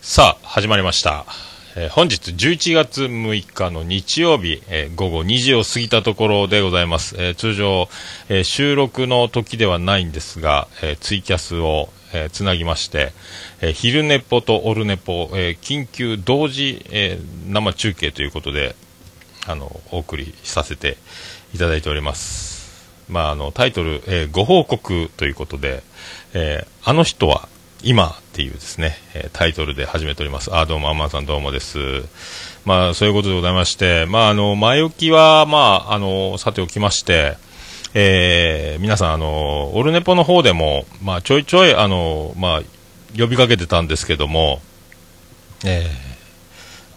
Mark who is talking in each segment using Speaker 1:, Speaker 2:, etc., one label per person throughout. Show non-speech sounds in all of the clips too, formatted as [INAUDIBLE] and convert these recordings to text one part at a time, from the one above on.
Speaker 1: さあ始まりました、えー本日11月6日の日曜日、えー午後2時を過ぎたところでございます、えー通常、えー収録の時ではないんですが、えーツイキャスを、えーつなぎまして、えー昼寝ぽとオルネポ、えー緊急同時、えー生中継ということであのお送りさせていただいております、まあ、あのタイトル、えーご報告」ということで「えーあの人は今」っていうですね、えータイトルで始めておりますあーどうもアンマンさんどうもですまあそういうことでございまして、まあ、あの前置きは、まあ、あのさておきましてえー皆さん、あのオルネポの方でも、まあ、ちょいちょい、あのまあ、呼びかけてたんですけども、えー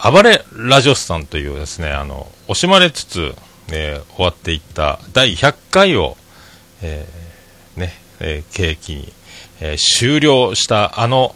Speaker 1: 暴れラジオスさんというですね、あの、惜しまれつつ、えー終わっていった第100回を、えーね、えー契機に、えー終了したあの、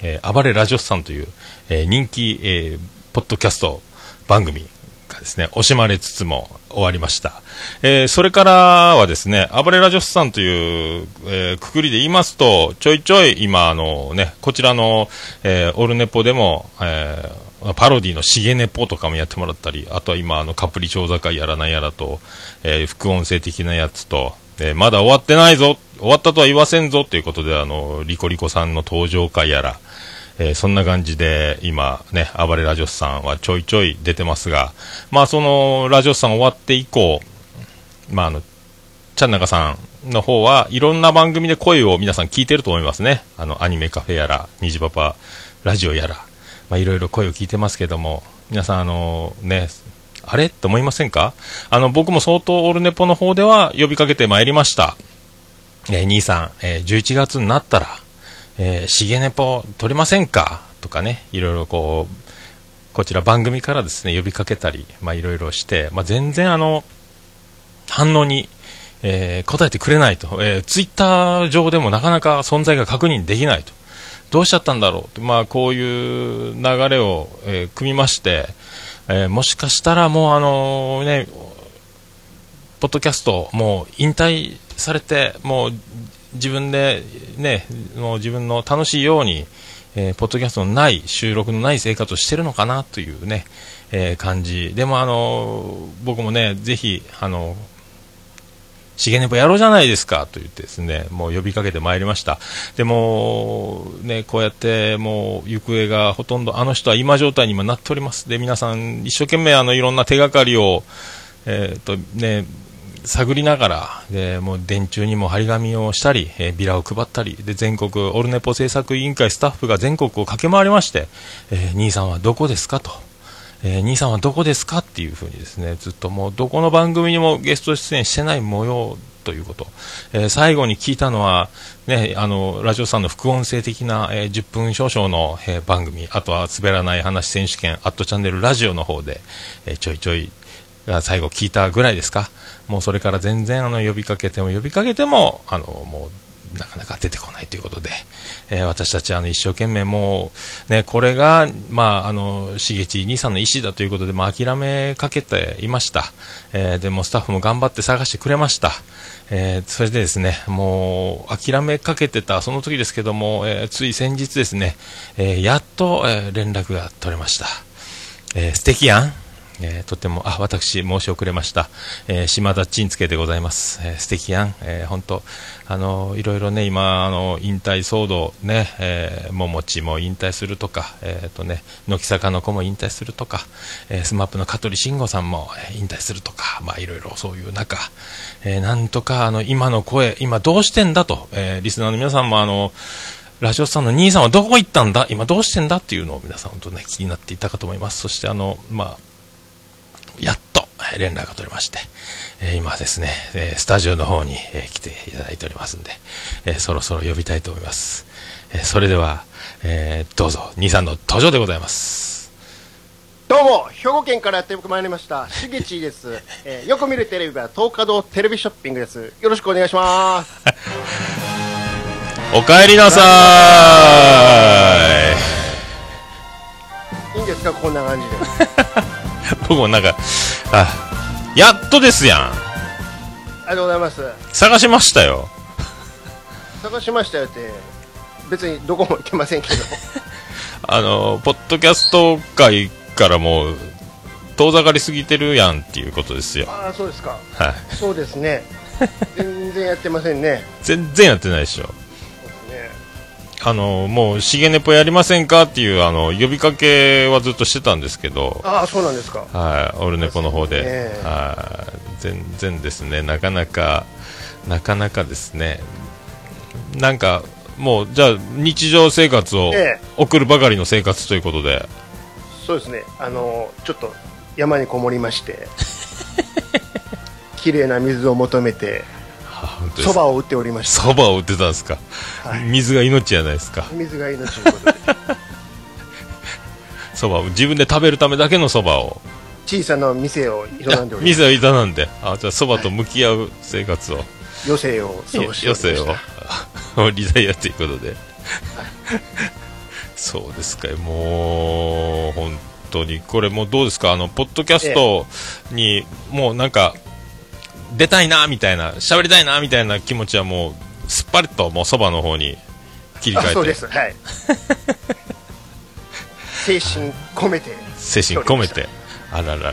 Speaker 1: えー暴れラジオスさんという、えー人気、えーポッドキャスト番組がですね、惜しまれつつも終わりました。えーそれからはですね、暴れラジオスさんという、えーくくりで言いますと、ちょいちょい今、あのね、こちらの、えーオルネポでも、えーパロディのシゲネポとかもやってもらったり、あとは今、あの、カプリ調査会やらないやらと、えー副音声的なやつと、えーまだ終わってないぞ、終わったとは言わせんぞということで、あの、リコリコさんの登場会やら、えーそんな感じで今、ね、暴れラジオスさんはちょいちょい出てますが、まあ、そのラジオスさん終わって以降、まあ、あのちゃんなかさんの方はいろんな番組で声を皆さん聞いてると思いますね、あのアニメカフェやら、にじパパラジオやら、まあ、いろいろ声を聞いてますけども、皆さん、あのね、あれって思いませんかあの僕も相当オルネポの方では呼びかけてまいりました。えー兄さん、えー11月になったら、えー、シゲネポ取れませんかとかね、いろいろこう、こちら番組からですね、呼びかけたり、まあいろいろして、まあ全然あの、反応に、えー答えてくれないと、えーツイッター上でもなかなか存在が確認できないと。どうしちゃったんだろうってまあこういう流れを、えー組みまして、えーもしかしたらもうあのね、ポッドキャスト、もう引退されて、もう自分で、ね、もう自分の楽しいように、えーポッドキャストのない、収録のない生活をしてるのかなというね、えー感じ。でも、あの僕もね、ぜひ、あのしげねぼやろうじゃないですかと言ってですね、もう呼びかけてまいりました。でも、ね、こうやってもう行方がほとんど、あの人は今状態に今なっております。で、皆さん一生懸命あのいろんな手がかりを、えーっとね、探りながら、でもう電柱にも張り紙をしたり、えービラを配ったり、で全国オルネポ制作委員会スタッフが全国を駆け回りまして、えー兄さんはどこですかと、えー兄さんはどこですかっていうふうにですねずっともうどこの番組にもゲスト出演してない模様ということ、えー最後に聞いたのは、ね、あのラジオさんの副音声的な、えー10分少々の、えー番組あとは滑らない話選手権「アットチャンネルラジオ」の方で、えーちょいちょいが最後聞いたぐらいですか、もうそれから全然あの呼びかけても呼びかけても、あのもうなかなか出てこないということで、えー私たちあの一生懸命もう、ね、これが、まあ、あの、しげち兄さんの意思だということで、まあ、諦めかけていました。えーでもスタッフも頑張って探してくれました。えーそれでですね、もう諦めかけてたその時ですけども、えーつい先日ですね、えーやっと、えー連絡が取れました。えー素敵やん。えーとても、あ、私、申し遅れました。えー島田ちんつけでございます。えー素敵やん。えー本当、あの、いろいろね、今、あの、引退騒動ね、えー、ももちも引退するとか、えっ、とね、乃木坂の子も引退するとか、えースマップの香取慎吾さんもえー引退するとか、まあ、いろいろそういう中、えーなんとか、あの、今の声、今どうしてんだと、えーリスナーの皆さんも、あの、ラジオさんの兄さんはどこ行ったんだ今どうしてんだっていうのを皆さん本当ね、気になっていたかと思います。そしてあの、まあ、やっとえー連絡が取れまして、えー今ですね、えースタジオの方に、えー来ていただいておりますんで、えーそろそろ呼びたいと思います。えーそれでは、えーどうぞ、兄さんの登場でございます。
Speaker 2: どうも、兵庫県からやってまいりました、しげちーです、 [LAUGHS] えーよく見るテレビは東華堂テレビショッピングです。よろしくお願いします。
Speaker 1: おかえりなさ
Speaker 2: いいんですか、こんな感じ [LAUGHS] で。
Speaker 1: ーい。僕もなんか、あ、やっとですやん。
Speaker 2: ありがとうございます。
Speaker 1: 探しましたよ。
Speaker 2: 探しましたよって、別にどこも行けませんけど。
Speaker 1: あのポッドキャスト界からもう遠ざかりすぎてるやんっていうことですよ、
Speaker 2: [LAUGHS] ああそうですか
Speaker 1: はい、
Speaker 2: そうです [LAUGHS] ね全然やってませんね
Speaker 1: 全然やってないでしょ
Speaker 2: そうですね
Speaker 1: あのもう「シゲネポやりませんか?」っていうあの呼びかけはずっとしてたんですけど
Speaker 2: ああそうなんですか
Speaker 1: はい、オルネポの方で、
Speaker 2: そうですね
Speaker 1: はい、全然ですね、なかなか、なかなかですね、なんか、もう、じゃあ、日常生活を
Speaker 2: ええ
Speaker 1: 送るばかりの生活ということで、
Speaker 2: そうですねあのちょっと山にこもりまして [LAUGHS] 綺麗な水を求めてそばを打っておりまし
Speaker 1: そばを売ってたんですか、
Speaker 2: はい
Speaker 1: 水が命じゃないですか
Speaker 2: た、水が命ということで
Speaker 1: そばを自分で食べるためだけのそばを、
Speaker 2: 小さな店を営んでおります
Speaker 1: 水を営んで、あじゃあ、そばと向き合う生活を、
Speaker 2: 余生を過ごしており
Speaker 1: 余
Speaker 2: ました
Speaker 1: 生を [LAUGHS] リタイアということでそうですかもう本当にこれもうどうですかあのポッドキャストにもうなんか出たいなみたいな喋りたいなみたいな気持ちはもうすっぱりともうそばの方に切り
Speaker 2: あ
Speaker 1: 替
Speaker 2: そう
Speaker 1: え
Speaker 2: で
Speaker 1: て
Speaker 2: すはい精神込めて
Speaker 1: 精神込め
Speaker 2: してお
Speaker 1: てあらららららら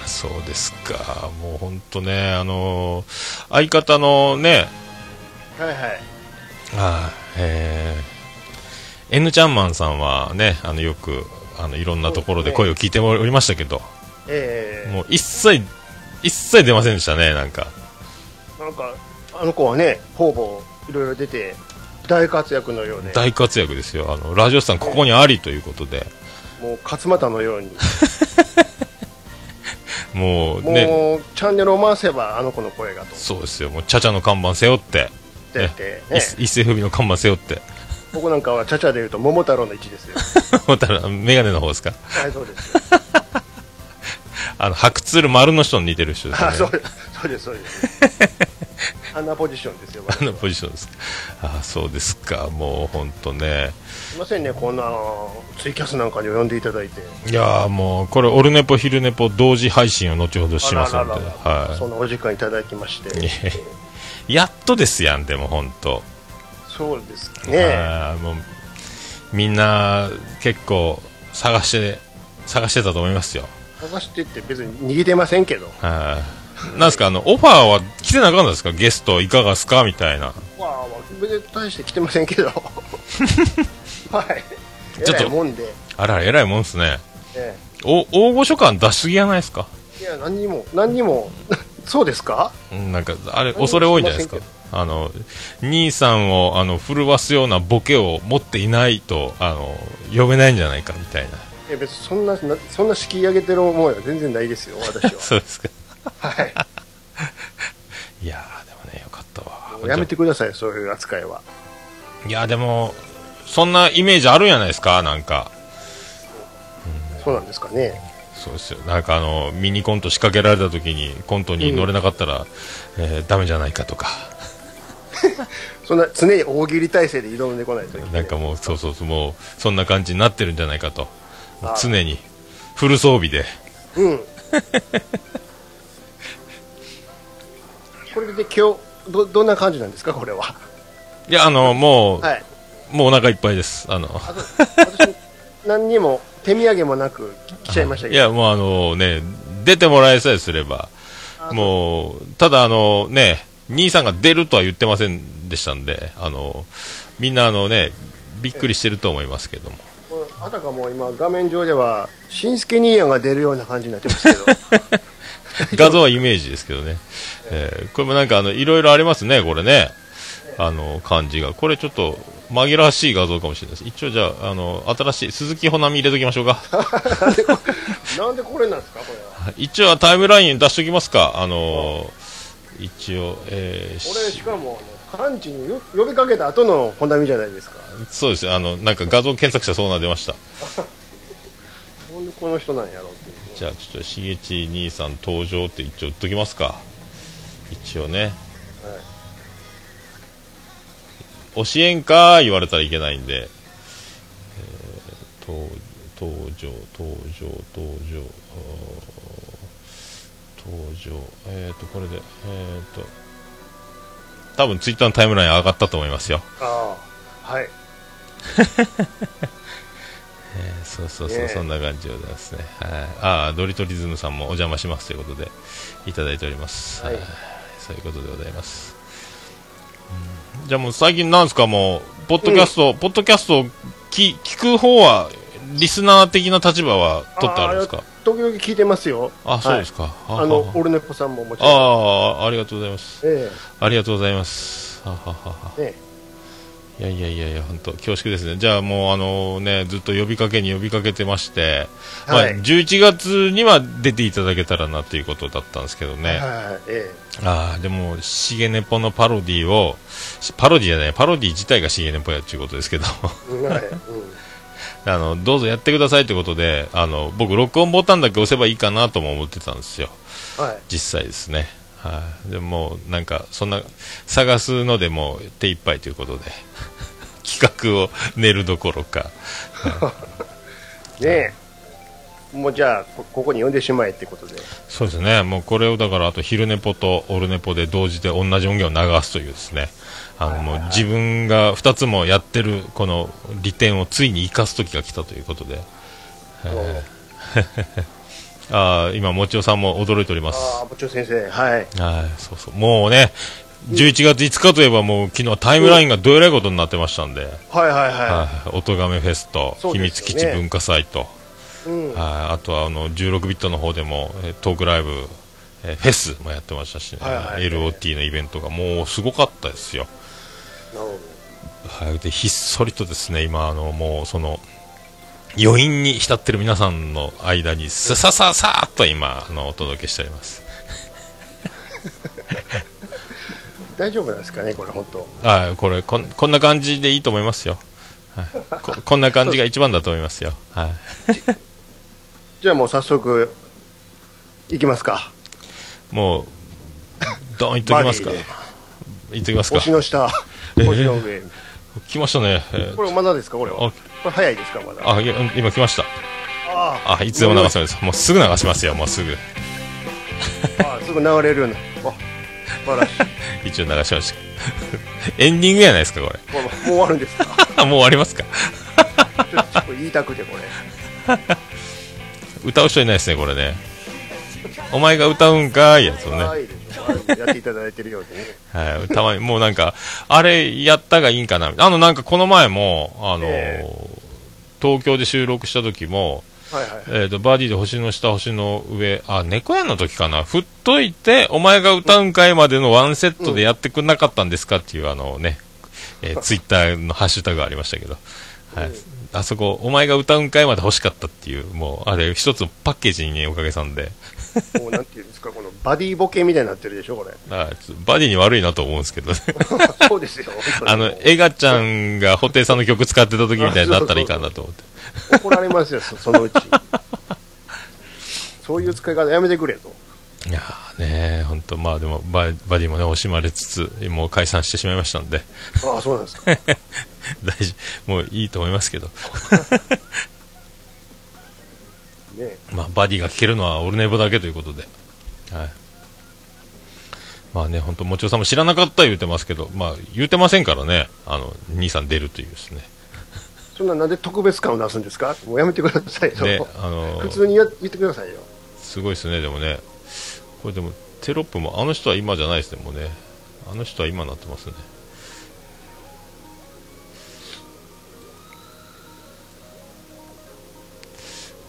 Speaker 1: らそうですかもう本当ねあの相方のね
Speaker 2: はいはい
Speaker 1: ああえー、N ちゃんマンさんはねあのよくあのいろんなところで声を聞いておりましたけど、
Speaker 2: え
Speaker 1: もう一切一切出ませんでしたねなんか
Speaker 2: ー、なんかあの子はね方々いろいろ出て大活躍のようで
Speaker 1: 大活躍ですよあのラジオさんここにありということで
Speaker 2: もう勝俣のように
Speaker 1: もう
Speaker 2: もう、
Speaker 1: [LAUGHS] ね
Speaker 2: チャンネルを回せばあの子の声がと
Speaker 1: そうですよもうちゃちゃの看板背負って
Speaker 2: 言ってて、
Speaker 1: い
Speaker 2: ね、
Speaker 1: 一世風靡の看板背負って [LAUGHS]
Speaker 2: 僕なんかはちゃちゃで言うと桃太郎の位置ですよ
Speaker 1: またら眼鏡の方ですか
Speaker 2: はいそうですよ
Speaker 1: [LAUGHS] あの白鶴丸の人に似てる人ですね
Speaker 2: あそうですそうですそうです
Speaker 1: [LAUGHS]
Speaker 2: あんなポジションですよ
Speaker 1: あのポジションですああそうですかもう本当ね
Speaker 2: すいませんねこんなツイキャスなんかに呼んでいただいて
Speaker 1: いやーもうこれ、オルネポ、昼ネポ同時配信を後ほどしますので、
Speaker 2: あららららそ
Speaker 1: は
Speaker 2: んなお時間いただきまして
Speaker 1: い、やっとですやん、でも本当、
Speaker 2: そうですね
Speaker 1: あーもうみんな結構探して探してたと思いますよ、
Speaker 2: 探してって別に逃げてませんけど
Speaker 1: はいなんですかあのオファーは来てなかったですか、ゲストいかがですかみたいな、
Speaker 2: わあ別に大して来てませんけ
Speaker 1: [LAUGHS]
Speaker 2: どはいえ
Speaker 1: ちょっと
Speaker 2: らいもんで、
Speaker 1: あら、えらいもんですね、
Speaker 2: え
Speaker 1: お大御所感出しすぎやないですか、
Speaker 2: えいや何にも何にもそうですか
Speaker 1: うんなんかあれ、恐れ多いんじゃないですか
Speaker 2: しま。
Speaker 1: あの兄さんをあの震わすようなボケを持っていないとあの呼べないんじゃないかみたいない
Speaker 2: や別にそんななそんな敷き上げてる思いは全然ないですよ私
Speaker 1: そうですか [LAUGHS]
Speaker 2: ははい
Speaker 1: いやーでもねよかったわ
Speaker 2: もうやめてくださいそういう扱いはい
Speaker 1: やでもそんなイメージあるんじゃないですかなんか
Speaker 2: そうなんですかね
Speaker 1: そうですよなんかあのミニコント仕掛けられた時にコントに乗れなかったら、えーダメじゃないかとか
Speaker 2: そんな常に大喜利体制で挑んでこないといけな
Speaker 1: なん
Speaker 2: い
Speaker 1: かもうそうそうそうもうそんな感じになってるんじゃないかともう
Speaker 2: あー
Speaker 1: 常にフル装備で
Speaker 2: うんこれで今日どどんな感じなんですかこれは
Speaker 1: いやあのもう、
Speaker 2: はい
Speaker 1: もうお腹いっぱいですあの
Speaker 2: あと [LAUGHS] 私何にも手土産もなく来ちゃいました
Speaker 1: い
Speaker 2: けど
Speaker 1: やもうあのね出てもらえさえすればもうただあのね兄さんが出るとは言ってませんでしたんであのみんなあのねびっくりしてると思いますけども
Speaker 2: これあたかも今画面上ではしんすけ兄やんが出るような感じになってますけど
Speaker 1: 画像はイメージですけどね、えーこれもなんかあのいろいろありますねこれねあの感じがこれちょっと紛らわしい画像かもしれないです一応じゃああの新しい鈴木保奈美入れときましょうか
Speaker 2: [LAUGHS] なんでこれなんですかこれは
Speaker 1: 一応はタイムライン出しときますかあの一応、えー
Speaker 2: これしかもあの漢字によ呼びかけた後の本並じゃないですか
Speaker 1: そうですよあのなんか画像検索したらそうな出ました
Speaker 2: なんでこの人なんやろうっていう
Speaker 1: じゃあちょっとしげち兄さん登場って一応言っときますか一応ね、教えんかー言われたらいけないんで、えー登登場登場登場あー登場えっ、ー、とこれでえっ、ー、と多分ツイッターのタイムライン上がったと思いますよ
Speaker 2: ああはい
Speaker 1: えーそうそうそう、
Speaker 2: ねえ
Speaker 1: そんな感じでございますね。はい、ああ、ドリトリズムさんもお邪魔しますということで、いただいております。
Speaker 2: はい
Speaker 1: そういうことでございます。うんじゃあもう最近なんですか、もう、ポッドキャスト、ポッドキャストをき聞く方は、リスナー的な立場は取ってあるんですか
Speaker 2: 時々聞いてますよ。。
Speaker 1: あそうですすか。
Speaker 2: あの、オルネポさんもも
Speaker 1: あ
Speaker 2: ちろん。
Speaker 1: ああ、ありがとうございます。
Speaker 2: え
Speaker 1: ありがとうございます。はははは。
Speaker 2: えね
Speaker 1: いやいやいやいや、本当恐縮ですね。じゃあもうあのね、ずっと呼びかけに呼びかけてまして、
Speaker 2: はい
Speaker 1: まあ11月には出ていただけたらなということだったんですけどね。
Speaker 2: はい、え
Speaker 1: ああ、でも、シゲネポのパロディを、しパロディじゃない、パロディ自体がシゲネポやっていうことですけど、 [LAUGHS]
Speaker 2: えはい、う
Speaker 1: あの、どうぞやってくださいということで、あの、僕録音ボタンだけ押せばいいかなとも思ってたんですよ。
Speaker 2: ん、 [LAUGHS] はい。
Speaker 1: 実際ですね。はい、でもうなんかそんな探すのでもう手一杯ということで [LAUGHS] 企画を練るどころか
Speaker 2: ねえ、もうじゃあこ、ここに呼んでしまえってことで、
Speaker 1: そうですねもうこれをだからあと昼寝ぽとオルネポで同時で同じ音源を流すというですねあのもう自分が2つもやってるこの利点をついに生かす時が来たということで、えーあー今もちおさんも驚いております
Speaker 2: ああ、部長先生、はい、
Speaker 1: はい、そうそう。もうね、11月5日といえばもう昨日タイムラインがどえらいことになってましたんで、
Speaker 2: はいはいは
Speaker 1: はい、おとがめフェスト、
Speaker 2: そう
Speaker 1: 秘
Speaker 2: で
Speaker 1: 密
Speaker 2: すよね
Speaker 1: 基地文化祭と、
Speaker 2: い、うん、は
Speaker 1: はい、あとはあの16ビットの方でもえートークライブ、えーフェスもやってましたし、ね
Speaker 2: はいはい
Speaker 1: LOT のイベントがもうすごかったですよ。
Speaker 2: なるほ
Speaker 1: はい、でひっそりとですね、今、あのもうその余韻に浸ってる皆さんの間に、ささささーっと今、あのお届けしております。
Speaker 2: ど大丈夫なんですかね、これ、本当、
Speaker 1: はい、これこん、こんな感じでいいと思いますよ。はい、ここんな感じが一番だと思いますよ。はい、
Speaker 2: じゃあもう早速、いきますか、
Speaker 1: もう、どんいっときますか
Speaker 2: バディ。
Speaker 1: いっときますか。
Speaker 2: 星の下、
Speaker 1: ええ
Speaker 2: 星の上、
Speaker 1: 来ましたね。えー
Speaker 2: これ、まだですか、これは、
Speaker 1: あ
Speaker 2: これ、早いですか、まだ、
Speaker 1: あ、いやうん今来ました。
Speaker 2: あ
Speaker 1: あ、いつでも流せます。もうすぐ流しますよ、もうすぐ。 [LAUGHS]
Speaker 2: ああ、すぐ流れるような、あ素晴らしい、
Speaker 1: 一応流しました。 [LAUGHS] エンディングやないですか、これ。
Speaker 2: もうもう終わる
Speaker 1: [LAUGHS]
Speaker 2: んですか、
Speaker 1: もう終わりますか。
Speaker 2: ちょっと言いたくて、これ、
Speaker 1: 歌う人いないですね、これね。お前が歌うんかいやつをね。
Speaker 2: 可愛いですね、やっていただいてるようでね、
Speaker 1: はい、たまに、もうなんか、あれやったがいいんかな。あの、なんかこの前も、あのー
Speaker 2: え
Speaker 1: 東京で収録した時も、
Speaker 2: はいはい、
Speaker 1: えっ、と、バーディーで星の下、星の上、あ、猫屋の時かな。振っといて、お前が歌うんかいまでのワンセットでやってくんなかったんですかっていう、あのね、えーツイッターのハッシュタグがありましたけど、はい。あそこ、お前が歌うんかいまで欲しかったっていう、もう、あれ、一つのパッケージにね、おかげさんで、
Speaker 2: もうなんていうんですか、このバディボケみたいになってるでしょ、これ、 [LAUGHS]
Speaker 1: あちょっとバディに悪いなと思うんですけどね。
Speaker 2: そうですよ、本当に
Speaker 1: あの、エガちゃんが布袋さんの曲使ってた時みたいになったらいいかなと思って。
Speaker 2: 怒られますよ、そそのうち。そういう使い方やめてくれと。
Speaker 1: いやーね本当まあでもバ、バディもね、惜しまれつつ、もう解散してしまいましたんで、
Speaker 2: ああ、そうなんで
Speaker 1: [LAUGHS]
Speaker 2: すか。
Speaker 1: 大事、もういいと思いますけど、 [LAUGHS]
Speaker 2: ね
Speaker 1: まあ、バディが聴けるのはオルネボだけということで、はい。まあね、本当もちろさんも知らなかった言うてますけど、まあ、言うてませんからね、あの、兄さん出るというですね。
Speaker 2: そんななんで特別感を出すんですかもうやめてくださいよ。
Speaker 1: ね、あの
Speaker 2: 普通にや言ってくださいよ。
Speaker 1: すごいですね、でもね、これでもテロップもあの人は今じゃないですね、もうね、あの人は今になってますね。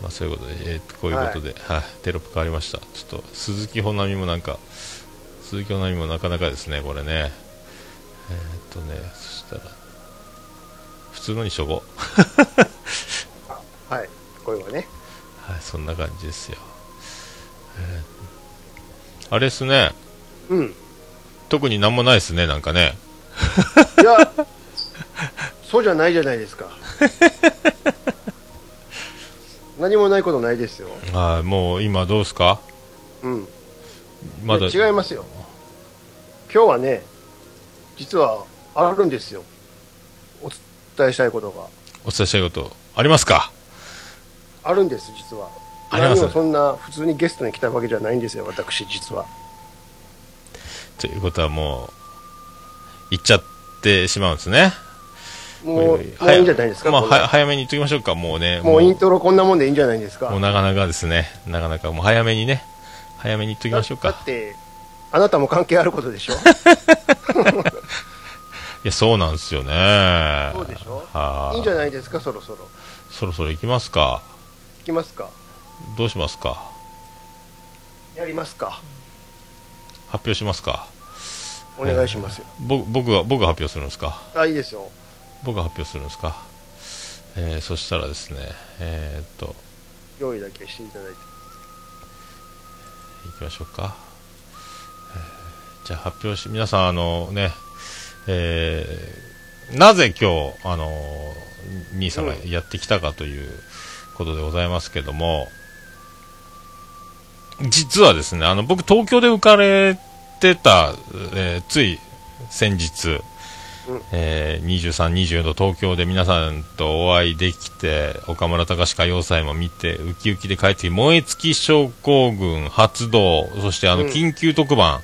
Speaker 1: まあそういうことで、えーとこういうことで、はい、テロップ変わりました。ちょっと鈴木穂波もなんか、鈴木穂波もなかなかですね、これね。えーっとね、そしたら、普通のにしょぼ。
Speaker 2: はい。こういうのはね。
Speaker 1: はい、そんな感じですよ。えーあれですね、
Speaker 2: うん。
Speaker 1: 特になんもないですね、なんかね。
Speaker 2: いや、そうじゃないじゃな
Speaker 1: [LAUGHS]
Speaker 2: いですか。何もないことないですよ。
Speaker 1: はい、もう今どうですか
Speaker 2: うん。
Speaker 1: まだ。
Speaker 2: いや違いますよ。今日はね、実はあるんですよ。お伝えしたいことが。
Speaker 1: お伝えしたいこと、ありますか
Speaker 2: あるんです、実は。
Speaker 1: あります
Speaker 2: 何もそんな普通にゲストに来たわけじゃないんですよ、私、実は。
Speaker 1: ということはもう、行っちゃってしまうんですね。
Speaker 2: もう、もういいんじゃないですか。
Speaker 1: まあ、
Speaker 2: こんな
Speaker 1: は早めに言っときましょうか、もうね。
Speaker 2: もうイントロこんなもんでいいんじゃないですか。
Speaker 1: もうなかなかですね、なかなかもう早めにね、早めに言っときましょう
Speaker 2: だだ
Speaker 1: か
Speaker 2: っ。て、あなたも関係あること
Speaker 1: [LAUGHS]
Speaker 2: でしょ。
Speaker 1: いや、そうなんですよね。
Speaker 2: そうでしょ
Speaker 1: はい
Speaker 2: いんじゃないですか、そろそろ。
Speaker 1: そろそろ行きますか。
Speaker 2: いきますか。
Speaker 1: どうしますか。
Speaker 2: やりますか。
Speaker 1: 発表しますか。
Speaker 2: お願いしますよ。
Speaker 1: 僕僕が僕が発表するんですか。
Speaker 2: あ、いいですよ。
Speaker 1: 僕が発表するんですか。えー、そしたらですね、えー、っと、
Speaker 2: 用意だけしていただいて。
Speaker 1: 行きましょうか、えーじゃあ発表し皆さんあのね、えーなぜ今日あの兄さんがやってきたかということでございますけども、実はですねあの僕東京で浮かれてた、えーつい先日、
Speaker 2: うん
Speaker 1: えー、23、24の東京で皆さんとお会いできて岡村隆史歌謡祭も見てウキウキで帰ってきて燃え尽き症候群発動そしてあの
Speaker 2: うん
Speaker 1: 緊急特番、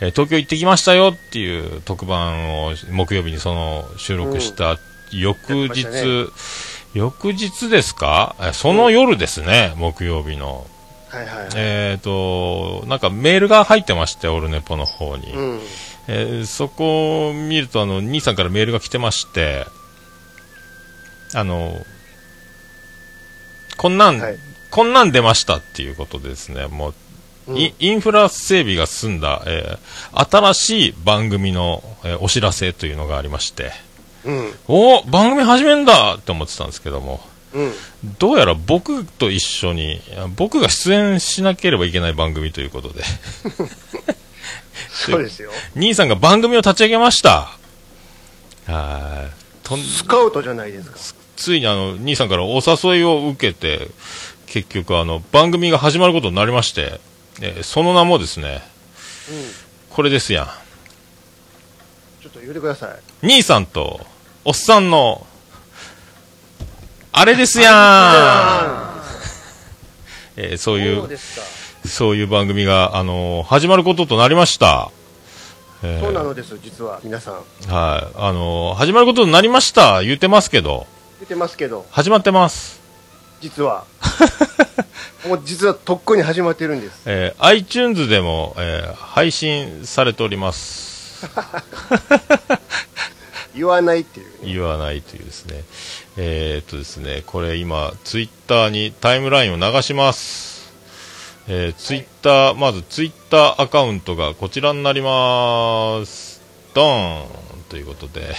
Speaker 1: えー東京行ってきましたよっていう特番を木曜日にその収録した翌日、
Speaker 2: やってまし
Speaker 1: 翌日ですかえーその夜ですね、木曜日の。
Speaker 2: はいはいはい。
Speaker 1: えっ、と、なんかメールが入ってまして、オルネポの方に。
Speaker 2: うん。
Speaker 1: えーそこを見ると、あの、兄さんからメールが来てまして、あの、こんなん、
Speaker 2: はい
Speaker 1: こんなん出ましたっていうことでですね、もう、
Speaker 2: うん
Speaker 1: インインフラ整備が済んだ、えー新しい番組の、えーお知らせというのがありまして、
Speaker 2: うん。
Speaker 1: おー番組始めんだって思ってたんですけども、
Speaker 2: うん。
Speaker 1: どうやら僕と一緒に、あ僕が出演しなければいけない番組ということで、
Speaker 2: そうですよ。
Speaker 1: 兄さんが番組を立ち上げました。はいとん
Speaker 2: スカウトじゃないですか。
Speaker 1: ついにあの、兄さんからお誘いを受けて、結局あの、番組が始まることになりまして、えーその名もですね、
Speaker 2: うん。
Speaker 1: これですやん。
Speaker 2: ちょっと言ってください。
Speaker 1: 兄さんと、おっさんの、あれです
Speaker 2: [LAUGHS]
Speaker 1: やん、
Speaker 2: あ
Speaker 1: えーそうい
Speaker 2: そう
Speaker 1: う、
Speaker 2: ですか。
Speaker 1: そういう番組が、あのー始まることとなりました。えー
Speaker 2: そうなのです、実は、皆さん。
Speaker 1: はい。あのー始まることになりました。言ってますけど、
Speaker 2: 出てますけど、
Speaker 1: 始まってます。
Speaker 2: 実は。もう実はとっくに始まってるんです。
Speaker 1: えー iTunes でも、えー配信されております。
Speaker 2: 言わないっていうね。
Speaker 1: 言わないというですね。えーっとですね、これ今、ツイッターにタイムラインを流します。えー、ツイッター、まずツイッターアカウントがこちらになります。ドーンということで。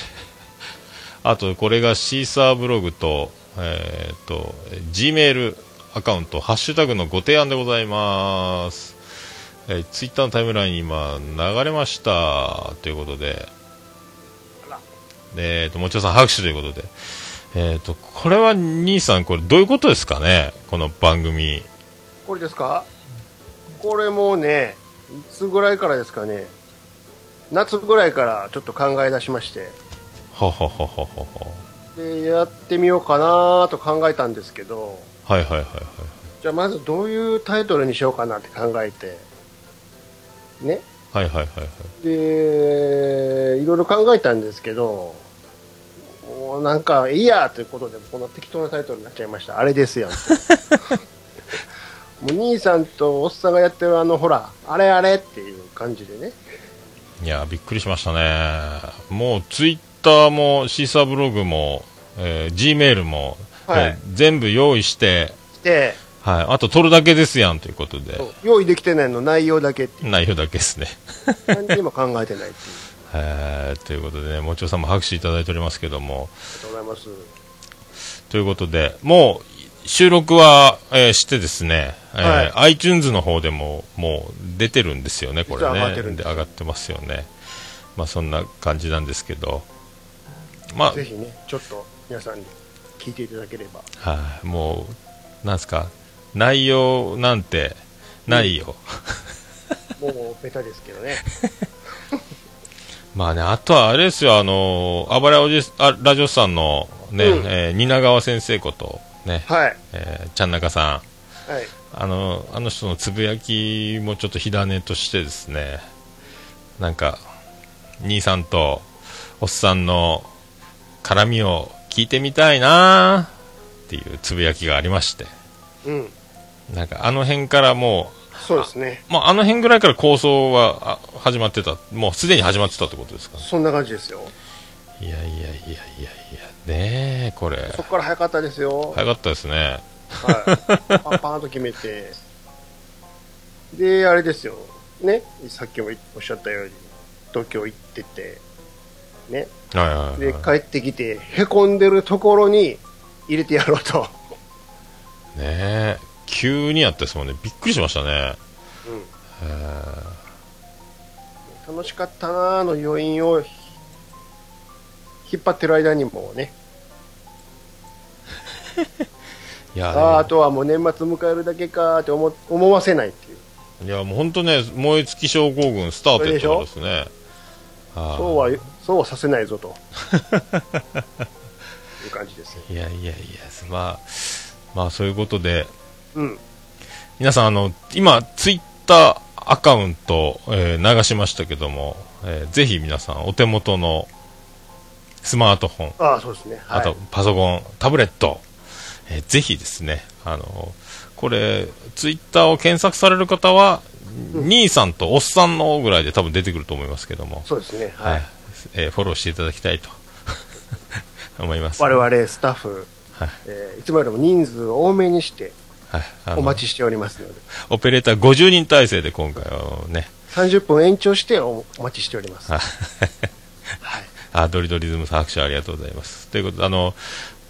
Speaker 1: [LAUGHS] あと、これがシーサーブログと、えーっと、Gmail アカウント、ハッシュタグのご提案でございます。えー、ツイッターのタイムラインに今流れました。ということで。えー、と、もちろさん拍手ということで。えー、と、これは兄さん、これどういうことですかねこの番組。
Speaker 2: これですかこれもうね、いつぐらいからですかね。夏ぐらいからちょっと考え出しまして。
Speaker 1: はははははは。
Speaker 2: で、やってみようかなと考えたんですけど、
Speaker 1: はいはいはいはい。
Speaker 2: じゃあまずどういうタイトルにしようかなって考えて、ね。
Speaker 1: はいはいはいはい。
Speaker 2: で、いろいろ考えたんですけど、もうなんか、いいやということで、この適当なタイトルになっちゃいました。あれですやん。もう兄さんとおっさんがやってるあの、ほら、あれあれっていう感じでね。
Speaker 1: いやー、びっくりしましたね。もうツイッターも、シーサーブログも、えー、Gmail も、
Speaker 2: はい
Speaker 1: えー全部用意して、
Speaker 2: で、
Speaker 1: はい、あと撮るだけですやんということで、
Speaker 2: 用意できてないの内容だけっていう、
Speaker 1: 内容だけですね。 [LAUGHS]
Speaker 2: 何にも考えてないっていう。
Speaker 1: えーということでね、もちろさんも拍手いただいておりますけども、
Speaker 2: ありがとうございます。
Speaker 1: ということで、もう収録は、えーしてですね、えー iTunes の方でももう出てるんですよね、これ
Speaker 2: 実は
Speaker 1: ね。
Speaker 2: 上がってるん
Speaker 1: で
Speaker 2: です
Speaker 1: 上がってますよね。まあそんな感じなんですけど、まあ、
Speaker 2: ぜひね、ちょっと皆さんに聞いていただければ。
Speaker 1: はい、もう、なんすか、内容なんてないよ。
Speaker 2: もうベタですけどね。
Speaker 1: まあね、あとはあれですよ、あのー、暴れおじあラジオさんのね、
Speaker 2: うん
Speaker 1: えー蜷川先生こと、ね、
Speaker 2: はい。
Speaker 1: えーちゃんなかさん。
Speaker 2: はい。
Speaker 1: あのあの人のつぶやきもちょっと火種としてですねなんか兄さんとおっさんの絡みを聞いてみたいなっていうつぶやきがありまして
Speaker 2: うん。
Speaker 1: なんかあの辺からも
Speaker 2: そうですね。
Speaker 1: う、まあ、あの辺ぐらいから構想はあ始まってたもうすでに始まってたってことですかね
Speaker 2: そんな感じですよ。
Speaker 1: いやいやいやいやいやねえこれ
Speaker 2: そこから早かったですよ。
Speaker 1: 早かったですね
Speaker 2: はい。パンパンと決めて。で、あれですよ。ね。さっきもおっしゃったように、東京行ってて、ね。
Speaker 1: はいはい
Speaker 2: で、
Speaker 1: は
Speaker 2: 帰ってきて、へこんでるところに入れてやろうと。
Speaker 1: いねえ急にやったですもんねびっくりしましたね
Speaker 2: うん。
Speaker 1: へえ
Speaker 2: 楽しかったなーの余韻をひ引っ張ってる間にもうね、
Speaker 1: いやで
Speaker 2: あー
Speaker 1: も
Speaker 2: あとはもう年末迎えるだけかーって思思わせないっていう、
Speaker 1: いやもう本当ね燃え尽き症候群スタートやったからですねあー
Speaker 2: そうはそうはさせない
Speaker 1: [LAUGHS]
Speaker 2: ぞという感じです
Speaker 1: い
Speaker 2: ね。
Speaker 1: やいやいやまあまあそういうことで
Speaker 2: うん、
Speaker 1: 皆さんあの今ツイッターアカウント、えー流しましたけども、えーぜひ皆さんお手元のスマートフォン
Speaker 2: ああ、そうですね。はい、
Speaker 1: あとパソコン、タブレット、えーぜひですね、あのこれ、ツイッターを検索される方は、兄さんとおっさんのぐらいで多分出てくると思いますけども、
Speaker 2: そうですね。はい。
Speaker 1: はいえーフォローしていただきたいと [LAUGHS] 思います。
Speaker 2: 我々スタッフ、
Speaker 1: はい
Speaker 2: えーいつもよりも人数を多めにして
Speaker 1: はい、あ
Speaker 2: お
Speaker 1: の
Speaker 2: 待ちしておりますので、
Speaker 1: オペレーター50人体制で今回はね、 [LAUGHS]
Speaker 2: 30分延長しておお待ちしております。
Speaker 1: あ
Speaker 2: はい。
Speaker 1: あドリドリズムさん拍手ありがとうございます。ということで、あの、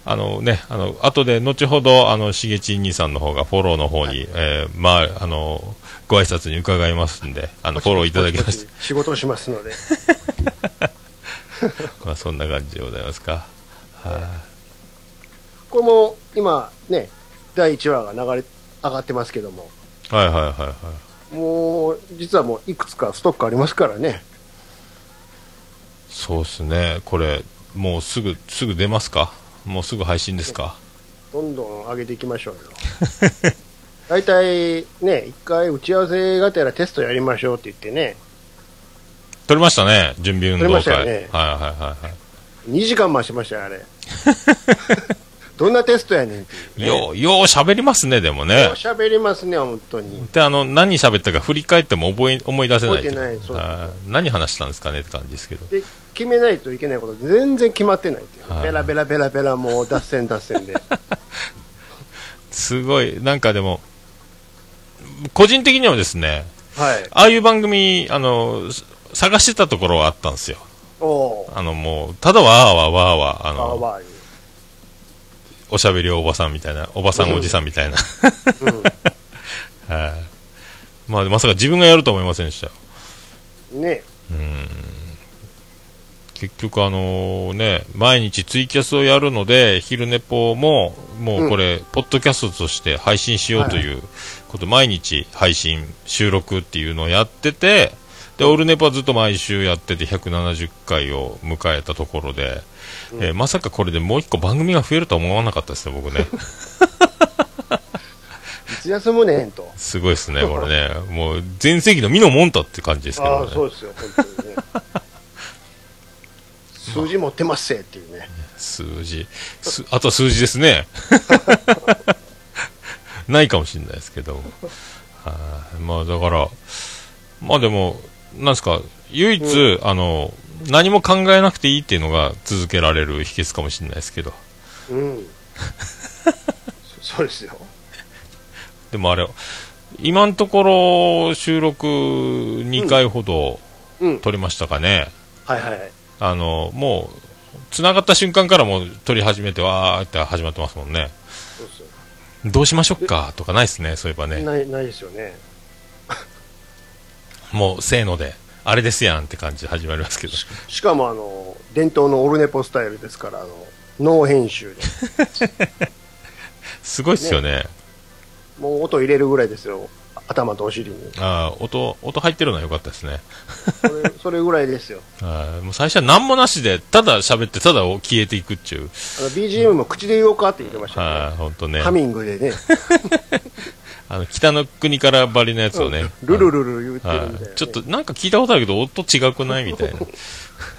Speaker 1: あのね、あの、後で、後ほど、あの、しげち兄さんの方が、フォローの方に、えーまあ、あの、ご挨拶に伺いますんで、あの、フォローいただきまして、
Speaker 2: 仕事をしますので、
Speaker 1: まあ、そんな感じでございますか。は
Speaker 2: これも今ね、第1話が流れ、上がってますけども、
Speaker 1: い、はい、はい、はいはい。
Speaker 2: もう、実はもういくつかストックありますからね。
Speaker 1: そうですね、これ、もうすぐ、すぐ出ますかもうすぐ配信ですか
Speaker 2: どんどん上げていき
Speaker 1: [LAUGHS]
Speaker 2: ましょうよ。大体ね、一回打ち合わせがてらテストやりましょうって言ってね、
Speaker 1: 撮れましたね、準備運動会。
Speaker 2: 撮れま
Speaker 1: は
Speaker 2: し
Speaker 1: い、
Speaker 2: た
Speaker 1: はい
Speaker 2: よね、
Speaker 1: はい、は
Speaker 2: 2時間回してましたよ、
Speaker 1: [LAUGHS]
Speaker 2: あれ。どんなテストやねんって
Speaker 1: い。
Speaker 2: いう、ね。
Speaker 1: よう、よう喋りますね、でもね
Speaker 2: よう。喋りますね、本当に。
Speaker 1: であの何喋ったか振り返っても覚え思い出せない
Speaker 2: 覚えてないそう
Speaker 1: あー何話したんですかねって感じですけど
Speaker 2: で、決めないといけないこと全然決まってないっていう。
Speaker 1: はい
Speaker 2: ベラベラベラベラもう脱線
Speaker 1: [LAUGHS]
Speaker 2: 脱線で。
Speaker 1: すごいなんかでも個人的にはですね
Speaker 2: はい。
Speaker 1: ああいう番組あのす探してたところはあったんですよ
Speaker 2: おー。
Speaker 1: あのもうただわーわーわーわーあ
Speaker 2: あ
Speaker 1: の
Speaker 2: わい。
Speaker 1: おしゃべりおばさんみたいなおばさんおじさんみたいな [LAUGHS] はいまあまさか自分がやるとは思いませんでしたよ
Speaker 2: うん。ね。
Speaker 1: 結局あのね毎日ツイキャスをやるので昼寝ぽももうこれ、ポッドキャストとして配信しようということ、毎日配信収録っていうのをやっててでオルネポはずっと毎週やってて170回を迎えたところで、えーまさかこれでもう一個番組が増えるとは思わなかったですね僕ね
Speaker 2: いつ休むねんと。
Speaker 1: すごいですねこれねもう全盛期のミノモンタって感じですけ
Speaker 2: あ
Speaker 1: ど
Speaker 2: あ
Speaker 1: ね
Speaker 2: そうですよ本当
Speaker 1: [LAUGHS]
Speaker 2: にね数字持ってますせっていうね
Speaker 1: 数字すあとは数字ですね [LAUGHS] ないかもしれないですけどもはいまあだからまあでもなんですか唯一、あの何も考えなくていいっていうのが続けられる秘訣かもしれないですけど
Speaker 2: うんそそうですよ
Speaker 1: でもあれ今のところ収録2回ほど
Speaker 2: うん
Speaker 1: 撮りましたかね、
Speaker 2: はいはいはい
Speaker 1: あのもう繋がった瞬間からもう撮り始めてわーって始まってますもんね
Speaker 2: そうですよ
Speaker 1: どうしましょうかとかないですねそういえばね
Speaker 2: ないないですよね
Speaker 1: もうせーので、あれですやんって感じで始まり
Speaker 2: [LAUGHS]
Speaker 1: ますけど、
Speaker 2: しかもあの伝統のオルネポスタイルですからあのノー編集で
Speaker 1: すごいっすよね。
Speaker 2: もう音入れるぐらいですよ頭とお尻に
Speaker 1: ああ、音、音入ってるのは良かったですね。
Speaker 2: それ [LAUGHS] それぐらいですよ
Speaker 1: ああもう最初は何もなしで、ただ喋って、ただ消えていくっちゅう。
Speaker 2: あの BGM も口で言おうかって言ってましたよ
Speaker 1: あ
Speaker 2: ね
Speaker 1: あ、ほんとね。
Speaker 2: ハミングでね、
Speaker 1: あの、北の国からばりのやつをね。
Speaker 2: ルルルル言って
Speaker 1: あ
Speaker 2: る
Speaker 1: あ
Speaker 2: みたいな、ね。
Speaker 1: ちょっと、なんか聞いた
Speaker 2: [LAUGHS]
Speaker 1: ことあるけど、音違くないみたいな。
Speaker 2: ね、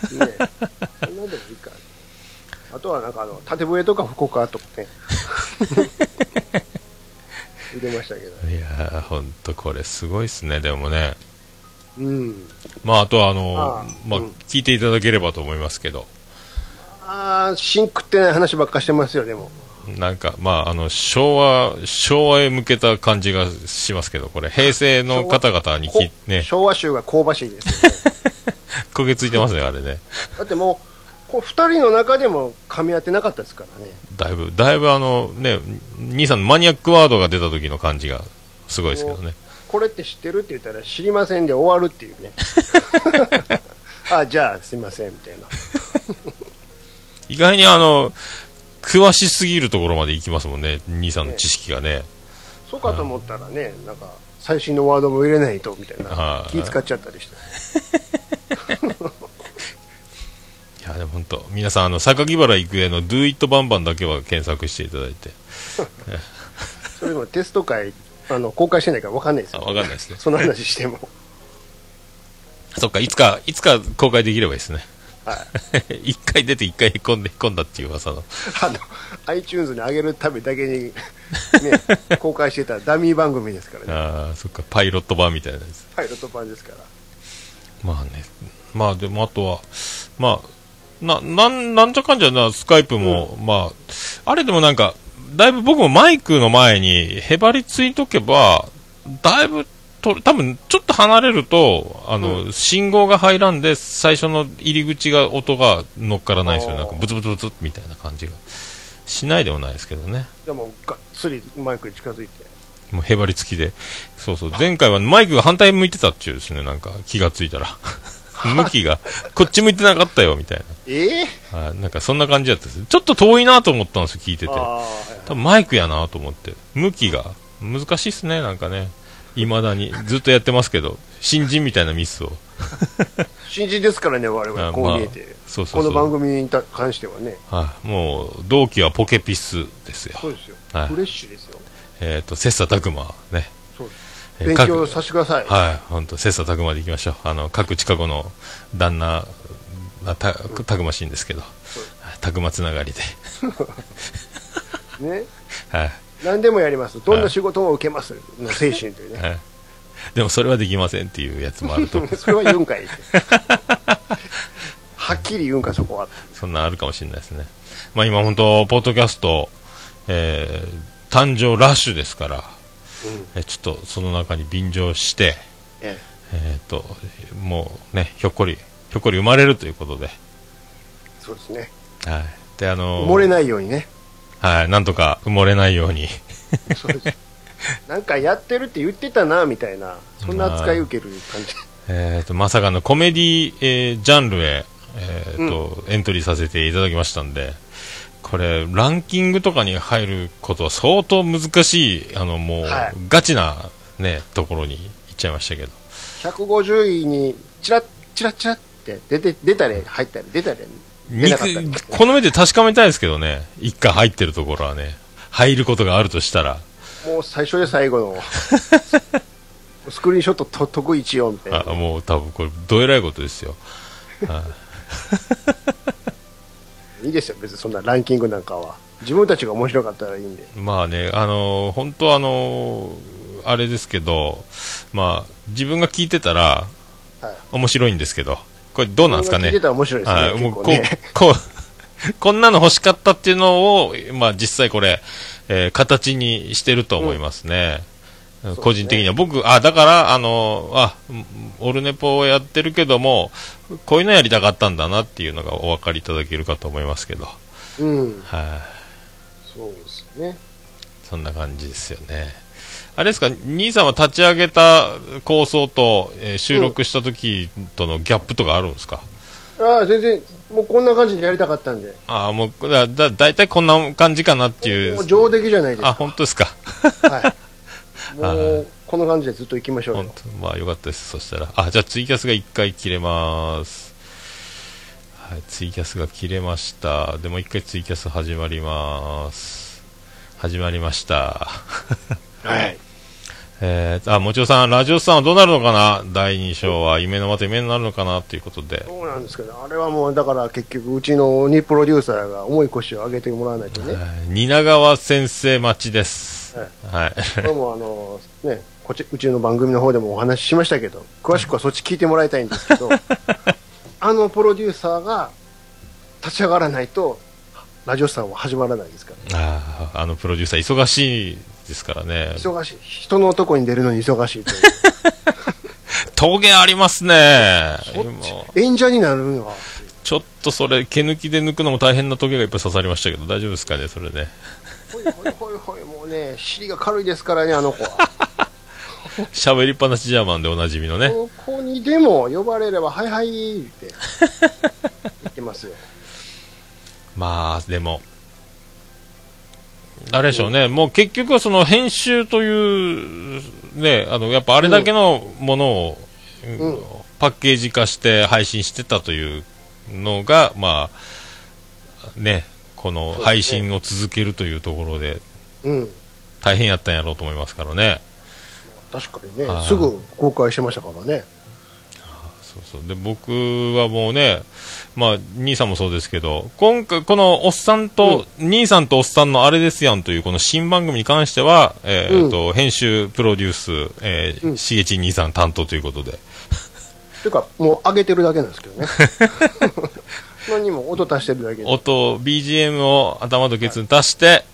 Speaker 2: そんなんでもいいか。あとはなんかあの、縦笛とか福岡とか
Speaker 1: [LAUGHS]
Speaker 2: ね。入れましたけど。
Speaker 1: いやー、ほんとこれすごいっすね、でもね。
Speaker 2: うん。
Speaker 1: まあ、あとはあの、
Speaker 2: ああ
Speaker 1: まあ、
Speaker 2: うん
Speaker 1: 聞いていただければと思いますけど、
Speaker 2: ああ、シンクってない話ばっかしてますよ、でも。
Speaker 1: なんか、まあ、あの、昭和、昭和へ向けた感じがしますけど、これ、平成の方々に
Speaker 2: こ
Speaker 1: き、ね、
Speaker 2: 昭和集が香ばしいですよね、
Speaker 1: 焦げついてますね、あれね。
Speaker 2: だってもう、こう二人の中でも噛み合ってなかったですからね。
Speaker 1: だいぶ、だいぶあの、ね、兄さんのマニアックワードが出た時の感じが、すごいですけどね。
Speaker 2: これって知ってるって言ったら、知りませんで終わるってい
Speaker 1: [LAUGHS]
Speaker 2: うね。あじゃあ、すいません、みたいな。
Speaker 1: 意外にあの、詳しすぎるところまで行きますもんね、兄さんの知識がね。
Speaker 2: そうかと思ったらね、なんか、最新のワードも入れないと、みたいな
Speaker 1: あ。ー
Speaker 2: 気使っちゃったりして。
Speaker 1: いや、でも本当、皆さん、あの、榊原郁恵の Do It バンバンだけは検索していただいて。
Speaker 2: それでもテスト会、あの、公開してないから分かんないです
Speaker 1: あ、
Speaker 2: よ。
Speaker 1: わかんないですね。
Speaker 2: その話しても。 [LAUGHS]
Speaker 1: そっか、いつか、いつか公開できればいいですね。
Speaker 2: は
Speaker 1: [LAUGHS]
Speaker 2: い。
Speaker 1: 一回出て一回へこんで、へこんだっていう噂の。
Speaker 2: あの、iTunes に上げるためだ
Speaker 1: [LAUGHS]
Speaker 2: けに、ね、公開してたダミー番組ですからね。
Speaker 1: ああ、そっか、パイロット版みたいなやつ。
Speaker 2: パイロット版ですから。
Speaker 1: まあね。まあ、でも、あとは、まあ、な、なん、なんじゃかんじゃな、スカイプも、まあ、あれでもなんか、だいぶ僕もマイクの前にへばりついとけば、だいぶと、多分ちょっと離れると、あの、信号が入らんで、最初の入り口が、音が乗っからないですよ。
Speaker 2: あー
Speaker 1: なんか、ブツブツブツみたいな感じが。しないでもないですけどね。
Speaker 2: でも、がっつりマイクに近づいて。
Speaker 1: もうへばりつきで。そうそう。前回はマイクが反対向いてたっちゅうですね。なんか気がついたら。向きが。こっち向いてなかったよ、みたい
Speaker 2: ええ
Speaker 1: な。はいなんかそんな感じだったです。ちょっと遠いなと思ったんですよ、聞いてて。
Speaker 2: ああ、はい
Speaker 1: 多分マイクやなと思って。向きが。難しいっすね、なんかね。未だに。ずっとやってますけど。新人みたいなミスを。
Speaker 2: 新人ですからね、我々、
Speaker 1: あ
Speaker 2: こ
Speaker 1: ま
Speaker 2: う
Speaker 1: あ
Speaker 2: 見えて。
Speaker 1: そうそ
Speaker 2: こ
Speaker 1: うそう。
Speaker 2: の番組にた関してはね。
Speaker 1: はい。もう、同期はポケピスですよ。
Speaker 2: そうですよ。
Speaker 1: はい
Speaker 2: フレッシュですよ。
Speaker 1: えっ、と、切磋琢磨。ね。
Speaker 2: そうです。
Speaker 1: えー
Speaker 2: 勉
Speaker 1: 各
Speaker 2: 強させてください。
Speaker 1: はい、本当切磋琢磨でいきましょう。あの、各近くの旦那、あたたくましいんですけど、たくまつながりで、
Speaker 2: ね。
Speaker 1: はい、
Speaker 2: 何でもやります。どんな仕事も受けます。の精神というね。
Speaker 1: はい。でもそれはできませんっていうやつもあると、
Speaker 2: [LAUGHS] それは言うんかい。はっきり言うんか、そこは。
Speaker 1: そんなんあるかもしれないですね。まあ今本当、ポッドキャスト、えー誕生ラッシュですから、
Speaker 2: うん。
Speaker 1: えちょっとその中に便乗して、
Speaker 2: ええ
Speaker 1: えっ、と、もうね、ひょっこり、ひょっこり生まれるということで、
Speaker 2: そうですね。
Speaker 1: はい。で、あの
Speaker 2: 漏れないようにね。
Speaker 1: [LAUGHS] はい、なんとか埋もれないように。
Speaker 2: そうです。なんかやってるって言ってたな、みたいな。そんな扱い受ける感じ。
Speaker 1: えー、とまさかのコメディ、えージャンルへ、えーとエントリーさせていただきましたんでこれランキングとかに入ることは相当難しいあのもう、
Speaker 2: はい
Speaker 1: ガチな、ね、ところに行っちゃいましたけど
Speaker 2: 150位に、チラッ、チラッ、チラッって出て、出たり入ったり、出たり、出なかったり。
Speaker 1: 肉この目で確かめたいですけどね一回入ってるところはね入ることがあるとしたら
Speaker 2: もう最初で最後の。 [LAUGHS] スクリーンショットと得意一応みたいな
Speaker 1: あ。もう多分これどえらいことですよ
Speaker 2: いいですよ、別にそんなランキングなんかは。自分たちが面白かったらいいんで。
Speaker 1: まあね、あのー本当はあのーあれですけど、まあ、自分が聞いてたら、
Speaker 2: はい
Speaker 1: 面白いんですけど、これどうなんですか
Speaker 2: 聞
Speaker 1: ね
Speaker 2: いて。たら面白いですね。
Speaker 1: はいも
Speaker 2: 結
Speaker 1: う
Speaker 2: 構
Speaker 1: こう
Speaker 2: ね。、
Speaker 1: こう、 [LAUGHS] こんなの欲しかったっていうのを、まあ実際これ、えー形にしてると思いますね。
Speaker 2: ね
Speaker 1: 個人的には、僕、あ、だから、あのー、あ、うんオルネポをやってるけども、こういうのやりたかったんだなっていうのがお分かりいただけるかと思いますけど、
Speaker 2: うん。
Speaker 1: はい。
Speaker 2: そうですね。
Speaker 1: そんな感じですよね。あれですか、兄さんは立ち上げた構想と、えー収録した時とのギャップとかあるんですか、
Speaker 2: ああ、全然、もうこんな感じでやりたかったんで。
Speaker 1: ああ、もうだ、だ、だいたいこんな感じかなってい
Speaker 2: もう
Speaker 1: う。
Speaker 2: 上出来じゃないです
Speaker 1: あ、
Speaker 2: か。
Speaker 1: 本当ですか。
Speaker 2: はい。
Speaker 1: [LAUGHS]
Speaker 2: も
Speaker 1: は
Speaker 2: う、この感じでずっと行きましょうよ
Speaker 1: 本。当まあよかったです。そしたら。あ、じゃあツイキャスが一回切れます。はい、ツイキャスが切れました。でもう一回ツイキャス始まります。始まりました。
Speaker 2: はい。
Speaker 1: えー、あ、もちろさん、ラジオスさんはどうなるのかな第2章は夢のまた夢になるのかなということで。
Speaker 2: そうなんですけど、あれはもうだから結局、うちの鬼プロデューサーが重い腰を上げてもらわないとね、
Speaker 1: えー蜷川先生待ちです。
Speaker 2: はい [LAUGHS]
Speaker 1: はい。
Speaker 2: これもあの、ね、こっちうちの番組の方でもお話ししましたけど、詳しくはそっち聞いてもらいたいんですけど、あのプロデューサーが立ち上がらないと、ラジオスターは始まらないですから、
Speaker 1: あーあのプロデューサー忙しいですからね。
Speaker 2: 忙しい、人の男に出るのに忙しいという。
Speaker 1: 峠ありますね。
Speaker 2: そっ
Speaker 1: 今
Speaker 2: ち演者になるのは、
Speaker 1: ちょっとそれ、毛抜きで抜くのも大変な峠がいっぱい刺さりましたけど、大丈夫ですかね、それ
Speaker 2: [LAUGHS]
Speaker 1: で。
Speaker 2: ほいほいほいほい、もうね、尻が軽いですからね、あの子は。
Speaker 1: 喋りっぱなしジャーマンでおなじみのね。
Speaker 2: ここにでも呼ばれれば、はいはいって言っ
Speaker 1: [LAUGHS]
Speaker 2: てますよ。
Speaker 1: まあ、でも、あれでしょうね、もう結局はその編集という、ね、あのやっぱあれだけのものを、
Speaker 2: ん
Speaker 1: パッケージ化して配信してたというのが、まあ、ね、この
Speaker 2: そうですね
Speaker 1: 配信を続けるというところで、
Speaker 2: うん、
Speaker 1: 大変やったんやろうと思いますからね。
Speaker 2: 確かにね
Speaker 1: あー、
Speaker 2: すぐ公開してましたからね。
Speaker 1: そうそうで僕はもうね、まあ、兄さんもそうですけど、今回、このおっさんと、兄さんとおっさんのあれですやんという、この新番組に関しては、えー
Speaker 2: うん
Speaker 1: と編集、プロデュース、えー
Speaker 2: うん
Speaker 1: しげち兄さん担当ということで、
Speaker 2: というか、もう上げてるだけなんです
Speaker 1: [LAUGHS]
Speaker 2: けどね。何も音足してるだけで。
Speaker 1: 音、BGM を頭とケツに足して、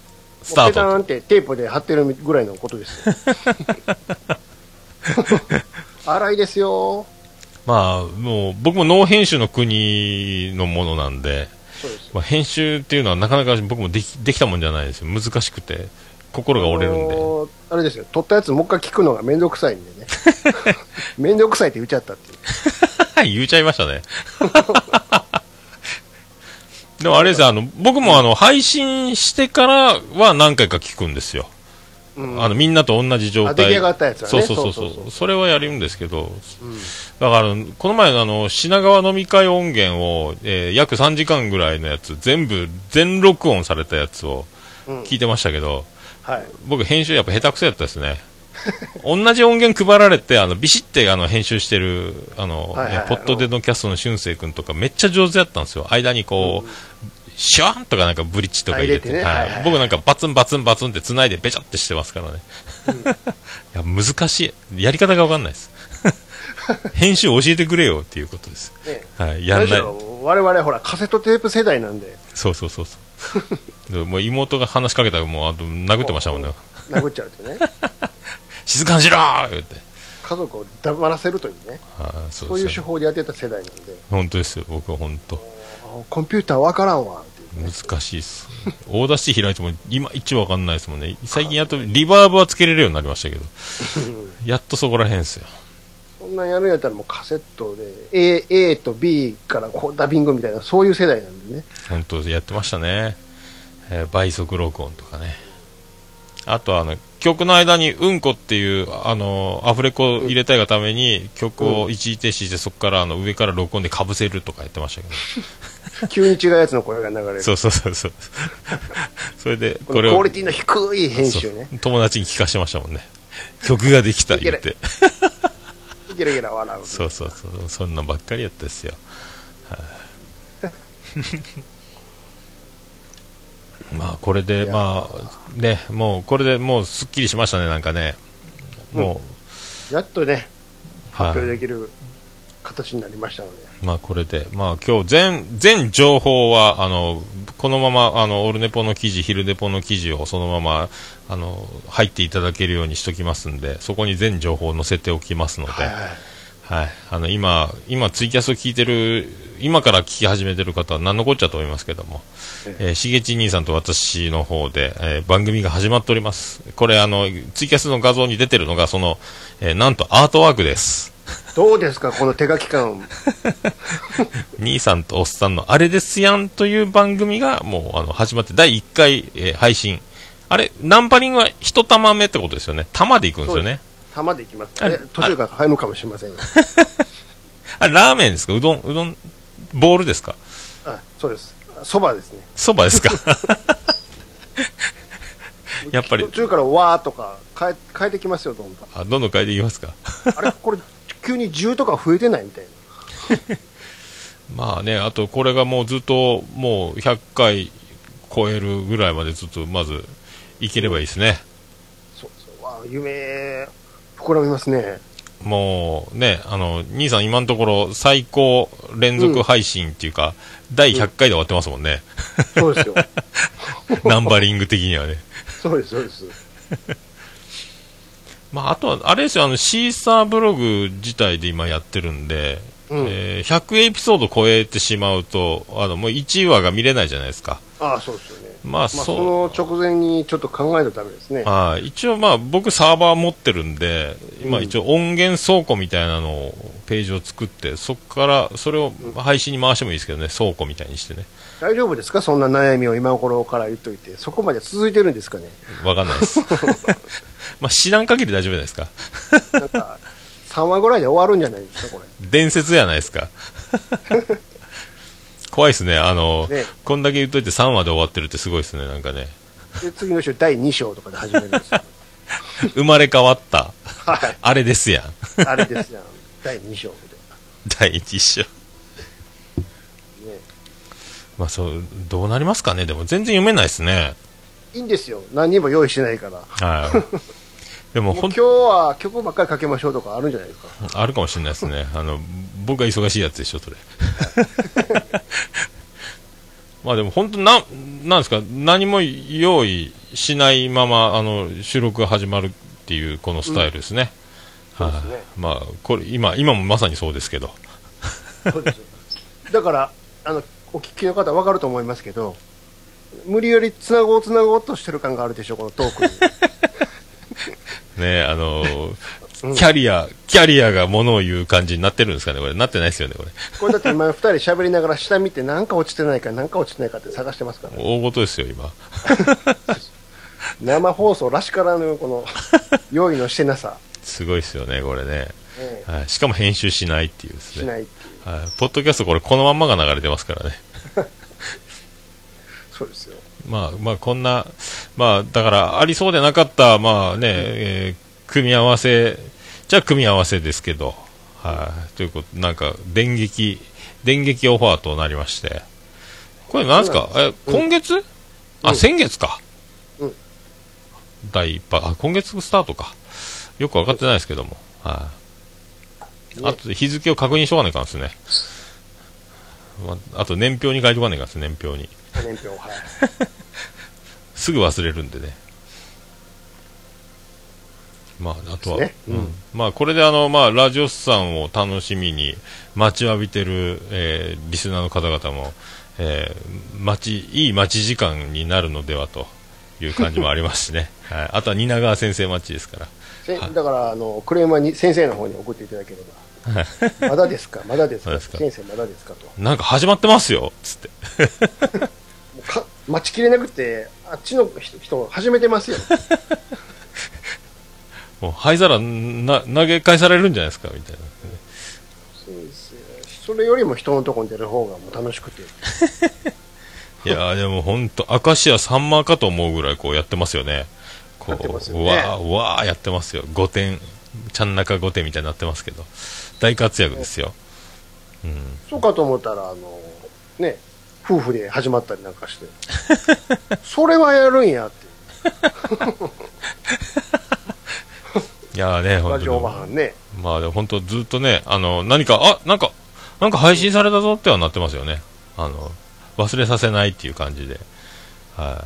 Speaker 1: スター
Speaker 2: ペタ
Speaker 1: ト
Speaker 2: ーンってテープで貼ってるぐらいのことで
Speaker 1: [LAUGHS]
Speaker 2: すよ。荒いですよ。
Speaker 1: まあ、もう僕もノー編集の国のものなんで、
Speaker 2: そうです。
Speaker 1: まあ、編集っていうのはなかなか僕もできできたもんじゃないですよ、難しくて、心が折れるんで。
Speaker 2: あのーあれですよ、撮ったやつもう一回聞くのがめんどくさいんで
Speaker 1: [LAUGHS]
Speaker 2: ね。めんどくさいって言っちゃったっていう。
Speaker 1: はい、 [LAUGHS] 言っちゃいましたね。でもあれですよ、あの、僕もあの、配信してからは何回か聞くんですよ。
Speaker 2: うん
Speaker 1: あの、みんなと同じ状態。
Speaker 2: あ出来上がったやつはね
Speaker 1: そうそうそうそ
Speaker 2: そううそうそう
Speaker 1: それはやるんですけど、
Speaker 2: うん
Speaker 1: だから、この前のあの、品川飲み会音源を、えー約3時間ぐらいのやつ、全部、全録音されたやつを
Speaker 2: うん
Speaker 1: 聞いてましたけど、
Speaker 2: はい。
Speaker 1: 僕編集やっぱ下手くそやったですね同じ音源配られてあのビシッてあの編集してるあの、
Speaker 2: はいはいはい
Speaker 1: ねポッドでのキャストの俊く君とかめっちゃ上手やったんですよ間にこう、シュワンとかなんかブリッジとか入れて
Speaker 2: あ入れてね
Speaker 1: は、
Speaker 2: はいはいはいい
Speaker 1: 僕なんかバツンバツンバツンって繋いでべちゃってしてますから
Speaker 2: [LAUGHS]
Speaker 1: ね、いや難しいやり方が分かんないです編集教えてくれよっていうことです、
Speaker 2: ね
Speaker 1: はい、や
Speaker 2: 何
Speaker 1: ん
Speaker 2: し
Speaker 1: ない
Speaker 2: ろ我々ほらカセットテープ世代な
Speaker 1: [LAUGHS]
Speaker 2: んで
Speaker 1: そうそうそうそうでももう妹が話しかけたらもうあと殴ってましたもんね
Speaker 2: 殴っちゃうとね
Speaker 1: 静かにしろー言って
Speaker 2: 家族を黙らせるというね
Speaker 1: はいそ
Speaker 2: そういう
Speaker 1: で
Speaker 2: 手
Speaker 1: すよ
Speaker 2: 法でやってた世代なんで
Speaker 1: 本当ですよ、僕は本当、
Speaker 2: あコンピューターわからんわっていう
Speaker 1: 難しいです、大出し開いても、今、一応わかんないですもんね、最近やっとリバーブはつけれるようになりました
Speaker 2: [LAUGHS]
Speaker 1: けど、やっとそこらへんですよ、
Speaker 2: そんなんやるんやったらもうカセットで A, A と B からこうダビングみたいなそういう世代なん
Speaker 1: [LAUGHS]
Speaker 2: でね
Speaker 1: 本当、やってましたね、えー倍速録音とかね、あとはあの曲の間にうんこっていう、あのアフレコ入れたいがために、曲を一時停止して、そこからあの上から録音でかぶせるとかやってましたけど、
Speaker 2: 急に違うやつの声が流れる
Speaker 1: そうそうそうそう、 [LAUGHS] それで、
Speaker 2: このクオリティの低い編集ね
Speaker 1: そう友達に聞かしてましたもんね曲ができた言っ
Speaker 2: いけ
Speaker 1: て
Speaker 2: ゲラゲラ笑う
Speaker 1: そうそうそうそんなんばっかりやったですよはい
Speaker 2: [LAUGHS]
Speaker 1: まあこれで
Speaker 2: いやー
Speaker 1: まあねもうこれでもうすっきりしましたねなんかねも
Speaker 2: やっとね
Speaker 1: う、は
Speaker 2: 発
Speaker 1: い
Speaker 2: 表できる形になりましたので
Speaker 1: まあこれで、まあ今日全、全情報は、あの、このまま、あの、オルネポの記事、昼ネポの記事をそのまま、あの、入っていただけるようにしときますんで、そこに全情報を載せておきますので、
Speaker 2: はいはい
Speaker 1: はい、あの今、今ツイキャスを聞いてる、今から聞き始めてる方は何のこっちゃと思いますけども、
Speaker 2: え
Speaker 1: えーしげち兄さんと私の方で、えー番組が始まっております。これあの、ツイキャスの画像に出てるのが、その、えーなんとアートワークです。
Speaker 2: どうですかこの手書き感
Speaker 1: 兄さんとおっさんのあれですやんという番組がもうあの始まって第1回、えー配信。あれ、ナンパリングは一玉目ってことですよね。玉でいくんですよね。
Speaker 2: 玉でいきます
Speaker 1: あ
Speaker 2: ね途中から入るかもしれませんが
Speaker 1: あれ、ラーメンですかうどん、うどん、ボールですか
Speaker 2: あそうですそばですね
Speaker 1: そばですか [LAUGHS] やっぱり
Speaker 2: 途中からわーとか変え変えてきますよ、ど
Speaker 1: [LAUGHS]
Speaker 2: んどん。
Speaker 1: あどんどん変えていきますか
Speaker 2: あれ、これ、急に10とか増えてないみたいな。
Speaker 1: まあねあとこれがもうずっともう100回超えるぐらいまでずっとまずいければいいですね
Speaker 2: そうそう。わあ夢、膨らみますね。
Speaker 1: もうねあの兄さん今のところ最高連続配信っていうか、第100回で終わってますもんね、
Speaker 2: そ
Speaker 1: [LAUGHS]
Speaker 2: うですよ。
Speaker 1: ナンバリング的にはね
Speaker 2: そうです、そうです。
Speaker 1: まあ、あとは、あれですよ、あの、シーサーブログ自体で今やってるんで、
Speaker 2: うん
Speaker 1: えー100エピソード超えてしまうと、あの、もう1話が見れないじゃないですか。
Speaker 2: ああ、そうですよね。
Speaker 1: まあ
Speaker 2: まあ、
Speaker 1: そう
Speaker 2: その直前にちょっと考えたためですね。
Speaker 1: あー一応、まあ、僕サーバー持ってるんで、今
Speaker 2: うん
Speaker 1: 一応音源倉庫みたいなのを、ページを作って、そこから、それを配信に回してもいいですけどね、倉庫みたいにしてね。
Speaker 2: 大丈夫ですかそんな悩みを今頃から言っといて。そこまで続いてるんですかね。
Speaker 1: わかんない
Speaker 2: [LAUGHS]
Speaker 1: です。まあ、知らん限り大丈夫じゃないですか。
Speaker 2: なんか、3話ぐらいで終わるんじゃないですか、これ。
Speaker 1: 伝説やないですか。怖いですね。あの、
Speaker 2: ね
Speaker 1: こんだけ言っといて3話で終わってるってすごいですね、なんかね。
Speaker 2: で、次の週第2章とかで始める
Speaker 1: [LAUGHS]
Speaker 2: んですよ。
Speaker 1: 生まれ変わった、
Speaker 2: は
Speaker 1: あれですやん。 [LAUGHS]
Speaker 2: い。あれですよ。第2章み
Speaker 1: 第一章。
Speaker 2: たいな。ね。
Speaker 1: まあそう、どうなりますかね。でも全然読めないですね。
Speaker 2: いいんですよ。何にも用意してないから。
Speaker 1: はい。でも
Speaker 2: も
Speaker 1: ほ
Speaker 2: う今
Speaker 1: ん
Speaker 2: 日は曲ばっかりかけましょうとかあるんじゃないですか。
Speaker 1: あるかもしれないです
Speaker 2: [LAUGHS]
Speaker 1: ね。あの、僕が忙しいやつでしょ、それ。 [LAUGHS] まあでも本当なん、なんですか、何も用意しないまま、あの、収録が始まるっていう、このスタイルですね。
Speaker 2: うん
Speaker 1: はい
Speaker 2: そうですね
Speaker 1: まあ、これ、今、今もまさにそうですけど。
Speaker 2: そうですよ。だから、あの、お聞きの方わかると思いますけど、無理やりつなごうつなごうとしてる感があるでしょ、このトー [LAUGHS] クに。
Speaker 1: ねあ
Speaker 2: [LAUGHS]
Speaker 1: のー
Speaker 2: うん
Speaker 1: キャリア、キャリアがものを言う感じになってるんですかね、これ。なってないですよね、これ。
Speaker 2: これだって今二人喋りながら下見てなんか落ちてないかなんか落ちてないかって探してますから、
Speaker 1: 大事ですよ、今。
Speaker 2: 生放送らしからぬこの用意のしてなさ、
Speaker 1: すごいですよね、これね。
Speaker 2: [LAUGHS] ええ
Speaker 1: はい、しかも編集しないっていうです
Speaker 2: し
Speaker 1: ね。
Speaker 2: ないっていう
Speaker 1: はい、ポッドキャスト、これ、このまんまが流れてますからね。
Speaker 2: そうですよ
Speaker 1: まあ、まあ、こんな、まあ、だから、ありそうでなかった、まあね、えー組み合わせ、じゃあ組み合わせですけど、はい、ということ、なんか、電撃、電撃オファーとなりまして。これ、なんですかえ、
Speaker 2: うん
Speaker 1: 今月、
Speaker 2: う
Speaker 1: あ、
Speaker 2: ん
Speaker 1: 先月か。
Speaker 2: うん
Speaker 1: 第一波、あ、今月スタートか。よく分かってないですけども。はい、
Speaker 2: ね
Speaker 1: あと、日付を確認しとかないかんですね。まああと、年表に書いとかないかんですね、年表に。
Speaker 2: 年表はい
Speaker 1: すぐ忘れるんでね。まあ、あとは、
Speaker 2: です
Speaker 1: う
Speaker 2: ね
Speaker 1: ん
Speaker 2: うん
Speaker 1: まあ、これであの、まあ、ラジオスさんを楽しみに待ちわびてる、えーリスナーの方々も、えー待ち、いい待ち時間になるのではという感じもあります
Speaker 2: [LAUGHS]
Speaker 1: しね。はい。あとは、蜷川先生待ちですから。
Speaker 2: せだからあのクレームはに先生の方に送っていただけれ
Speaker 1: はい
Speaker 2: ばまだで
Speaker 1: [LAUGHS]
Speaker 2: すかまだです
Speaker 1: まだ
Speaker 2: か
Speaker 1: ですか
Speaker 2: 先生まだですかとも
Speaker 1: なんか始まってますよつって。
Speaker 2: うか待ちきれなくてあっちの人人始めてま
Speaker 1: [LAUGHS]
Speaker 2: すよ
Speaker 1: もう灰皿な投げ返されるんじゃないですかみたいな。
Speaker 2: そうですよそれよりも人のとこに出る方がもう楽しくて
Speaker 1: いやーでも本当、明石家さんまかと思うぐらいこうやってますよね。こ
Speaker 2: やってますよ
Speaker 1: う
Speaker 2: ね
Speaker 1: わー、わーやってますよ。5点、ちゃん中5点みたいになってますけど、大活躍ですよ。うん、
Speaker 2: そうかと思ったら、あの、ね、夫婦で始まったりなん
Speaker 1: [LAUGHS]
Speaker 2: かして、それはやるんやって、
Speaker 1: いやーね、
Speaker 2: ラ
Speaker 1: 本
Speaker 2: ジオ
Speaker 1: 当
Speaker 2: マハンね、
Speaker 1: まあでも本当ずっとね、あの、何か、あ、なんか、なんか配信されたぞってはなってますよね。あの、忘れさせないっていう感じで。は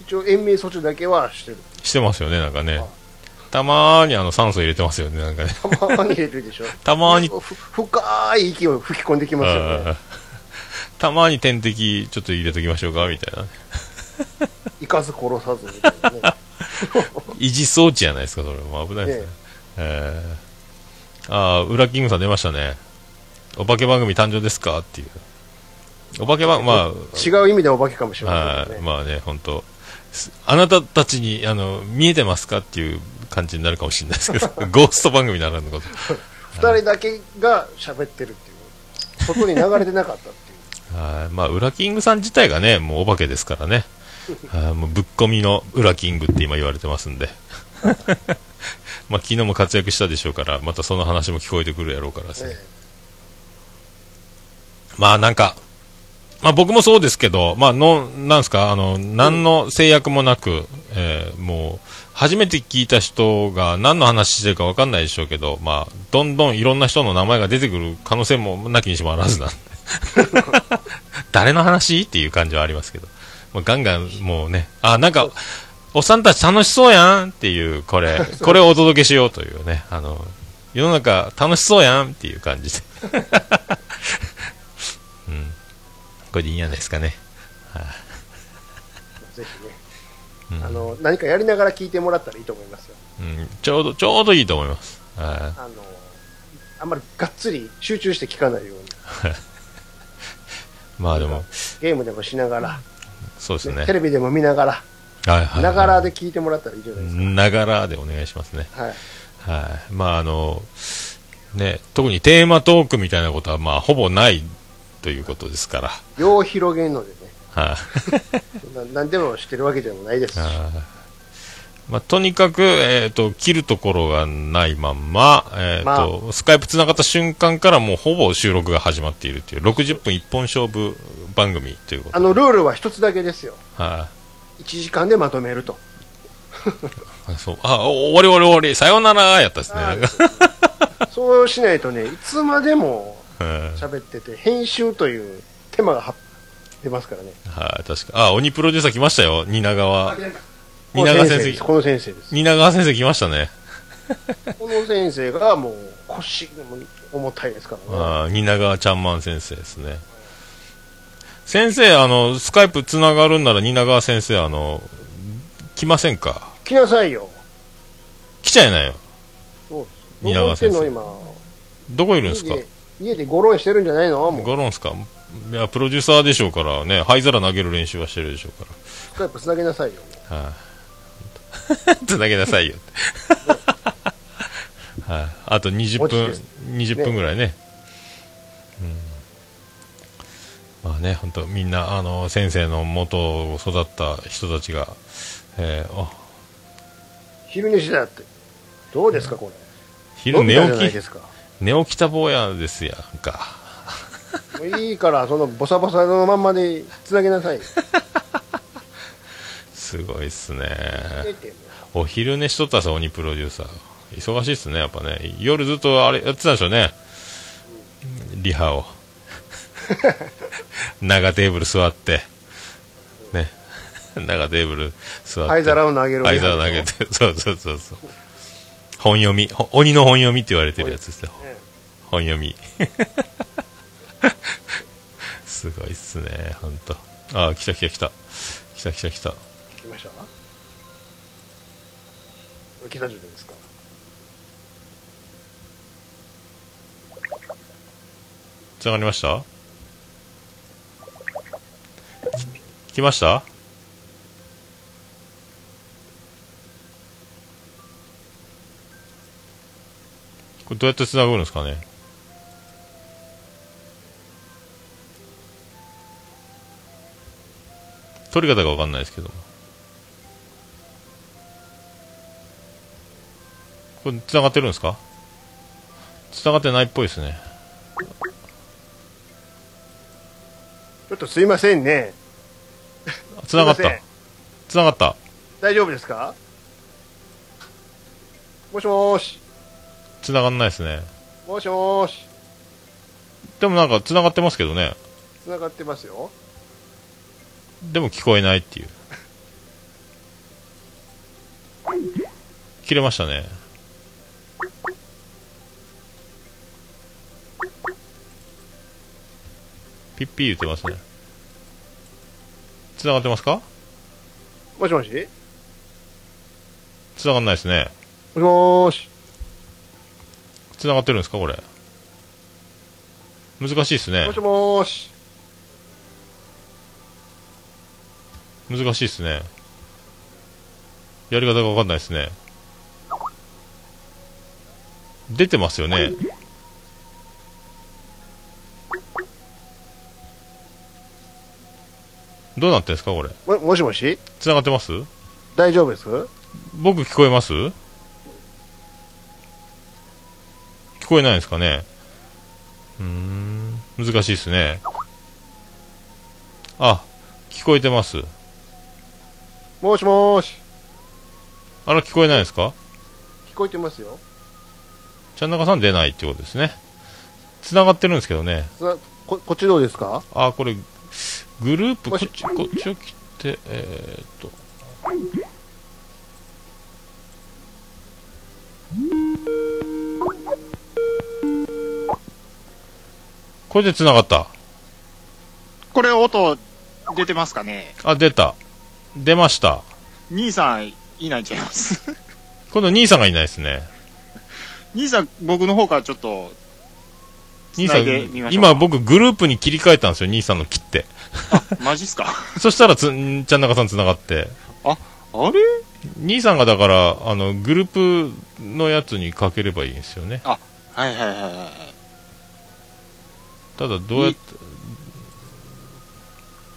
Speaker 2: 一応延命措置だけはしてる。
Speaker 1: い。してますよね、なんかね
Speaker 2: あ。
Speaker 1: たまーにあの酸素入れてますよね、なんかね。
Speaker 2: たまに入れてるでしょ。
Speaker 1: [LAUGHS] たまーに
Speaker 2: ふ深い息を吹き込んできますよ
Speaker 1: う
Speaker 2: ね
Speaker 1: ん。 [LAUGHS] たまに点滴ちょっと入れときましょうかみたいな
Speaker 2: 生かず殺さずみたいなね。
Speaker 1: 維持装置じゃないですかそれもう危ないですね
Speaker 2: え
Speaker 1: えーああウラキングさん出ましたねお化け番組誕生ですかっていうお化け番ま
Speaker 2: 違う意味でお化けかもし
Speaker 1: あ、
Speaker 2: れません
Speaker 1: は
Speaker 2: け
Speaker 1: い
Speaker 2: どね。
Speaker 1: まあね本当すあなたたちにあの見えてますかっていう感じになるかもしれないですけど [LAUGHS] ゴースト番組ならぬこと
Speaker 2: 二人だけが喋ってるっていう。外に流れてなかったっていう。 [LAUGHS]
Speaker 1: はいまあウラキングさん自体がねもうお化けですからねあーもうぶっ込みの裏キングって今言われてます
Speaker 2: [LAUGHS]
Speaker 1: んでまあ昨日も活躍したでしょうからまたその話も聞こえてくるやろうからですね、
Speaker 2: え
Speaker 1: まあなんか、まあ僕もそうですけど、まあの、なんすか、あの、何の制約もなく、えーもう、初めて聞いた人が何の話してるかわかんないでしょうけど、まあ、どんどんいろんな人の名前が出てくる可能性もなきにしもあらずなんで。誰の話っていう感じはありますけど。もうガンガンもうね、あ、なんか、おっさんたち楽しそうやんっていう、こ
Speaker 2: [LAUGHS]
Speaker 1: れ、これをお届けしようというね、あの、世の中楽しそうやんっていう感じで。 [LAUGHS] うん。これでいいんじゃないですかね。
Speaker 2: えぜ
Speaker 1: [LAUGHS] う
Speaker 2: ひ
Speaker 1: ん
Speaker 2: ねあの何かやりながら聞いてもらったらいいと思いますよ
Speaker 1: うん、ちょうど、ちょうどいいと思います。は
Speaker 2: あのあんまりがっつり集中して聞かないように
Speaker 1: いまあでも、
Speaker 2: ゲームでもしながら、
Speaker 1: そうですね。
Speaker 2: テレビでも見ながら、
Speaker 1: はいはいはい
Speaker 2: ながらで聞いてもらったらいいじゃないです
Speaker 1: ながらでお願いしますね。
Speaker 2: か。はい。
Speaker 1: はい。まああの、ね、特にテーマトークみたいなことは、まあほぼないということですから。
Speaker 2: よう広げるのでね、
Speaker 1: はい。
Speaker 2: そんな何でもしてるわけでもないですし。
Speaker 1: あーまあ、とにかく、えー、と切るところがないまんま、えーとスカイプつながった瞬間からもうほぼ収録が始まっているという60分一本勝負番組ということ
Speaker 2: あの、ルールは一つだけですよ。
Speaker 1: は
Speaker 2: 1時間でまとめると。
Speaker 1: いあそうあお終わり終わり終わりさようならやったですね
Speaker 2: あーそうしないとね、いつまでも
Speaker 1: うん
Speaker 2: 喋ってて、編集という手間がは出ますからね。
Speaker 1: はい確かあ鬼プロデューサー来ましたよ蜷川
Speaker 2: この
Speaker 1: 蜷川
Speaker 2: 先生で
Speaker 1: 先
Speaker 2: す。
Speaker 1: 生
Speaker 2: この先生です。
Speaker 1: 蜷川先生来ましたね
Speaker 2: この先生がもう腰がもう重たいですからね。
Speaker 1: あー蜷川ちゃんまん先生ですね先生あのスカイプつながるんなら蜷川先生あの来ませんか
Speaker 2: 来なさいよ。
Speaker 1: 来ちゃいないよ。
Speaker 2: そうです。
Speaker 1: 蜷川先生
Speaker 2: どこ行ってんの今。
Speaker 1: どこいるんですか
Speaker 2: 家で家でゴロンしてるんじゃないのもう
Speaker 1: ゴロンすかいや、プロデューサーでしょうからね、灰皿投げる練習はしてるでしょうか
Speaker 2: スカイプつなげなさいよ
Speaker 1: ら。はい、 [LAUGHS] つなげなさいよって。はい、あと20
Speaker 2: 落ち
Speaker 1: 分
Speaker 2: です、
Speaker 1: 20分ぐらいね。うん、まあね、本当みんな、あの、先生の元を育った人たちが、えーあ、
Speaker 2: 昼寝しだってどうですかこれ
Speaker 1: 昼寝
Speaker 2: 飲んだじゃない
Speaker 1: 起
Speaker 2: で
Speaker 1: き、
Speaker 2: すか
Speaker 1: 寝起きた坊やですやんか。
Speaker 2: もういいからそのボサボサのまんまでつなげなさいよ
Speaker 1: すごいっすね。
Speaker 2: 寝てんの
Speaker 1: お昼寝しとったさ、鬼プロデューサー。忙しいっすね、やっぱね。夜ずっとあれやってたんでしょうね。リハ
Speaker 2: [LAUGHS]
Speaker 1: を。長テーブル座って。ね。長テーブル座って。
Speaker 2: 灰皿を投げる
Speaker 1: 灰皿投げて。そうそうそうそう。本読み。ほ鬼の本読みって言われてるやつですね。
Speaker 2: ね
Speaker 1: 本読み。 [LAUGHS] すごいっすね、ほんと。あー、来た来た来た。来た来た来た。
Speaker 2: 聞きましたこれ北中ですか
Speaker 1: つながりましたき来ましたこれどうやってつなぐんですかね取り方がわかんないですけどもこれつながってるんですかつながってないっぽいですね
Speaker 2: ちょっとすいませんね
Speaker 1: つながっ
Speaker 2: すいま
Speaker 1: た
Speaker 2: せん
Speaker 1: つながった
Speaker 2: 大丈夫ですかもしもーし
Speaker 1: 繋がんないですね。
Speaker 2: もしもーし
Speaker 1: でもなんか繋がってますけどね。
Speaker 2: つながってますよ
Speaker 1: でも聞こえないっていう。切れましたね。ピッピー言ってますね。繋がってますか
Speaker 2: もしもしもし
Speaker 1: 繋がんないですね。
Speaker 2: もーし
Speaker 1: 繋がってるんですかこれ。難しいですね
Speaker 2: も。しもーし
Speaker 1: 難しいですね。やり方がわかんないですね。出てますよね。どうなってんですか、これ。
Speaker 2: ももしもし
Speaker 1: 繋がってます
Speaker 2: 大丈夫です
Speaker 1: 僕聞こえます聞こえないですかねうーん、難しいですね。あ、聞こえてます。
Speaker 2: もしもーし
Speaker 1: あら、聞こえないですか
Speaker 2: 聞こえてますよ
Speaker 1: ちゃん中さん出ないってことですね。繋がってるんですけどね。
Speaker 2: さここっちどうですか
Speaker 1: あ、これ、グループ、こ
Speaker 2: も
Speaker 1: っ
Speaker 2: し
Speaker 1: ち、こっちを切って、えー、っと。これで繋がった。
Speaker 3: これ音出てますかね
Speaker 1: あ、出た。出ました。
Speaker 3: 兄さんいないんちゃいます [LAUGHS]
Speaker 1: 今度兄さんがいないですね。
Speaker 3: 兄さん僕の方からちょっと
Speaker 1: 兄さ
Speaker 3: 繋いでみま
Speaker 1: ん、
Speaker 3: しょうか
Speaker 1: 今僕グループに切り替えたんですよ、兄さんの切って。
Speaker 3: マジっすか
Speaker 1: そしたらつ、んちゃん中さん繋がって。
Speaker 3: [LAUGHS] あれ
Speaker 1: 兄さんがだから、あの、グループのやつにかければいいんですよね。
Speaker 3: はいはいはいはいはい
Speaker 1: ただ、どうやって、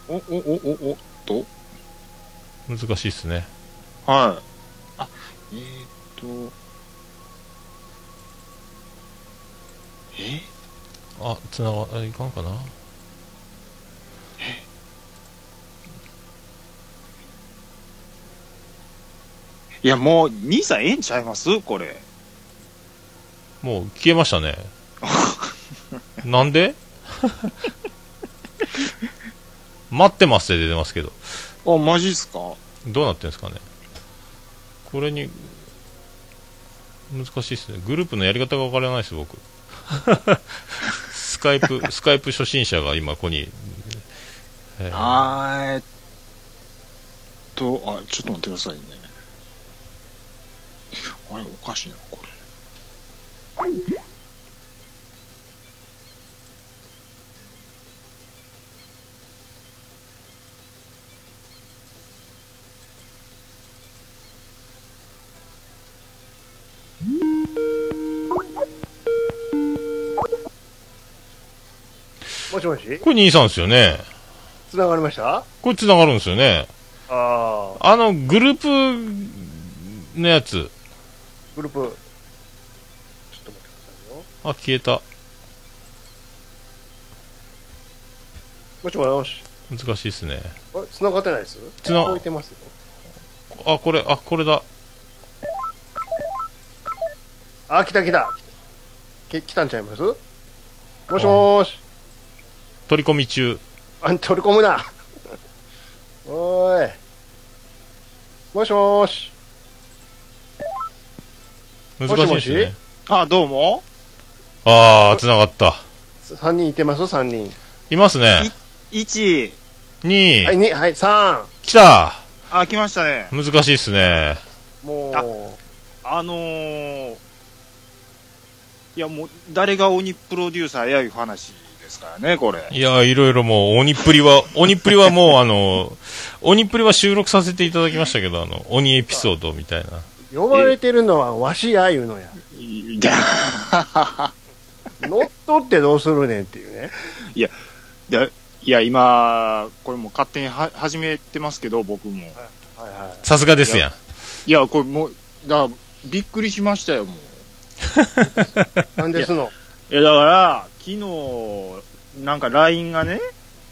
Speaker 3: おおおおお
Speaker 1: 難しいですね。
Speaker 3: はいあえー、っとえ
Speaker 1: あ、つなが、あいかんかな。
Speaker 3: いやもう兄さんええんちゃいますこれ
Speaker 1: もう消えましたね。なんで待ってますって出てますけど。
Speaker 3: あマジっすか
Speaker 1: どうなってんですかね。これに、難しいですね。グループのやり方がわからないです、僕。スカイプ、スカイプ初心者が今、ここに。えー
Speaker 3: あーえっと、あ、ちょっと待ってくださいね。あれ、おかしいな、これ。
Speaker 2: もしもし
Speaker 1: これ兄さんですよね。
Speaker 2: 繋がりました
Speaker 1: これ繋がるんですよね。
Speaker 2: ああ
Speaker 1: あの、グループのやつ。
Speaker 2: グループちょっと待ってくださいよ
Speaker 1: あ、消えた。
Speaker 2: もしもし
Speaker 1: 難しいですね。
Speaker 2: あれ繋がってないです
Speaker 1: 繋
Speaker 2: 聞こえてますよ
Speaker 1: あ、これ、あ、これだ。
Speaker 2: あ来た来たき来たんちゃいますもしもーし
Speaker 1: 取り込み中。
Speaker 2: あん取り込むなおーいもしもーし
Speaker 1: 難しいで
Speaker 2: もし
Speaker 1: す
Speaker 2: も
Speaker 1: ね
Speaker 2: し。
Speaker 3: あ、どうも
Speaker 1: あー、繋がった。
Speaker 2: 3人いてます3人
Speaker 1: いますね。
Speaker 3: ?1、
Speaker 1: 2、
Speaker 2: はい2はい3
Speaker 1: 来た
Speaker 3: あ、来ましたね。
Speaker 1: 難しいですね。
Speaker 2: も
Speaker 3: あのー、いやもう、誰が鬼プロデューサーやいう話ですからね、これ。
Speaker 1: いや、いろいろもう、鬼っぷりは、 [LAUGHS] 鬼っぷりはもう、あの、鬼っぷりは収録させていただきましたけど、あの、鬼エピソードみたいな。
Speaker 2: う呼ばれてるのはわしやいうのや
Speaker 3: いや、
Speaker 2: 乗っ取ってどうするねんっていうね
Speaker 3: いやいや今、これもう勝手には始めてますけど、僕も。
Speaker 2: はいはい
Speaker 1: さすがですやん。
Speaker 3: いや、これもう、だからびっくりしましたよ、もう。
Speaker 2: なんですの
Speaker 3: いや、だから、昨日、なんか LINE がね、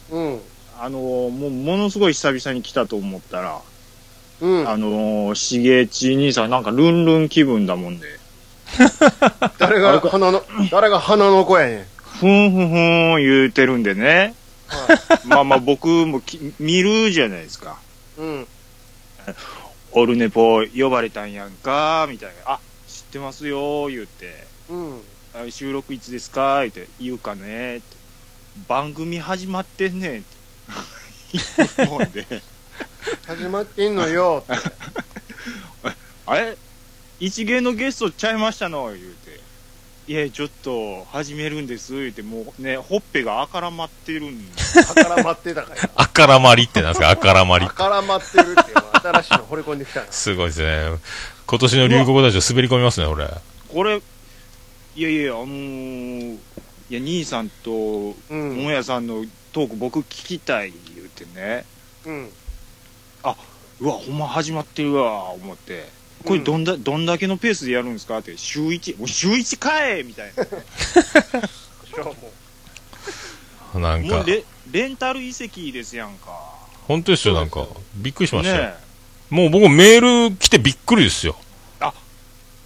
Speaker 2: うん
Speaker 3: あのーもうものすごい久々に来たと思ったら、
Speaker 2: うん
Speaker 3: あのー、しげち兄さんなんかルンルン気分だもんで、
Speaker 2: 誰が鼻の誰が鼻の子やねん
Speaker 3: ふんふんふん言うてるんでね、まあまあ僕もき見るじゃないですか。
Speaker 2: うん
Speaker 3: オルネポ呼ばれたんやんか、みたいな。あ、知ってますよ、言うて。
Speaker 2: うん
Speaker 3: あ収録いつですか言うて、言うかねって。番組始まってんねんって。言うもんで。
Speaker 2: 始まってんのよって
Speaker 3: あれ一芸のゲストちゃいましたの言うて。いや、ちょっと、始めるんです。言うて、もうね、ほっぺがあからまってるんで。
Speaker 2: あからまってたから
Speaker 1: あからまりってなんですかあからまり
Speaker 2: あ。からまってるっていうのは新しいの惚れ込んできたな
Speaker 1: すごいですね。今年の流行語大賞滑り込みますね、俺。
Speaker 3: これ、いやいや、あのー、いや、兄さんと、
Speaker 2: うん
Speaker 3: もやさんのトーク僕聞きたい。言うてね。
Speaker 2: ううん。
Speaker 3: うわ、ほんま始まってるわ、思って。これどんだ、どんだけのペースでやるんですかって、週1、もう週1かえみたいな。
Speaker 2: それはも
Speaker 1: なん
Speaker 3: も
Speaker 1: か
Speaker 3: う、レレンタル遺跡ですやんか。
Speaker 1: 本当ですよ、
Speaker 2: そ
Speaker 1: な
Speaker 2: うんですよ
Speaker 1: か。びっくりしましたよ。
Speaker 3: ね
Speaker 1: もう僕メール来てびっくりですよ。
Speaker 3: え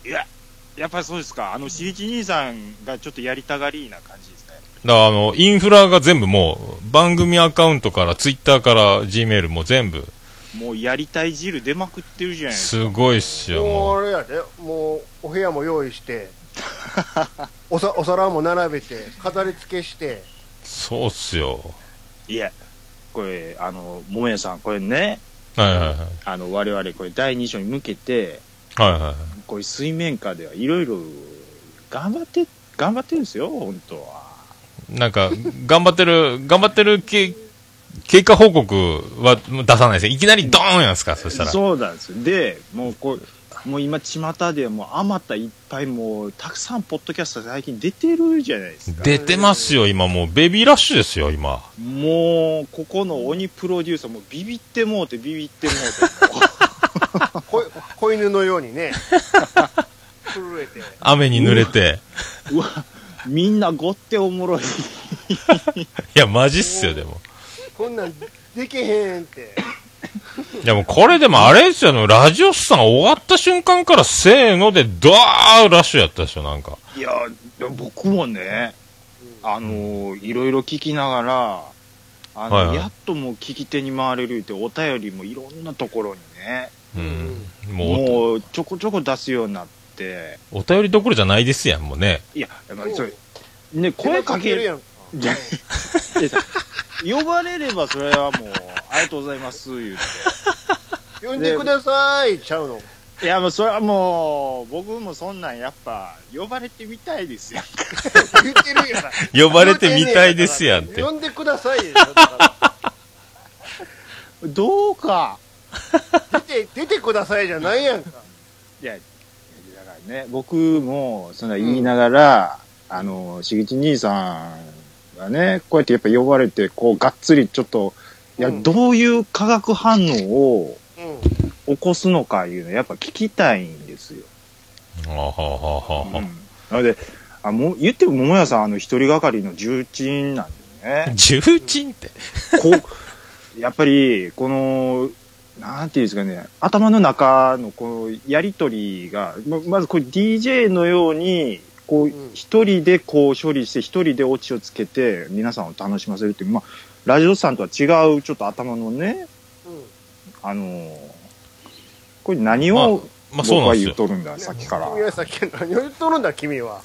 Speaker 3: いや、やっぱりそうですか。あの、しりち兄さんがちょっとやりたがりな感じですね。
Speaker 1: だからあの、インフラが全部もう、番組アカウントから、ツイッターから、G メールも全部、
Speaker 3: もうやりたい汁出まくってるじゃないです
Speaker 1: す
Speaker 3: か。
Speaker 1: ごいっす
Speaker 2: う
Speaker 1: よ、
Speaker 2: もう
Speaker 1: もう。
Speaker 2: あれやで、もうお部屋も用
Speaker 1: [LAUGHS]
Speaker 2: 意して、おさお皿も並べて、飾り付けして、
Speaker 1: そうっすよ。
Speaker 3: いや、これ、あの、もやさん、これね、
Speaker 1: はいはいはい。
Speaker 3: あの、我々これ第2章に向けて、
Speaker 1: はいはいはい。
Speaker 3: こういう水面下ではいろいろ頑張って、頑張ってるんですよ、本当は。
Speaker 1: なんか、頑張ってる、頑張ってるけ、経過報告は出さないですよ。いきなりドーンやんすか、そしたら。
Speaker 3: そうなんですよでもうこうもう今巷でもうあまたいっぱいもうたくさんポッドキャスト最近出てるじゃないですか
Speaker 1: 出てますよ、今もう。ベビーラッシュですよ、今。
Speaker 3: もうここの鬼プロデューサーもうビビってもうてビビってもうて
Speaker 2: こ子犬のよう
Speaker 1: [LAUGHS]
Speaker 2: にね、震えて、
Speaker 1: 雨に濡れて。
Speaker 3: うわみんなごっておもろい
Speaker 1: いや、マジっすよ、でも。
Speaker 2: こんなんできへんって、
Speaker 1: いや、もうこれでもあれですよ、ね、ラジオスさん終わった瞬間から、せーので、ドアーラッシュやったでしょ、なんか。
Speaker 3: いや僕もねあのいろいろ聞きながらあの、
Speaker 1: はいはい
Speaker 3: やっともう聞き手に回れるってお便りもいろんなところにね
Speaker 1: うん。もう
Speaker 3: もうちょこちょこ出すようになって
Speaker 1: お、お便りどころじゃないですやん、もうね。
Speaker 3: いや、まあ、それね、声かけるや
Speaker 2: やんか。
Speaker 3: ん。いやいや呼ばれればそれはもう、ありがとうございます、言う
Speaker 2: 呼んでください、ちゃ
Speaker 1: [LAUGHS]
Speaker 2: うの。
Speaker 3: て。いや、もうそれはもう、僕もそんなんやっぱ、呼ばれてみたいですよ。
Speaker 2: 言ってるやん。
Speaker 1: 呼ばれてみたいですやんって。
Speaker 2: 呼んでくださいよだか
Speaker 3: どうか。
Speaker 2: ら出て、出てくださいじゃないやんか。
Speaker 3: いや、だからね、僕も、そんな言いながら、あの、しげち兄さんがね、こうやってやっぱ呼ばれて、こう、がっつりちょっと、いや、
Speaker 2: うん
Speaker 3: どういう化学反応を
Speaker 2: うん。
Speaker 3: 起こすのかいうの、やっぱ聞きたいんですよ。
Speaker 1: あはあはあはあは
Speaker 3: なのであもう言っても桃屋さんあの一人がかりの重鎮なんで
Speaker 1: あ。
Speaker 3: ね
Speaker 1: 重鎮って。
Speaker 3: こうやっぱりこのなんていうんですかね頭の中のこのやり取りがままずこれ DJ のようにこ
Speaker 2: う
Speaker 3: う
Speaker 2: ん
Speaker 3: 一人でこう処理して一人でオチをつけて皆さんを楽しませるっていう、まあ、ラジオさんとは違うちょっと頭のね
Speaker 2: うん。
Speaker 3: あのーこれ何を
Speaker 1: まあ
Speaker 3: 僕
Speaker 1: そうなん
Speaker 3: は
Speaker 1: です
Speaker 3: 言
Speaker 1: よ
Speaker 3: っ。とるんだ、さっきから。
Speaker 2: 君はさっきから何を言っとるんだ、君
Speaker 3: [LAUGHS]
Speaker 2: は。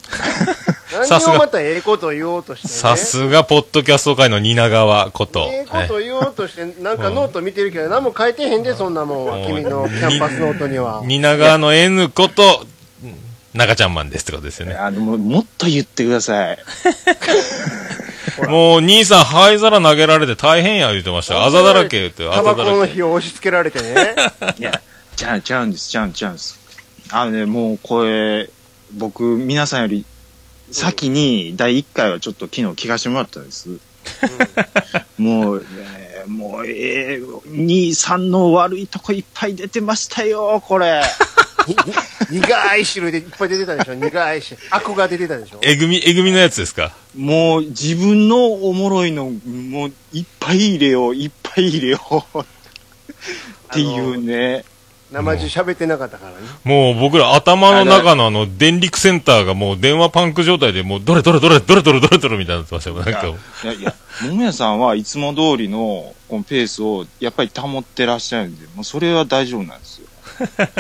Speaker 1: さすが
Speaker 2: 何をまたええことを言おうとしてね。
Speaker 1: さすが、ポッドキャスト界の蜷川こと。
Speaker 2: ええこと言おうとして、なんかノート見てるけど、何も書いてへんで、そんなもんは。
Speaker 1: うん
Speaker 2: 君のキャンパスノートには。
Speaker 1: 蜷川の N こと、中ちゃんマンですってことですよね。
Speaker 3: あのもうもっと言ってください。
Speaker 1: もう、兄さん、灰皿投げられて大変や言ってましたよ。あざだらけ言って、あ
Speaker 2: タ
Speaker 1: ざだ
Speaker 2: バコ
Speaker 1: ら
Speaker 2: の
Speaker 1: け。
Speaker 2: 火を押し付けられて
Speaker 3: [LAUGHS]
Speaker 2: ね。
Speaker 3: いや、ちゃう、ちゃうんです、ちゃうん、ちゃうんです。あのね、もうこれ、僕、皆さんより先に第1回はちょっと昨日聞かしてもらったんです。もう、ね、もう、ええ兄さんの悪いとこいっぱい出てましたよ、これ。
Speaker 2: 苦い汁でいっぱい出てたでしょ、苦いし。アクが出てたでしょ。
Speaker 1: えぐみ、えぐみのやつですか
Speaker 3: もう、自分のおもろいの、もう、いっぱい入れよう、いっぱい入れよう。っていうね。
Speaker 2: 生地喋ってなかったからね。
Speaker 1: もう僕ら頭の中のあの電力センターがもう電話パンク状態でもうどれどれどれどれどれどれどれみたいになってましたよ。なんかもう
Speaker 3: いやいや、桃屋さんはいつも通りのこのペースをやっぱり保ってらっしゃるんで、もうそれは大丈夫なんですよ。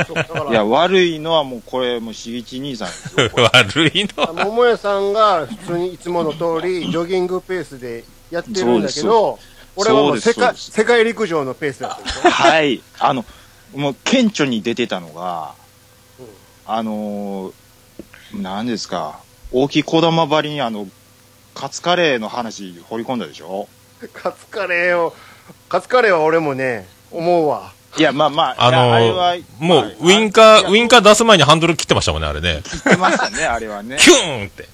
Speaker 2: そうだか
Speaker 3: い
Speaker 2: ら
Speaker 3: や、悪いのはもうこれ、もうしぎち兄さんですよ。これ [LAUGHS]
Speaker 1: 悪いの。
Speaker 2: 桃屋さんが普通にいつもの通りジョギングペースでやってるんだけど、
Speaker 3: そうです
Speaker 2: 俺はもう
Speaker 3: そ
Speaker 2: 世
Speaker 3: うですそう
Speaker 2: 界
Speaker 3: です
Speaker 2: 世界陸上のペースだったでしょ
Speaker 3: はい。あの、もう顕著に出てたのが
Speaker 2: うん、
Speaker 3: あのー、何ですか、大木小玉ばりにあの、カツカレーの話掘り込んだでしょ
Speaker 2: カツカレーを、カツカレーは俺もね、思うわ。
Speaker 3: いや、まあまあ、
Speaker 1: あ
Speaker 3: いやあ
Speaker 1: の
Speaker 3: れは、
Speaker 1: もうウィン
Speaker 3: ク
Speaker 1: カー、ウィンカー出す前にハンドル切ってましたもんね、あれね。
Speaker 3: 言ってましたね、あれはね。
Speaker 1: キューンって。
Speaker 3: い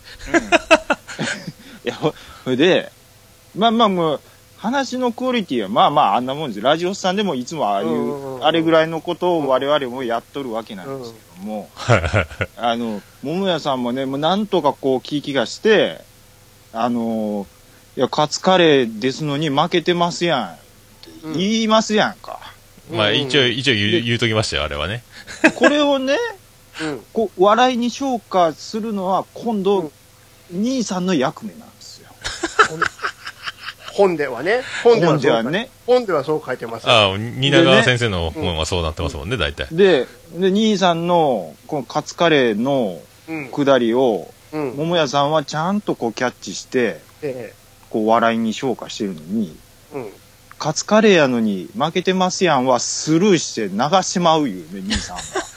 Speaker 3: や、ほほいで、まあまあもう、話のクオリティはまあまああんなもんです。ラジオスさんでもいつもああい
Speaker 2: うんうんう
Speaker 3: う、
Speaker 2: ん
Speaker 3: あれぐらいのことを我々もやっとるわけなんですけども、あの、桃屋さんもね、もうなんとかこう聞きがして、あの、いや、カツカレーですのに負けてますやん。
Speaker 2: うん
Speaker 3: 言いますやんか。
Speaker 1: まあ
Speaker 2: うん
Speaker 1: 一応、一応言う言うときましたよ、あれはね。
Speaker 3: これ
Speaker 2: [LAUGHS]
Speaker 3: をね、
Speaker 2: うん
Speaker 3: こう笑いに昇華するのは今度、
Speaker 2: うん
Speaker 3: 兄さんの役目なんですよ。
Speaker 2: 本ではね、本では
Speaker 3: 本
Speaker 2: そう
Speaker 3: では
Speaker 2: 書い
Speaker 3: ね。
Speaker 2: 本ではそう書いてます。
Speaker 1: ああ、蜷川先生の本はそうなってますもんね、大体。
Speaker 3: で、で兄さんのこのカツカレーの
Speaker 2: うん
Speaker 3: くだりを、
Speaker 2: うん
Speaker 3: 桃屋さんはちゃんとこうキャッチして、
Speaker 2: え
Speaker 3: こう笑いに昇華してるのに、
Speaker 2: えうん
Speaker 3: カツカレーやのに負けてますやんはスルーして流しまういうね、兄さんは。 [LAUGHS]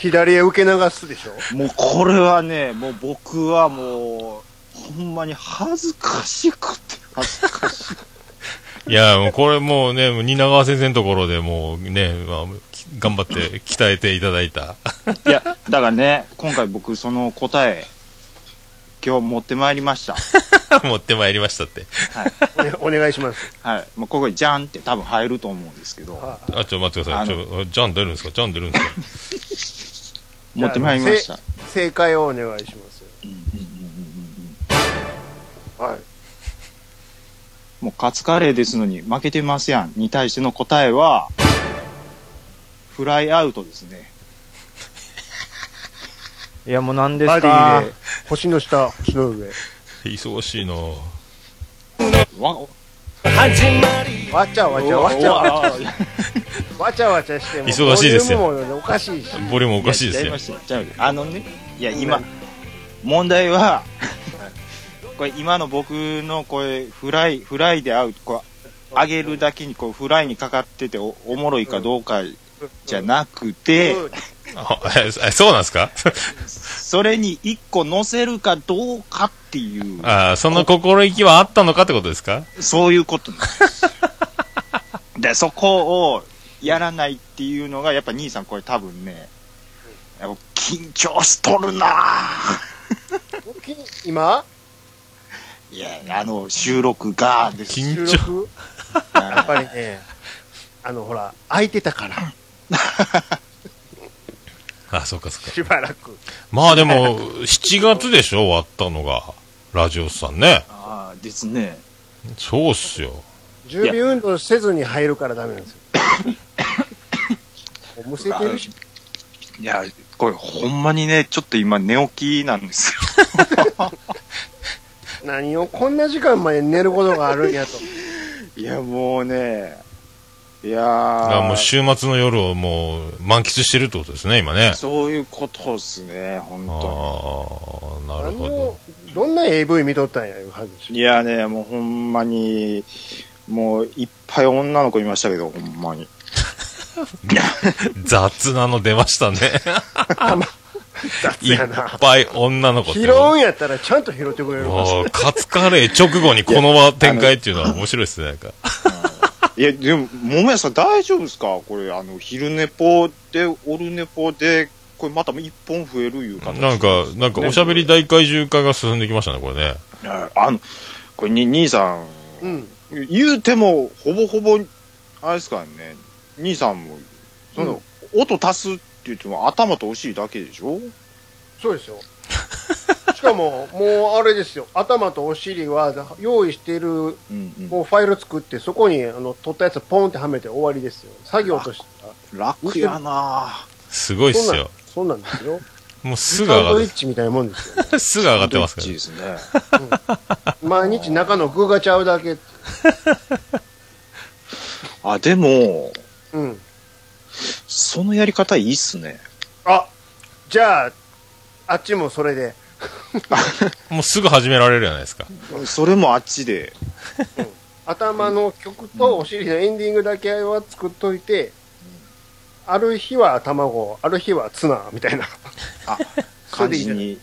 Speaker 2: 左へ受け流すでしょ。
Speaker 3: もうこれはね、もう僕はもう、ほんまに恥ずかしくて、恥ずかしくて。
Speaker 1: いや、もうこれもうね、蜷川先生のところでもうね、まあ、き頑張って鍛えていただいた。 [LAUGHS]
Speaker 3: いや、だからね、今回僕その答え、今日持ってまいりました。
Speaker 1: 持ってまいりましたって。
Speaker 3: はい。
Speaker 2: おねお願いします。
Speaker 3: はい。もうここにジャンって多分入ると思うんですけど、
Speaker 2: あ
Speaker 1: あ、ちょ、待ってください。ちょ、ジャン出るんですかジャン出るんですか
Speaker 3: 持ってまいりました。
Speaker 2: 正解をお願いします。
Speaker 3: うんうんうんうんうん
Speaker 2: はい。
Speaker 3: もうカツカレーですのに負けてますやんに対しての答えは、フライアウトですね。
Speaker 4: いやもう何で
Speaker 2: バ
Speaker 4: す
Speaker 2: ディ
Speaker 4: か
Speaker 2: で、星の下、星の上。
Speaker 1: 忙しいなぁ
Speaker 3: わ、
Speaker 2: わちゃわちゃ、わちゃわ
Speaker 3: ちゃ。
Speaker 2: ちゃ、わちゃわちゃしても。
Speaker 1: 忙しいですよ
Speaker 2: ボリュームもおかしいし。
Speaker 1: ボリュームおかしいです
Speaker 3: や違
Speaker 1: よ
Speaker 3: ま。した違いましたあのね、いや、今、問題は、これ今の僕のこれフライ、フライで合う、こう、揚げるだけにこう、フライにかかってておおもろいかどうかじゃなくて、
Speaker 2: うん
Speaker 1: あええそうなんですか [LAUGHS]
Speaker 3: それに一個乗せるかどうかっていう、
Speaker 1: あその心意気はあったのかってことですか
Speaker 3: そういうこと [LAUGHS] なんです。で、そこをやらないっていうのが、やっぱ兄さんこれ多分ね、やっぱ緊張しとるなぁ。
Speaker 2: 今
Speaker 3: いや、あの、収録がです。
Speaker 1: 緊
Speaker 2: 収
Speaker 1: 張
Speaker 2: 録やっ
Speaker 3: は
Speaker 2: ぱり
Speaker 1: [LAUGHS]
Speaker 2: ね、あの、ほら、空いてたから、
Speaker 1: あ、そうかそうか。
Speaker 2: しばらく。
Speaker 1: まあでも、7月でしょ終わったのが。ラジオスさんね。
Speaker 3: ああ、ですね。
Speaker 1: そうっすよ。
Speaker 2: 準備運動せずに入るからダメなんですよ。もうむせてるし、
Speaker 3: いや、これ、ほんまにね、ちょっと今、寝起きなんですよ。
Speaker 2: 何をこんな時間まで寝ることがあるんやと。
Speaker 3: いや、もうね、い
Speaker 1: だから
Speaker 3: や
Speaker 1: もう
Speaker 3: ー、
Speaker 1: 週末の夜をもう満喫してるってことですね、今ね。
Speaker 3: そういうことですね、本
Speaker 1: ああ
Speaker 3: 当
Speaker 1: ー、 [LAUGHS] なる
Speaker 2: 何
Speaker 1: ほ
Speaker 2: を
Speaker 1: ど。、
Speaker 2: どんな AV 見とったんや、いう話。
Speaker 3: に。いやね、もうほんまに、もういっぱい女の子いましたけど、ほんまに。
Speaker 1: 雑なの出ましたね。
Speaker 2: 雑
Speaker 1: いっ
Speaker 2: やな。
Speaker 1: ぱい女の子
Speaker 2: [LAUGHS]
Speaker 1: って
Speaker 2: 拾うんやったらちゃんと拾ってくれるから。
Speaker 1: もうカツカレー直後にこの展開っていうのは面白いですね、なんか。
Speaker 3: いや、でも、桃屋さん大丈夫ですかこれ、あの、昼寝ぽで、オルネポで、これまた一本増えるいう形
Speaker 1: なんか、なんかおしゃべり大怪獣化が進んできましたね、これね。
Speaker 3: ああの、これに、兄さん、
Speaker 2: うん。
Speaker 3: 言うても、ほぼほぼ、あれですからね、兄さんも、その、音足すって言っても、頭とお尻だけでしょ
Speaker 2: そうですよ。しかも、もうあれですよ。頭とお尻は用意している、
Speaker 3: うん
Speaker 2: もうファイル作って、そこにあの取ったやつポンってはめて終わりですよ。作業としては。
Speaker 3: 楽やな
Speaker 1: すごいっ
Speaker 2: そ
Speaker 1: す
Speaker 2: んなん
Speaker 1: よ。、
Speaker 2: そうなんですよ。
Speaker 1: もうす
Speaker 2: サン
Speaker 1: ぐ上が
Speaker 2: ドイ
Speaker 1: っ
Speaker 2: ッチみたいなもんですよ。
Speaker 1: て、すぐ上がってますか
Speaker 3: からら。
Speaker 1: ね
Speaker 3: で。すね。
Speaker 2: 毎日中の具がちゃうだけ。
Speaker 3: あ、でも、
Speaker 2: うん。
Speaker 3: そのやり方いいっすね。
Speaker 2: あ、じゃあ、あっちもそれで。
Speaker 1: もうすぐ始められるじゃないですか。
Speaker 3: それもあっちで。
Speaker 2: 頭の曲とお尻のエンディングだけは作っといて、ある日は卵、ある日はツナ、みたいな。
Speaker 3: あ、
Speaker 2: [LAUGHS] それ
Speaker 3: 感
Speaker 2: でいい
Speaker 3: じ
Speaker 2: じゃない
Speaker 3: に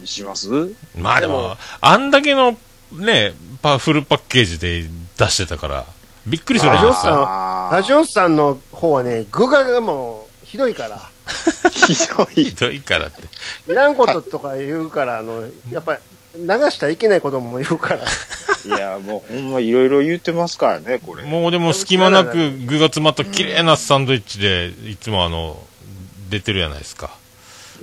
Speaker 2: は
Speaker 3: します
Speaker 1: まあで
Speaker 2: で
Speaker 1: も
Speaker 2: も、
Speaker 1: あんだけのね、パフルパッケージで出してたから、びっくりするじゃないですか。
Speaker 3: あー
Speaker 2: ラジオスさんの方はね、具がもうひどいから、
Speaker 3: ひどい
Speaker 1: ひ。どいからって。
Speaker 2: いらんこととか言うから、あの、やっぱり流したらいけないことも言うから。
Speaker 3: いや、もうほんまいろいろ言ってますからね、これ。
Speaker 1: もうでも隙間なく具が詰まった綺麗なサンドイッチで、いつもあの、出てるじゃないですか。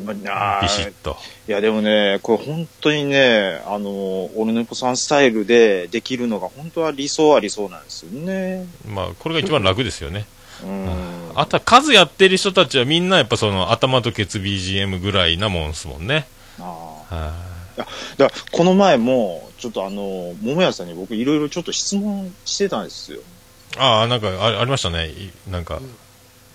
Speaker 3: まあ
Speaker 1: ビシッと。
Speaker 3: いや、でもね、これ本当にね、あの、オルネポさんスタイルでできるのが本当は理想は理想なんですよね。
Speaker 1: まあ、これが一番楽ですよね。
Speaker 3: うん。
Speaker 1: あとは数やってる人たちはみんなやっぱその頭とケツ BGM ぐらいなもんすもんね。
Speaker 3: あ
Speaker 1: は
Speaker 3: ーだからこの前も、ちょっとあの、桃屋さんに僕いろいろちょっと質問してたんですよ。
Speaker 1: いああ、なんかあありましたね。いなんか、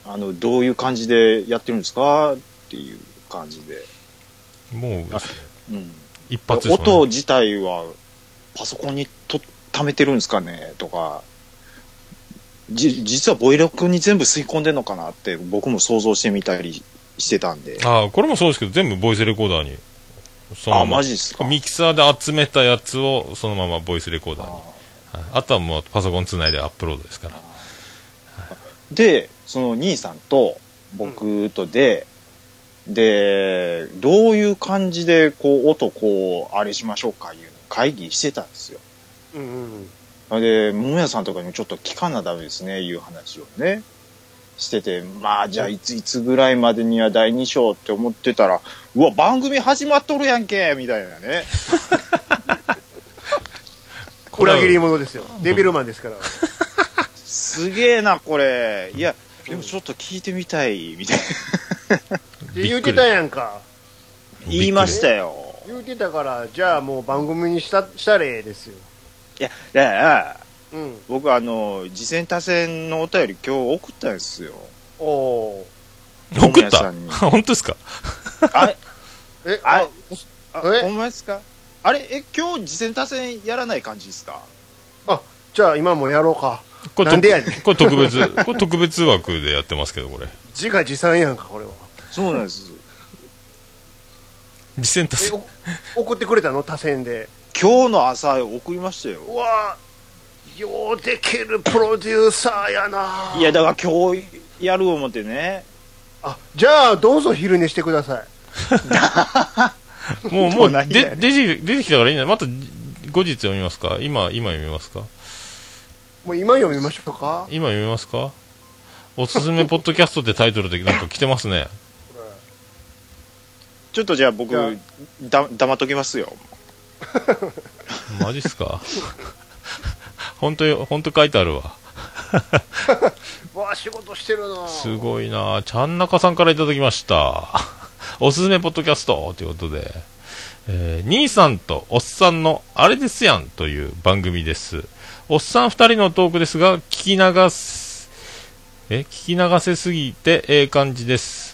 Speaker 3: あの、どういう感じでやってるんですかっていう感じで。
Speaker 1: もう
Speaker 3: あうん。
Speaker 1: 一発ですも
Speaker 3: 音
Speaker 1: んね。
Speaker 3: 自体はパソコンにと溜めてるんですかねとか、じ実はボイロクに全部吸い込んでるのかなって僕も想像してみたりしてたんで。
Speaker 1: ああ、これもそうですけど、全部ボイスレコーダーに。そ
Speaker 3: あ、
Speaker 1: のま
Speaker 3: マ
Speaker 1: ま
Speaker 3: ジですか。
Speaker 1: ミキサーで集めたやつをそのままボイスレコーダーに。
Speaker 3: あ
Speaker 1: はいあとはもうパソコンつないでアップロードですから。
Speaker 3: で、その兄さんと僕とで、で、どういう感じでこう音こうあれしましょうかいう会議してたんですよ。
Speaker 2: うんうん。
Speaker 3: で、桃屋さんとかにもちょっと聞かなダメですね、いう話をね、してて、まあ、じゃあ、いついつぐらいまでには第2章って思ってたら、うわ、番組始まっとるやんけみたいなね。
Speaker 1: これは
Speaker 2: 裏切り者ですよ。デビルマン [LAUGHS] ですから。
Speaker 3: すげえな、これ。いや、でもちょっと聞いてみたい、みたいな。
Speaker 2: で言うてたやんか。
Speaker 1: びっくり
Speaker 3: 言いましたよ。
Speaker 2: 言うてたから、じゃあもう番組にした、したれえですよ。
Speaker 3: いや、だから、
Speaker 2: うん。
Speaker 3: 僕、あの、次戦他戦のお便り今日送ったんですよ。
Speaker 2: おお
Speaker 1: 送っ
Speaker 3: 本屋さ
Speaker 1: た [LAUGHS]
Speaker 3: んに
Speaker 1: 本当ですか
Speaker 3: あれ、
Speaker 2: ー。え、
Speaker 3: あ
Speaker 2: あ
Speaker 3: れ、あ
Speaker 2: え
Speaker 3: ほんまですかあれ、え、今日次戦他戦やらない感じですか
Speaker 2: じゃあ今もやろうか。
Speaker 1: これ
Speaker 2: なんでや
Speaker 1: 特
Speaker 2: ね
Speaker 1: これ特別、これ特別枠でやってますけど、これ。
Speaker 2: 自画自賛やんか、これは。
Speaker 3: そうなんです。
Speaker 1: 実践達
Speaker 2: え
Speaker 1: 成。
Speaker 2: [LAUGHS] お、送ってくれたの他線で。
Speaker 3: 今日の朝送りましたよ
Speaker 2: うわーようできるプロデューサーやない
Speaker 3: やだから今日やる思ってね
Speaker 2: あじゃあどうぞ昼寝してください
Speaker 1: もう、も
Speaker 3: もう
Speaker 1: う、
Speaker 3: ないんだよ
Speaker 1: で
Speaker 3: ね
Speaker 1: 出てき出てきたからいいんじゃないまた、後日読みますか今、今読みますか
Speaker 2: もう今読みましょうか
Speaker 1: 今読みますかおすすめポッドキャストってタイトルでなんか来てますね。
Speaker 3: ちょっとじゃあ僕
Speaker 2: じゃあ
Speaker 3: だ黙っときますよ
Speaker 1: マジっすか [LAUGHS] 本当よ、本当書いてあるわ。
Speaker 2: わあ仕事してるな
Speaker 1: すごいなちゃんなかさんからいただきました。 [LAUGHS] おすすめポッドキャストということで、えー兄さんとおっさんのあれですやんという番組です。おっさん二人のトークですが、聞き流す、え、聞き流せすぎてええ感じです。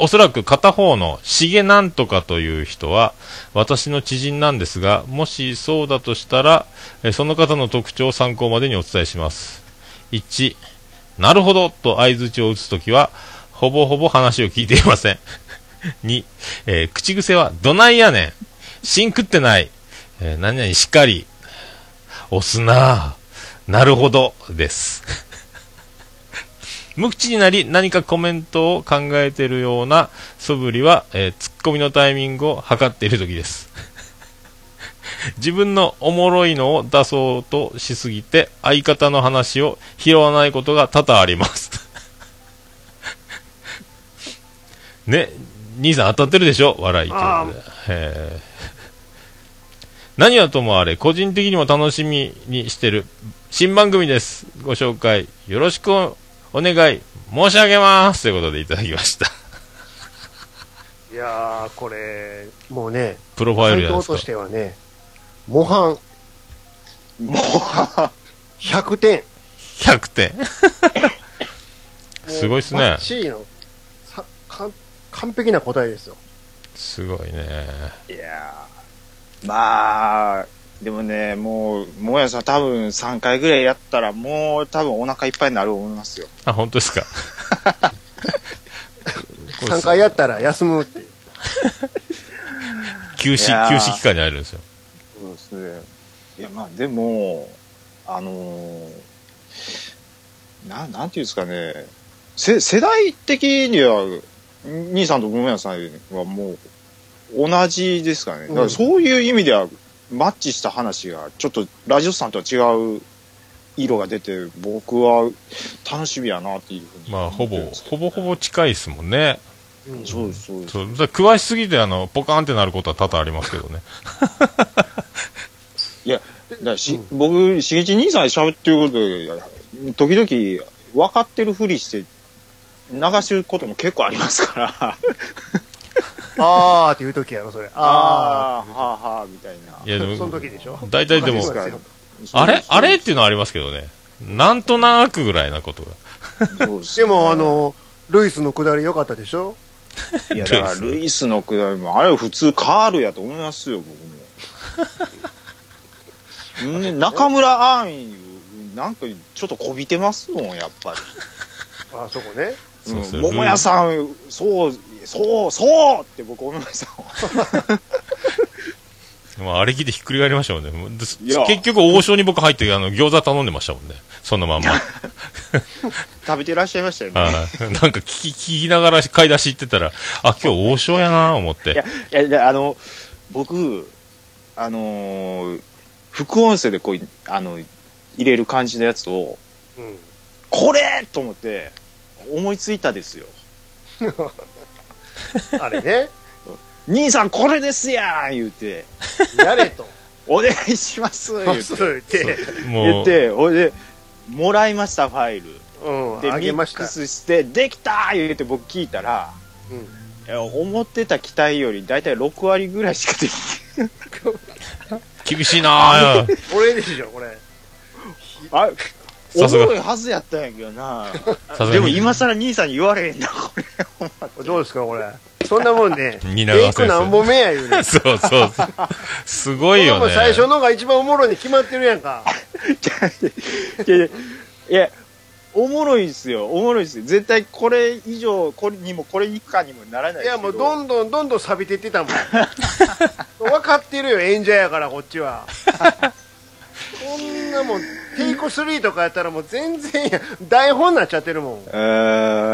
Speaker 1: おそらく片方のしげなんとかという人は私の知人なんですが、もしそうだとしたら、えーその方の特徴を参考までにお伝えします。1、なるほどと相づちを打つときは、ほぼほぼ話を聞いていません。2、えー口癖は、どないやねん。しん食ってない。えー何々しっかり。押すなぁ。なるほど。です。無口になり、何かコメントを考えているような素振りは、えーツッコミのタイミングを測っているときです。 [LAUGHS] 自分のおもろいのを出そうとしすぎて相方の話を拾わないことが多々あります [LAUGHS] ね兄さん当たってるでしょ笑いという
Speaker 2: あ
Speaker 1: ことでえー何はともあれ個人的にも楽しみにしてる新番組ですご紹介よろしくお願い申し上げますということでいただきました [LAUGHS]
Speaker 2: いやーこれもうね
Speaker 1: プロファイルじ
Speaker 2: 回
Speaker 1: ゃない
Speaker 2: 答
Speaker 1: です
Speaker 2: と
Speaker 1: か
Speaker 2: してはね模範
Speaker 3: もう
Speaker 2: 100点
Speaker 1: 100点
Speaker 2: [LAUGHS]
Speaker 1: すごいっすね
Speaker 2: もうバッチリのさ完完璧な答えですよ
Speaker 1: すごいね
Speaker 3: [LAUGHS] いやーまあでもねもうもやさん多分3回ぐらいやったらもう多分お腹いっぱいになる思いますよ
Speaker 1: あ、本当です
Speaker 2: [LAUGHS]
Speaker 1: か。
Speaker 2: 3回やったら休むっていう
Speaker 1: 休止、
Speaker 3: いやー
Speaker 1: 休止期間に入るんですよ。
Speaker 3: そうですねいやまあでもあのー、ななんていうんですかねせ世代的には兄さんと桃屋さんはもう同じですからね。だ
Speaker 2: う
Speaker 3: から
Speaker 2: ん
Speaker 3: そういう意味では、マッチした話が、ちょっとラジオさんとは違う色が出て、僕は楽しみやなっていうふうに
Speaker 1: まあ、
Speaker 3: 思
Speaker 1: ほ
Speaker 3: って
Speaker 1: ぼ
Speaker 3: るんですけ
Speaker 1: ほぼほぼ近いですもんね
Speaker 2: うん
Speaker 3: ど。そうです、そうです。
Speaker 1: そうだから詳しすぎてあのポカーンってなることは多々ありますけど
Speaker 2: [LAUGHS]
Speaker 1: ね
Speaker 3: だからし、僕、しげち兄さんに喋ってることで、時々分かってるふりして、流してることも結構ありますから。
Speaker 2: あーって言う時やろ、それ。あ
Speaker 3: あー、はあはあ、みたいな。
Speaker 1: いやで
Speaker 2: ー。その
Speaker 1: も
Speaker 2: 時でしょ。
Speaker 1: 大体でも
Speaker 2: そうですよ
Speaker 1: あれあれっていうのはありますけどねなんとなくぐらいなことが
Speaker 3: そうす
Speaker 2: でも、あ、の、ルイスのくだり良かったでしょ
Speaker 3: いや、だからルイスのくだりも、あれは普通カールやと思いま
Speaker 1: [LAUGHS]
Speaker 3: すよ、僕も。うん、中村アーミン、なんかちょっとこびてますもん、やっぱ
Speaker 2: あーそこね。
Speaker 3: り。
Speaker 1: そうそううん
Speaker 3: 桃屋さん、そう、そう、そうって僕思いましたもん。
Speaker 1: まあ、あれ聞いてひっくり返りましたもんね。もうです
Speaker 3: いや
Speaker 1: 結局、王将に僕入って、あの、餃子頼んでましたもんね。その
Speaker 3: [LAUGHS]
Speaker 1: まんま。はい。
Speaker 3: 食べてらっしゃいましたよね。
Speaker 1: なんか聞き、聞きながら買い出し行ってたら、あ、今日王将やなぁ思っ
Speaker 3: いや
Speaker 1: て。、
Speaker 3: いやいや、あの、僕、あのー副音声でこう、あの、入れる感じのやつを、
Speaker 2: うん。
Speaker 3: これと思って、思いついたですよ。
Speaker 2: あれね。
Speaker 3: 兄さん、これですやん言うて、
Speaker 2: やれ
Speaker 1: [LAUGHS]
Speaker 2: と。
Speaker 3: お願いします言う
Speaker 2: そ
Speaker 3: て、
Speaker 2: う言って、
Speaker 1: も
Speaker 3: 言っ
Speaker 1: う、
Speaker 3: て、ほいで、もらいました、ファイル。
Speaker 2: うん、
Speaker 3: で、
Speaker 2: あ
Speaker 3: ミ
Speaker 2: げまし
Speaker 3: ッ
Speaker 2: た
Speaker 3: ク。スして、できた言うて僕聞いたら、
Speaker 2: うん
Speaker 3: いや思ってた期待より大体6割ぐらいしかでき
Speaker 1: 厳しいな
Speaker 3: [LAUGHS]
Speaker 1: ぁ。
Speaker 2: 俺でしょ、これ。
Speaker 3: ない。あお
Speaker 1: さ
Speaker 3: も
Speaker 1: すが
Speaker 3: ろいはずやったんやけどな。
Speaker 1: さす
Speaker 3: で
Speaker 1: が
Speaker 3: も
Speaker 1: に。
Speaker 3: 今更兄さんに言われへんな、これ。
Speaker 2: どうですか、これ。そんなもん
Speaker 1: [LAUGHS]
Speaker 2: ね、
Speaker 1: 蜷
Speaker 2: テ
Speaker 1: 川
Speaker 2: イク
Speaker 1: 先
Speaker 2: 何
Speaker 1: 生。。
Speaker 2: 本目や言うね
Speaker 1: [LAUGHS] そうそうそう。すごいよ
Speaker 2: この
Speaker 1: ね。
Speaker 2: 最初のが一番おもろいに決まってるやんか。
Speaker 3: いやいやいや、おもろいっすよ、おもろいっすよ。絶対これ以上、これにもこれ以下にもならない
Speaker 2: いや、もう
Speaker 3: ど
Speaker 2: ど
Speaker 3: ん
Speaker 2: んどんどんどん錆びてってたもん。分かってるよ、演者やから、こっちは。こんなもん、テイク3とかやったらもう全然や、台本になっちゃってるもん。
Speaker 3: あ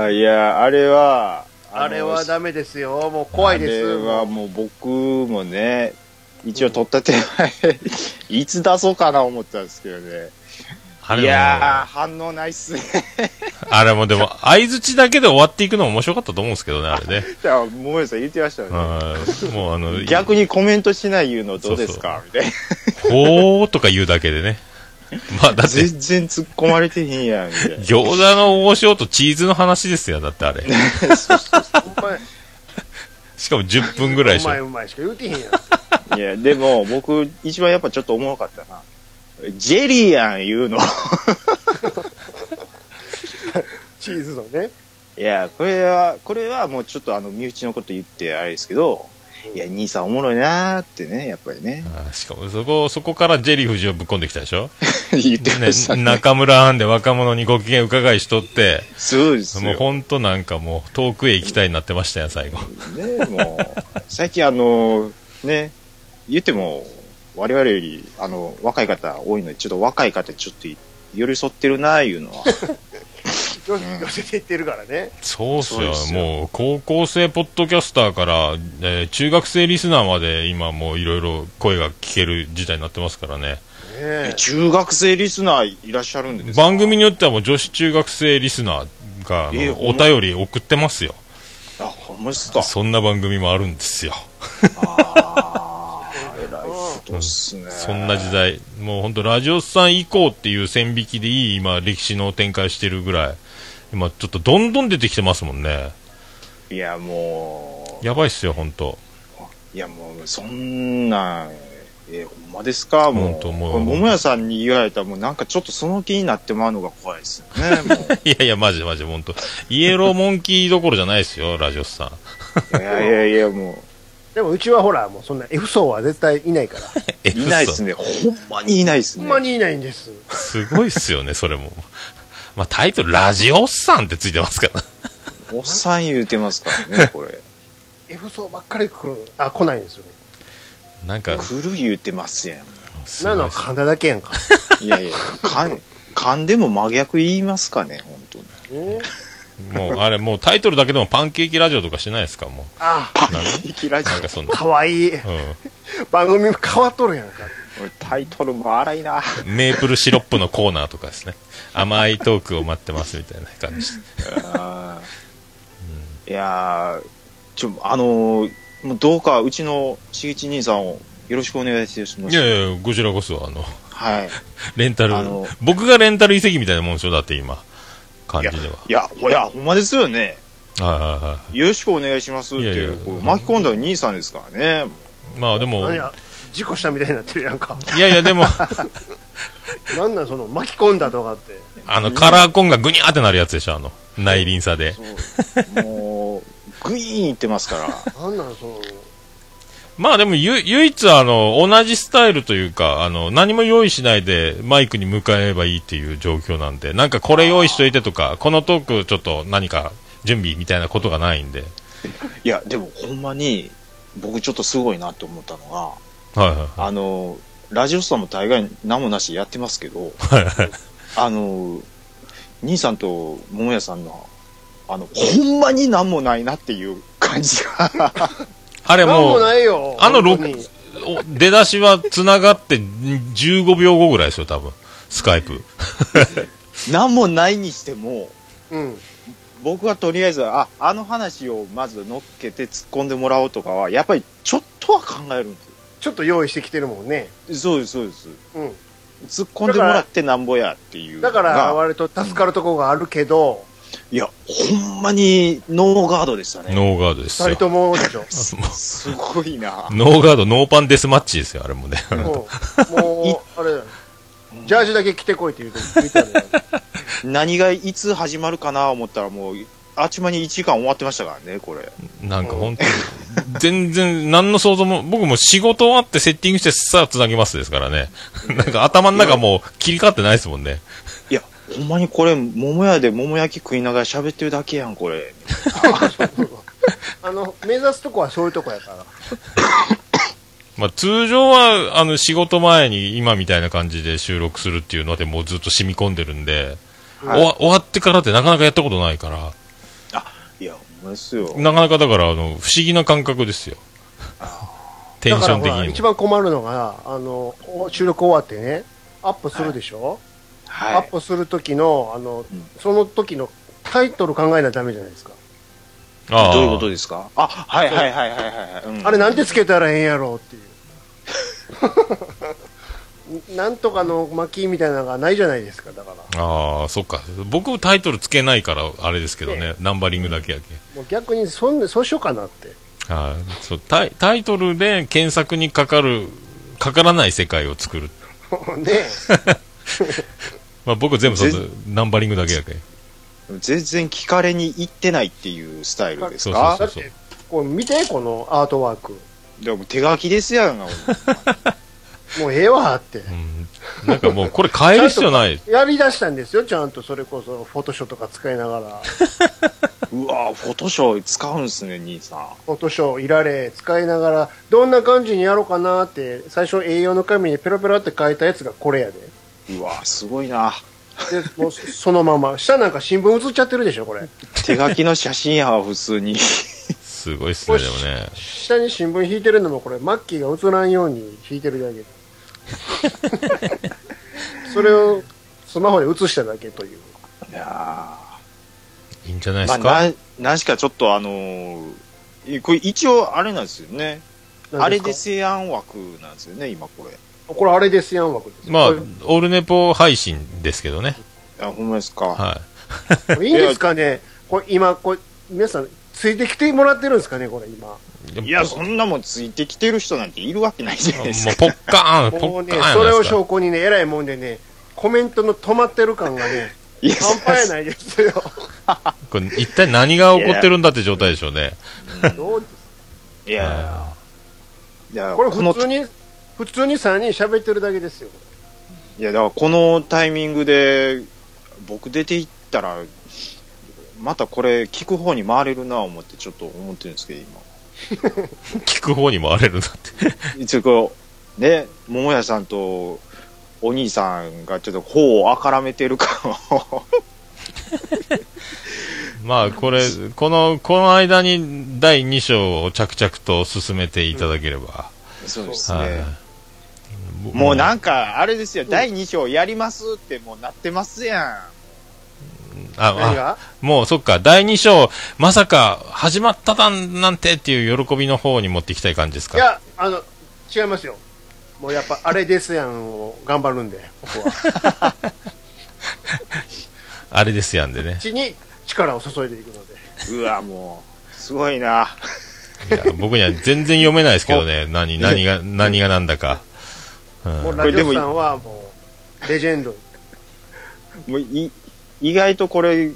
Speaker 3: ーいや、あれは、の
Speaker 2: あれはダメですよ、もう怖いです。
Speaker 3: あれはもう僕もね、一応取った手前、 [LAUGHS] いつ出そうかな思ったんですけどね。
Speaker 1: あれ
Speaker 3: い
Speaker 1: も
Speaker 3: やー、反応ないっすね。 [LAUGHS]
Speaker 1: あれもでも、相づちだけで終わっていくのも面白かったと思うんですけどね、あれね。
Speaker 3: いや、もえさん言ってましたよね。
Speaker 1: うんもうあの、
Speaker 3: 逆にコメントしない言うのどうですかみたいな。
Speaker 1: ほーとか言うだけでね。まあ、だって、
Speaker 3: 全然突っ込まれてへんやん、みたいな。
Speaker 1: 餃子の王将とチーズの話ですよ、だってあれ。
Speaker 2: お前
Speaker 1: しかも10分ぐらいでし
Speaker 2: うまい
Speaker 1: ょ。
Speaker 2: うまいしか言うてへんやん。
Speaker 3: いや、でも、僕、一番やっぱちょっとおもろかったな。ジェリーやん言うの。 [LAUGHS]
Speaker 2: チーズのね。
Speaker 3: いや、これは、これはもうちょっとあの、身内のこと言ってあれですけど、いや、兄さんおもろいなーってね、やっぱりね。
Speaker 1: あーしかもそこ、そこからジェリー夫人をぶっ込んできたでしょ、
Speaker 3: 言ってました
Speaker 1: ね、
Speaker 3: ね。
Speaker 1: 中村アンで若者にご機嫌伺いしとって、
Speaker 3: そうです
Speaker 1: もう
Speaker 3: よ。
Speaker 1: ほんとなんかもう遠くへ行きたいになってましたよ、最後。
Speaker 3: ね、もう、最近あの、ね、言っても、我々より、あの、若い方多いので、ちょっと若い方にちょっと寄り添ってるなーいう
Speaker 1: [LAUGHS]
Speaker 3: のは。
Speaker 2: 寄寄せていってるからね。
Speaker 1: そうっす
Speaker 3: そう
Speaker 1: よ、
Speaker 3: ですよ
Speaker 1: もう高校生ポッドキャスターから、えー中学生リスナーまで今もういろいろ声が聞ける時代になってますからね。
Speaker 2: ねえ
Speaker 3: 中学生リスナーいらっしゃるんですか
Speaker 1: 番組によってはもう女子中学生リスナーがあの
Speaker 3: えーほ
Speaker 1: お
Speaker 3: んま
Speaker 1: 便り送ってますよ。
Speaker 3: あ、ほんまですか。
Speaker 1: そんな番組もあるんですよ。
Speaker 3: ああ、えらいことっすね。
Speaker 1: そんな時代、もう本当、ラジオスさん以降っていう線引きでいい、今、歴史の展開してるぐらい、今、ちょっとどんどん出てきてますもんね、
Speaker 3: いや、もう、
Speaker 1: やばいっすよ、本当、
Speaker 3: いや、もう、そんなん、え、ほんまですかもう、
Speaker 1: ほんともう
Speaker 3: これ桃屋さんに言われたら、もうなんかちょっとその気になってまうのが怖いですよね。も
Speaker 1: [LAUGHS] いやいや、マジマジ、本当、イエローモンキーどころじゃないですよ、ラジオスさん、
Speaker 3: ういやいやいや、も
Speaker 2: でもうちはほら、もうそんな F 層は絶対いないから。
Speaker 1: [LAUGHS] え
Speaker 3: う、いないです
Speaker 1: 嘘
Speaker 3: ね。ほんまにいないです
Speaker 2: ほ
Speaker 3: ね。
Speaker 2: んまにいないんです。
Speaker 1: すごいっすよね、それも、まあ、タイトル、ラジオスさんってついてますから、
Speaker 3: おっさん言うてますか
Speaker 1: [LAUGHS]
Speaker 3: らね、これ。
Speaker 2: F 層ばっかり来る、あ、来ないんですよ。
Speaker 1: なんか、
Speaker 3: 来る言うてますやん。
Speaker 1: すご
Speaker 2: ないの
Speaker 1: っ
Speaker 2: は
Speaker 1: す
Speaker 2: 神田だけやんか。
Speaker 3: いやいや、かん、勘でも真逆言いますかね、本当に。
Speaker 2: ね
Speaker 1: もう、あれ、もうタイトルだけでもパンケーキラジオとかしないですか、も
Speaker 2: あ
Speaker 3: パン [LAUGHS] ケーキラジ
Speaker 1: う。なんかその、
Speaker 2: あ、かわいい。
Speaker 1: う
Speaker 2: 番組変わっとるやんか。
Speaker 3: オ。俺タイトルも荒いな。
Speaker 1: ん。メープルシロップのコーナーとかですね。甘いトークを待ってますみたいな感じ。
Speaker 3: あ [LAUGHS] ーいやーちょ、あのーもうどうかうちのしげち兄さんをよろしくお願いします。
Speaker 1: いやいや、こちらこそ、あの、 [LAUGHS]
Speaker 3: はい。
Speaker 1: レンタル
Speaker 3: あの、
Speaker 1: 僕がレンタル遺跡みたいなもんでしょ、だって今、感
Speaker 3: い
Speaker 1: じ
Speaker 3: や
Speaker 1: では。
Speaker 3: いや、ほや、ほんまですよね。
Speaker 1: はいはいは
Speaker 3: よろしくお願いしますっていう、
Speaker 1: いやいや
Speaker 3: こう巻き込んだの兄さんですからね。
Speaker 1: い。まあでも、
Speaker 2: 何
Speaker 1: いや
Speaker 2: や、事故したみたいになってるやんか。
Speaker 1: いや、でも、 [LAUGHS]
Speaker 2: なんなんその巻き込んだとかって。
Speaker 1: あの、カラーコンがグニャーってなるやつでしょ、あの、内輪差で。
Speaker 3: そうもう、グイーンいってますから。
Speaker 2: なんなんその、
Speaker 1: まあでも、ゆ、唯一あの、同じスタイルというか、あの、何も用意しないでマイクに向かえばいいっていう状況なんで、なんかこれ用意しといてとか、このトークちょっと何か準備みたいなことがないんで。
Speaker 3: いや、でもほんまに、僕ちょっとすごいなと思ったのが、
Speaker 1: はいは
Speaker 3: あの、ラジオスさんも大概何もなしやってますけど、あの、兄さんと桃屋さんの、あの、ほんまに何もないなっていう感じが、 [LAUGHS]
Speaker 1: い。あれ
Speaker 2: なん
Speaker 1: も
Speaker 2: も
Speaker 1: う、
Speaker 2: ないよ。
Speaker 1: あの
Speaker 2: 本当に
Speaker 1: 録お出だしは繋がって15秒後ぐらいですよ、多分。スカイプ。
Speaker 3: 何もないにしても、
Speaker 2: うん。
Speaker 3: 僕はとりあえず、あ、あの話をまず乗っけて突っ込んでもらおうとかは、やっぱりちょっとは考えるんで
Speaker 2: ちょっと用意してきてるもんね。
Speaker 3: すよ。そうです、そうです。
Speaker 2: うん。
Speaker 3: 突っ込んでもらってなんぼやっていうの
Speaker 2: だ
Speaker 3: が。
Speaker 2: から、割と助かるとこがあるけど、
Speaker 3: いや、ほんまにノーガードでしたね。
Speaker 1: ノーガードです
Speaker 2: 二人
Speaker 1: よ。
Speaker 2: ともでしょ。
Speaker 3: すすごいな。
Speaker 1: ノーガード、ノーパンデスマッチですよ、あれもね。
Speaker 2: もう、もう、あれだよ。ジャージだけ着てこいって言うと、見たら
Speaker 3: 何がいつ始まるかな思ったらもう、あっちまに1時間終わってましたからね、これ。
Speaker 1: なんか本当に、全然、何の想像も、僕も仕事終わってセッティングして、さあ繋ぎますですからね。 [LAUGHS] なんか頭の中もう切り替わってないですもんね。
Speaker 3: いや、ほんまにこれ、桃屋で桃焼き食いながら喋ってるだけやん、これ。
Speaker 2: あの、目指すとこはそういうとこやから。
Speaker 1: まあ通常は、あの、仕事前に今みたいな感じで収録するっていうのでもうずっと染み込んでるんで、
Speaker 2: はい
Speaker 1: 終わ終わってからってなかなかやったことないから、
Speaker 3: いや、ほんまですよ。
Speaker 1: なかなかだから、あの、不思議な感覚ですよ。テン
Speaker 2: だ
Speaker 1: シ
Speaker 2: から
Speaker 1: ョン
Speaker 2: ほ
Speaker 1: 的
Speaker 2: ら、
Speaker 1: に
Speaker 2: 一
Speaker 1: も。
Speaker 2: 番困るのが、あの、お収録終わってね、アップするでしょ、ア
Speaker 3: は
Speaker 2: ップする時の、あの
Speaker 3: うん、
Speaker 2: その時のタイトル考えなきゃダメじゃないですか。
Speaker 1: あ
Speaker 3: い。
Speaker 1: あ
Speaker 3: どういうことですかあ、はいはいはいはいはい。うん
Speaker 2: あれなんてつけたらええんやろうっていう。 [LAUGHS] なんとかの巻みたいなのがないじゃないですか、だから。
Speaker 1: ああ、そっか。僕タイトルつけないから、あれですけどね。ナンバリングだけやけ。
Speaker 2: もう逆にそんな、そうしようかな
Speaker 3: [LAUGHS]
Speaker 2: って。
Speaker 1: はいそうタイタイトルで検索にかかるかからない世界を作る、
Speaker 2: ね
Speaker 1: まあ、僕全部そ
Speaker 3: ぜ
Speaker 1: のナンバリングだけやけん
Speaker 3: 全然聞かれに行ってないっていうスタイルです
Speaker 1: あ
Speaker 3: か
Speaker 2: だって、こう見て、このアートワーク。
Speaker 3: でも手書きですやんな、
Speaker 2: もうええわって。
Speaker 1: うん、なんかもうこれ変える必要ない
Speaker 2: やりだしたんですよ、ちゃんとそれこそ、フォトショーとか使いながら、 [LAUGHS]
Speaker 3: うわぁ、フォトショー使うんすね、兄さん。
Speaker 2: フォトショーいられ、使いながら、どんな感じにやろうかなって、最初 A4 の紙にペラペラって書いたやつがこれやで。
Speaker 3: うわぁ、すごいな。
Speaker 2: で、もうそそのまま。下なんか新聞写っちゃってるでしょ、これ。
Speaker 3: 手書きの写真やわ、普通に。
Speaker 1: すごいっすねでもね
Speaker 2: 下に新聞引いてるのもこれ、マッキーが写らんように引いてるだけ。
Speaker 3: [LAUGHS]
Speaker 2: それをスマホで写しただけという。
Speaker 3: いや
Speaker 1: いいんじゃない
Speaker 3: ー
Speaker 1: で
Speaker 3: まあ、
Speaker 1: すか、
Speaker 3: な、なしかちょっとあのーいこれ一応あれなんですよね。あれですやん枠なんですよね、今これ。
Speaker 2: これあれですやん枠です。
Speaker 1: まあ、
Speaker 2: こ
Speaker 1: オルネポ配信ですけどね、
Speaker 3: あ、ほんまですか。
Speaker 1: は
Speaker 2: れこれいいんですかねこれ今、これ、皆さん、ついてきてもらってるんですかねこれ今。
Speaker 1: い、
Speaker 3: いや、
Speaker 1: も
Speaker 3: そんなもんついてきてる人なんているわけないじゃないです
Speaker 1: う
Speaker 3: か。
Speaker 1: ポッカーンポ
Speaker 2: もう
Speaker 1: ッ
Speaker 2: ね
Speaker 1: カーン、や
Speaker 2: それ
Speaker 1: ない
Speaker 2: を
Speaker 1: ですか
Speaker 2: 証拠にね、えらいもんでね、コメントの止まってる感がね、
Speaker 3: いや、
Speaker 2: 半端やないで
Speaker 1: [LAUGHS]
Speaker 2: すよ。
Speaker 1: これ一体何が起こってるんだって状態でしょうね
Speaker 2: どうです
Speaker 3: いや、
Speaker 1: はい
Speaker 3: や
Speaker 2: これ
Speaker 3: の
Speaker 2: 普通に、普通に3人喋ってるだけですよ。
Speaker 3: いや、だからこのタイミングで、僕出ていったら、またこれ聞く方に回れるな思って、ちょっと思ってるんですけど、
Speaker 1: い聞く方にもあれるなって [LAUGHS]
Speaker 3: 今。一応こう、ね、桃屋さんとお兄 [LAUGHS] さんがちょっと頬をあからめてる感を
Speaker 1: まあこれこのこの間に第2章を着々と進めていただければ、
Speaker 5: そうです
Speaker 2: うん
Speaker 5: ね。
Speaker 1: はい
Speaker 3: もうなんんか、あれですよ、第2章やりますってもうなってますや
Speaker 1: あ
Speaker 2: 何
Speaker 1: あ
Speaker 2: が
Speaker 1: もうそっか第2章まさか始まっただんなんてっていう喜びの方に持っていきたい感じです
Speaker 2: い
Speaker 1: か
Speaker 2: や、あの、違いますよ。もうやっ
Speaker 1: [LAUGHS]
Speaker 2: ぱ、あれですやんを頑張るんで、僕は。
Speaker 1: あれですやんでね
Speaker 2: 地に力を注いでいくので。
Speaker 3: ん。うわ、もう、すごいな。
Speaker 1: いや僕には全然読めないですけどね何何が何がなんだか、うん
Speaker 2: もう
Speaker 3: こ
Speaker 2: ラ
Speaker 3: れ
Speaker 2: ジ
Speaker 3: で
Speaker 2: オ
Speaker 3: も
Speaker 2: さんはもう、レジェンド。
Speaker 3: もうい意外とこれ、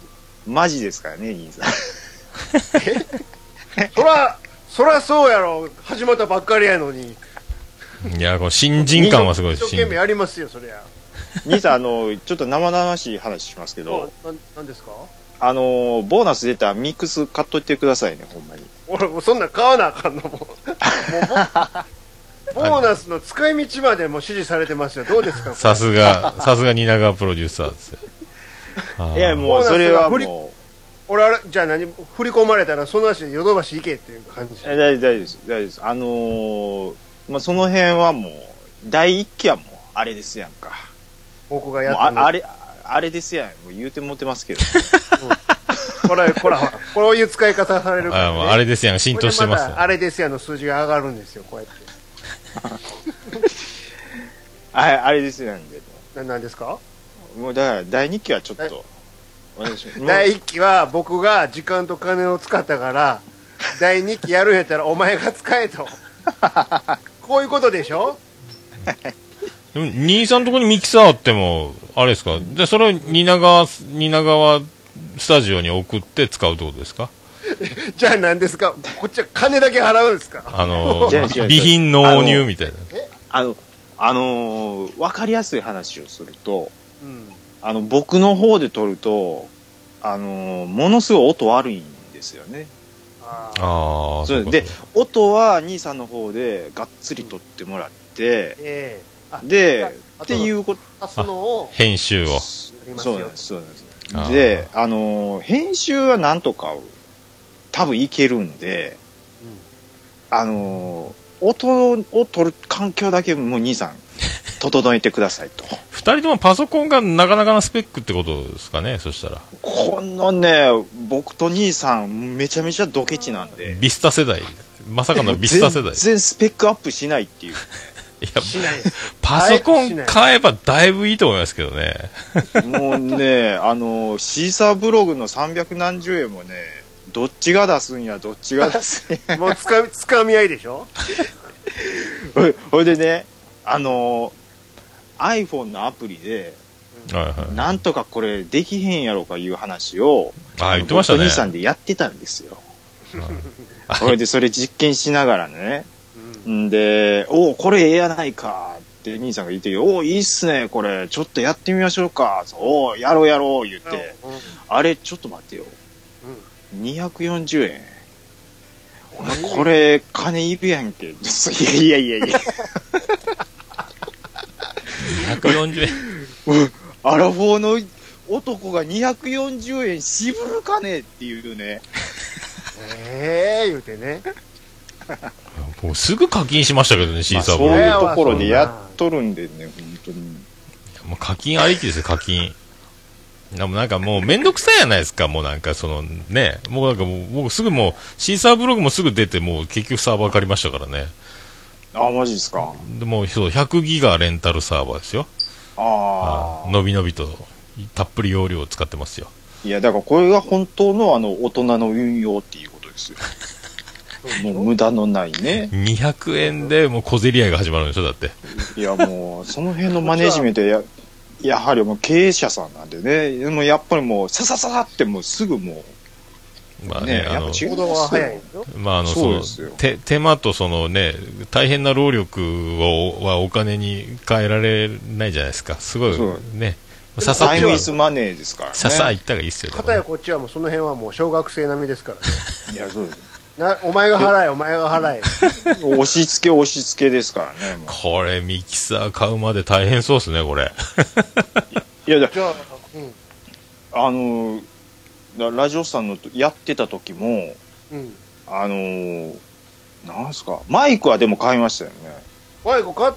Speaker 3: マジですからね、銀さん。 [LAUGHS]
Speaker 2: [LAUGHS] そら、そらそうやろ。始まったばっかりやのに。
Speaker 1: いやこの新人感はすごいで
Speaker 2: 一
Speaker 1: す
Speaker 2: 生懸命やりますよ、そりゃ。
Speaker 3: 兄さん、あの、ちょっと生々しい話しますけ
Speaker 2: お
Speaker 3: ど、
Speaker 2: ななんですか
Speaker 3: あの、ボーナス出たミックス買っといてくださいね、ほんまに。
Speaker 2: 俺もうそんなん買わなあかん
Speaker 1: [LAUGHS]
Speaker 2: のもうもうボボーナスの使い道までもう指示されてますよどうです
Speaker 1: [LAUGHS]
Speaker 2: か
Speaker 1: さすがさすが蜷川プロデューサーですよあー
Speaker 3: いや、もう、それは
Speaker 2: ボーナスが
Speaker 3: も
Speaker 2: 俺あれじゃあ何振り込まれたらその足でヨドバシ行けっていう感じ
Speaker 3: う、え大丈夫大丈夫です、大丈夫です。あのーまあ、その辺はもう、第一期はもう、あれですやんか。
Speaker 2: 僕が
Speaker 3: もう
Speaker 2: やったの
Speaker 3: あ、あれ、あれですやん。もう言うてもってますけど。 [LAUGHS]
Speaker 2: これこれほらこういう使い方されるから、
Speaker 1: あ
Speaker 2: ね、
Speaker 1: ーもうあれですやん浸透してま
Speaker 2: こ
Speaker 1: す
Speaker 2: れ
Speaker 1: ね
Speaker 2: でたあれですやの数字が上がるんですよこうやって
Speaker 3: はい、あれですやんで。
Speaker 2: ななんですか
Speaker 3: もう、だから、第二期はちょっと、お願いしま
Speaker 2: [LAUGHS]
Speaker 3: す。
Speaker 2: 第1期は僕が時間と金を使ったから第2期やるんやったらお前が使えと
Speaker 1: [LAUGHS]
Speaker 2: こういうことでしょ
Speaker 1: でも兄さんのところにミキサーあってもあれですかでそれを蜷川蜷川スタジオに送って使うってことですか
Speaker 2: じゃあ何ですかこっちは金だけ払うんですか
Speaker 1: あの
Speaker 3: [LAUGHS] 違う違う違う
Speaker 1: 備品納入みたいな
Speaker 3: あの、あのーわかりやすい話をすると、
Speaker 2: うん
Speaker 3: あの、僕の方で撮ると、あのーものすごい音悪いんですよね。
Speaker 2: あー
Speaker 1: ああ
Speaker 3: そうで、音は兄さんの方でがっつり撮ってもらって、
Speaker 2: ええあ
Speaker 3: で、っていううこと、
Speaker 2: 足すのを
Speaker 1: 編集を
Speaker 2: ります
Speaker 3: そ
Speaker 2: よ
Speaker 3: うなんです、そうなんです
Speaker 1: あー。
Speaker 3: で、あのー編集はなんとか、多分いけるんで、あのー音を取る環境だけもう
Speaker 1: [LAUGHS]
Speaker 3: 兄さん、整えてくださいと。
Speaker 1: 2人ともパソコンがなかなかなスペックってことですかねそしたら
Speaker 3: このね、僕と兄さん、めちゃめちゃドケチなんで。
Speaker 1: ビスタ世代まさかのビスタ世代
Speaker 3: 全然スペックアップしないっていう。
Speaker 1: いや
Speaker 2: しないです
Speaker 1: パソコン買えばだいぶいいと思いますけどね
Speaker 3: も
Speaker 1: [LAUGHS]
Speaker 3: うね、あの、シーサーブログの300何十円もね、どっちが出すんや、どっちが出すんや。
Speaker 2: もうつ
Speaker 1: [LAUGHS]
Speaker 2: かみつかみ合いでしょ
Speaker 3: ほい [LAUGHS] ほいでね、あの、iPhone のアプリで、
Speaker 1: はいはい
Speaker 3: なんとかこれできへんやろかいう話を、
Speaker 1: ああ言ってましたね
Speaker 3: 僕と兄さんでやってたんですよ。
Speaker 1: はい
Speaker 3: それでそれ実験しながらね、んで、おお、これええやないかって兄さんが言って、おお、いいっすね、これ、ちょっとやってみましょうか、おお、やろうやろう、言って、
Speaker 2: うんうん
Speaker 3: あれ、ちょっと待ってよ、240円。お前、これ、金いるやんけ。 [LAUGHS] そういやいやいやいや、
Speaker 1: 140円
Speaker 3: アラフォーの男が240円渋るかねっていうね。
Speaker 2: ええ言うてね
Speaker 1: もうすぐ課金しましたけどねシ
Speaker 3: ま
Speaker 1: ー
Speaker 3: あ
Speaker 1: サー
Speaker 3: そ
Speaker 1: ブロ
Speaker 3: う
Speaker 1: グ
Speaker 3: い
Speaker 1: も
Speaker 3: うところでやっとるんでね、本当に。
Speaker 1: う課金ありきですよ課金でもなんかもうめんどくさいじゃないですかもうなんかそのねもうなんかもう僕すぐもうシーサーブログもすぐ出てもう結局サーバー借りましたからね
Speaker 3: あ、マジですか。
Speaker 1: でもうそう100ギガレンタルサーバーですよ
Speaker 3: ああ。
Speaker 1: のびのびとたっぷり容量を使ってますよ
Speaker 3: いや、だからこれが本当のあの、大人の運用っていうこと [LAUGHS] ですよ。もう無駄のないね。
Speaker 1: 200円でもう小競り合いが始まるんでしょだって
Speaker 3: いや、もう、その辺のマネジメントや、やはりもう経営者さんなんでね、でもやっぱりもう、ささささってもうすぐも
Speaker 1: まあ
Speaker 3: う、
Speaker 1: ね
Speaker 3: ね、
Speaker 1: あ
Speaker 3: やっぱ
Speaker 1: の
Speaker 3: 違う
Speaker 2: 行動は早いでしょ
Speaker 1: まあ、あの
Speaker 3: そう
Speaker 1: そ
Speaker 3: です
Speaker 1: の
Speaker 3: よ
Speaker 1: 手手間とその、ね、大変な労力をはお金に変えられないじゃないですか、すごい
Speaker 3: そう、
Speaker 1: ね、ささ
Speaker 3: タ
Speaker 1: っ
Speaker 3: イ
Speaker 1: と
Speaker 3: ムイズマネーですからね。
Speaker 1: ささ行ったがいいっすよ、
Speaker 2: 片やこっちはもうその辺はもう小学生並みですからね
Speaker 3: いや、そうです。
Speaker 2: なお前が払えお前が払え
Speaker 3: 押し付け押し付けですからね。も
Speaker 1: これ、ミキサー買うまで大変そうですね、これ、
Speaker 3: ういや、だ
Speaker 2: じゃあ、うん、
Speaker 3: あの、らラジオさんのとやってた時も、
Speaker 2: うん。
Speaker 3: あのーなんすか、マイクはでも買いましたよね。
Speaker 2: マイク買っ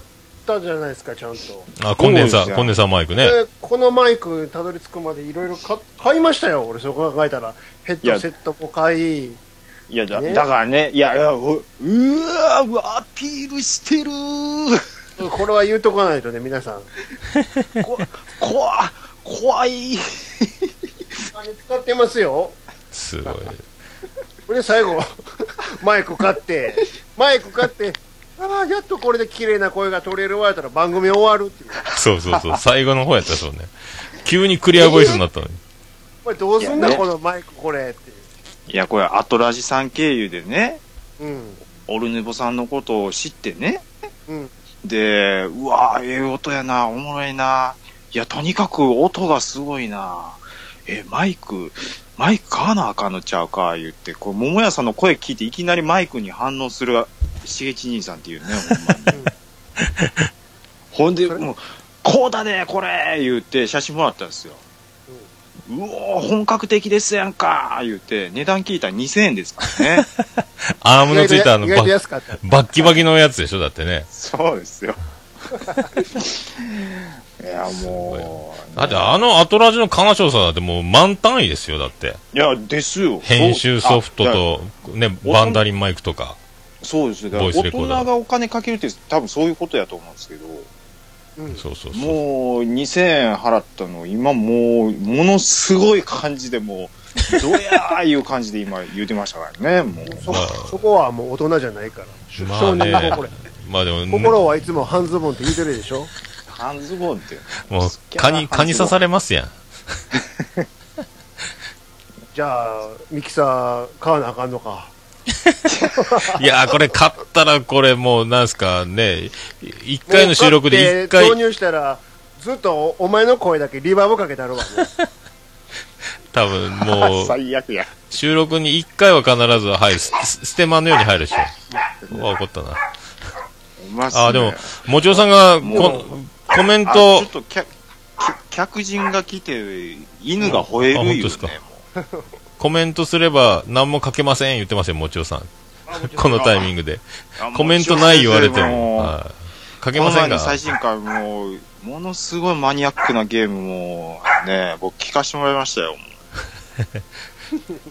Speaker 2: たじゃないですか、ちゃんと。
Speaker 1: あ、コンデンサ
Speaker 3: そうです
Speaker 1: ー、
Speaker 3: よ
Speaker 1: コンデンサーマイクね。
Speaker 2: でこのマイクたどり着くまでいろいろ買買いましたよ、俺、そこ考えたら、ヘッドセットも買い、
Speaker 3: いや、だ
Speaker 2: ね
Speaker 3: だからね、いや、いやううわうわアピールしてる
Speaker 2: これは言うとかないとね、皆さん、
Speaker 3: 怖怖
Speaker 2: お
Speaker 3: い
Speaker 2: 金使ってますよ、
Speaker 1: すごい。
Speaker 2: これ最後、 [LAUGHS] マイク買って、マイク買って、ああ、やっとこれで綺麗な声が取れるわやったら番組終わるっていう、
Speaker 1: そうそうそう。最後の方やったらそうね。急にクリアボイスになったのに。
Speaker 2: これどうすんだ、
Speaker 3: いやね
Speaker 2: このマイク、これってい
Speaker 3: いや、これ、アトラジさん経由でね、
Speaker 2: う。うん。
Speaker 3: オルネボさんのことを知ってね、
Speaker 2: うん。
Speaker 3: で、うわええ音やな、おもろいな、いや、とにかく音がすごいな、え、マイク、マイク買わなあかんのちゃうか、言って、これ、桃屋さんの声聞いて、いきなりマイクに反応する、しげち兄さんっていうね、ほんまに
Speaker 2: うん。
Speaker 3: ほんで、
Speaker 2: それ
Speaker 3: もう、こうだね、これ言って、写真もらったんですよ。うおー本格的ですやんか言って、値段聞いたら2000円ですからね。
Speaker 1: アームのついたあの
Speaker 2: 意外
Speaker 1: バ
Speaker 2: と
Speaker 1: ッ、
Speaker 2: 安かった。
Speaker 1: バッキバキのやつでしょだってね。
Speaker 3: そうですよ。いや、もう。
Speaker 1: だってあのアトラジの金賞さんだってもう満単位ですよ、だって。
Speaker 3: いや、ですよ。
Speaker 1: 編集ソフト
Speaker 3: あ。いや
Speaker 1: と、ね、バンダリンマイクとか。
Speaker 3: そうですよ。だか
Speaker 1: ボ
Speaker 3: ら
Speaker 1: イス
Speaker 3: 大
Speaker 1: レコー
Speaker 3: 人
Speaker 1: ダー
Speaker 3: がお金かけるって多分そういうことやと思うんですけど、
Speaker 2: うん。
Speaker 1: そうそうそう。
Speaker 3: もう2000円払ったの、今もう、ものすごい感じでもう、どやーいう感じで今言うてまし
Speaker 1: [LAUGHS]
Speaker 3: たからね、もう。
Speaker 2: そ
Speaker 1: まあ
Speaker 2: そこはもう大人じゃないから、
Speaker 1: まあ
Speaker 2: 少
Speaker 1: ね
Speaker 2: 年のこれ、
Speaker 1: まあでも、ね、
Speaker 2: 心はいつも半ズボンって言うてるでしょ、
Speaker 3: 半ズボンって。
Speaker 1: もう、蚊に、蚊に刺されますやん。
Speaker 2: じゃあ、ミキサー買わなあかんのか、
Speaker 1: いやー、これ買ったらこれもう、なんすかね、一回の収録で一
Speaker 2: もう買っ
Speaker 1: 回
Speaker 2: て、導入したら、ずっとお前の声だけリバーブかけてあるわ、
Speaker 1: 多分もう、
Speaker 3: [LAUGHS] 最悪や。
Speaker 1: 収録に一回は必ず、はい、すすステマのように入るでしょ。うわ、怒ったな。あー、でも、もちおさんがこ、コメン
Speaker 3: あ
Speaker 1: ト
Speaker 3: ちょっ、と客客人が来て、犬が吠える
Speaker 1: あ
Speaker 3: よ、
Speaker 1: 本
Speaker 3: ね
Speaker 1: 当ですか
Speaker 3: も
Speaker 1: コメントすれば何も書けません言ってますよ、もちおさん。 [LAUGHS] このタイミングで。
Speaker 3: うあもう
Speaker 1: コメントない言われても、
Speaker 3: もう
Speaker 1: はい書け
Speaker 3: こ
Speaker 1: ま
Speaker 3: の
Speaker 1: せ
Speaker 3: 前
Speaker 1: ん
Speaker 3: の
Speaker 1: が。
Speaker 3: 最新回も、ものすごいマニアックなゲームも、ね、僕聞かせてもらい
Speaker 1: [LAUGHS]
Speaker 3: ましたよ。もう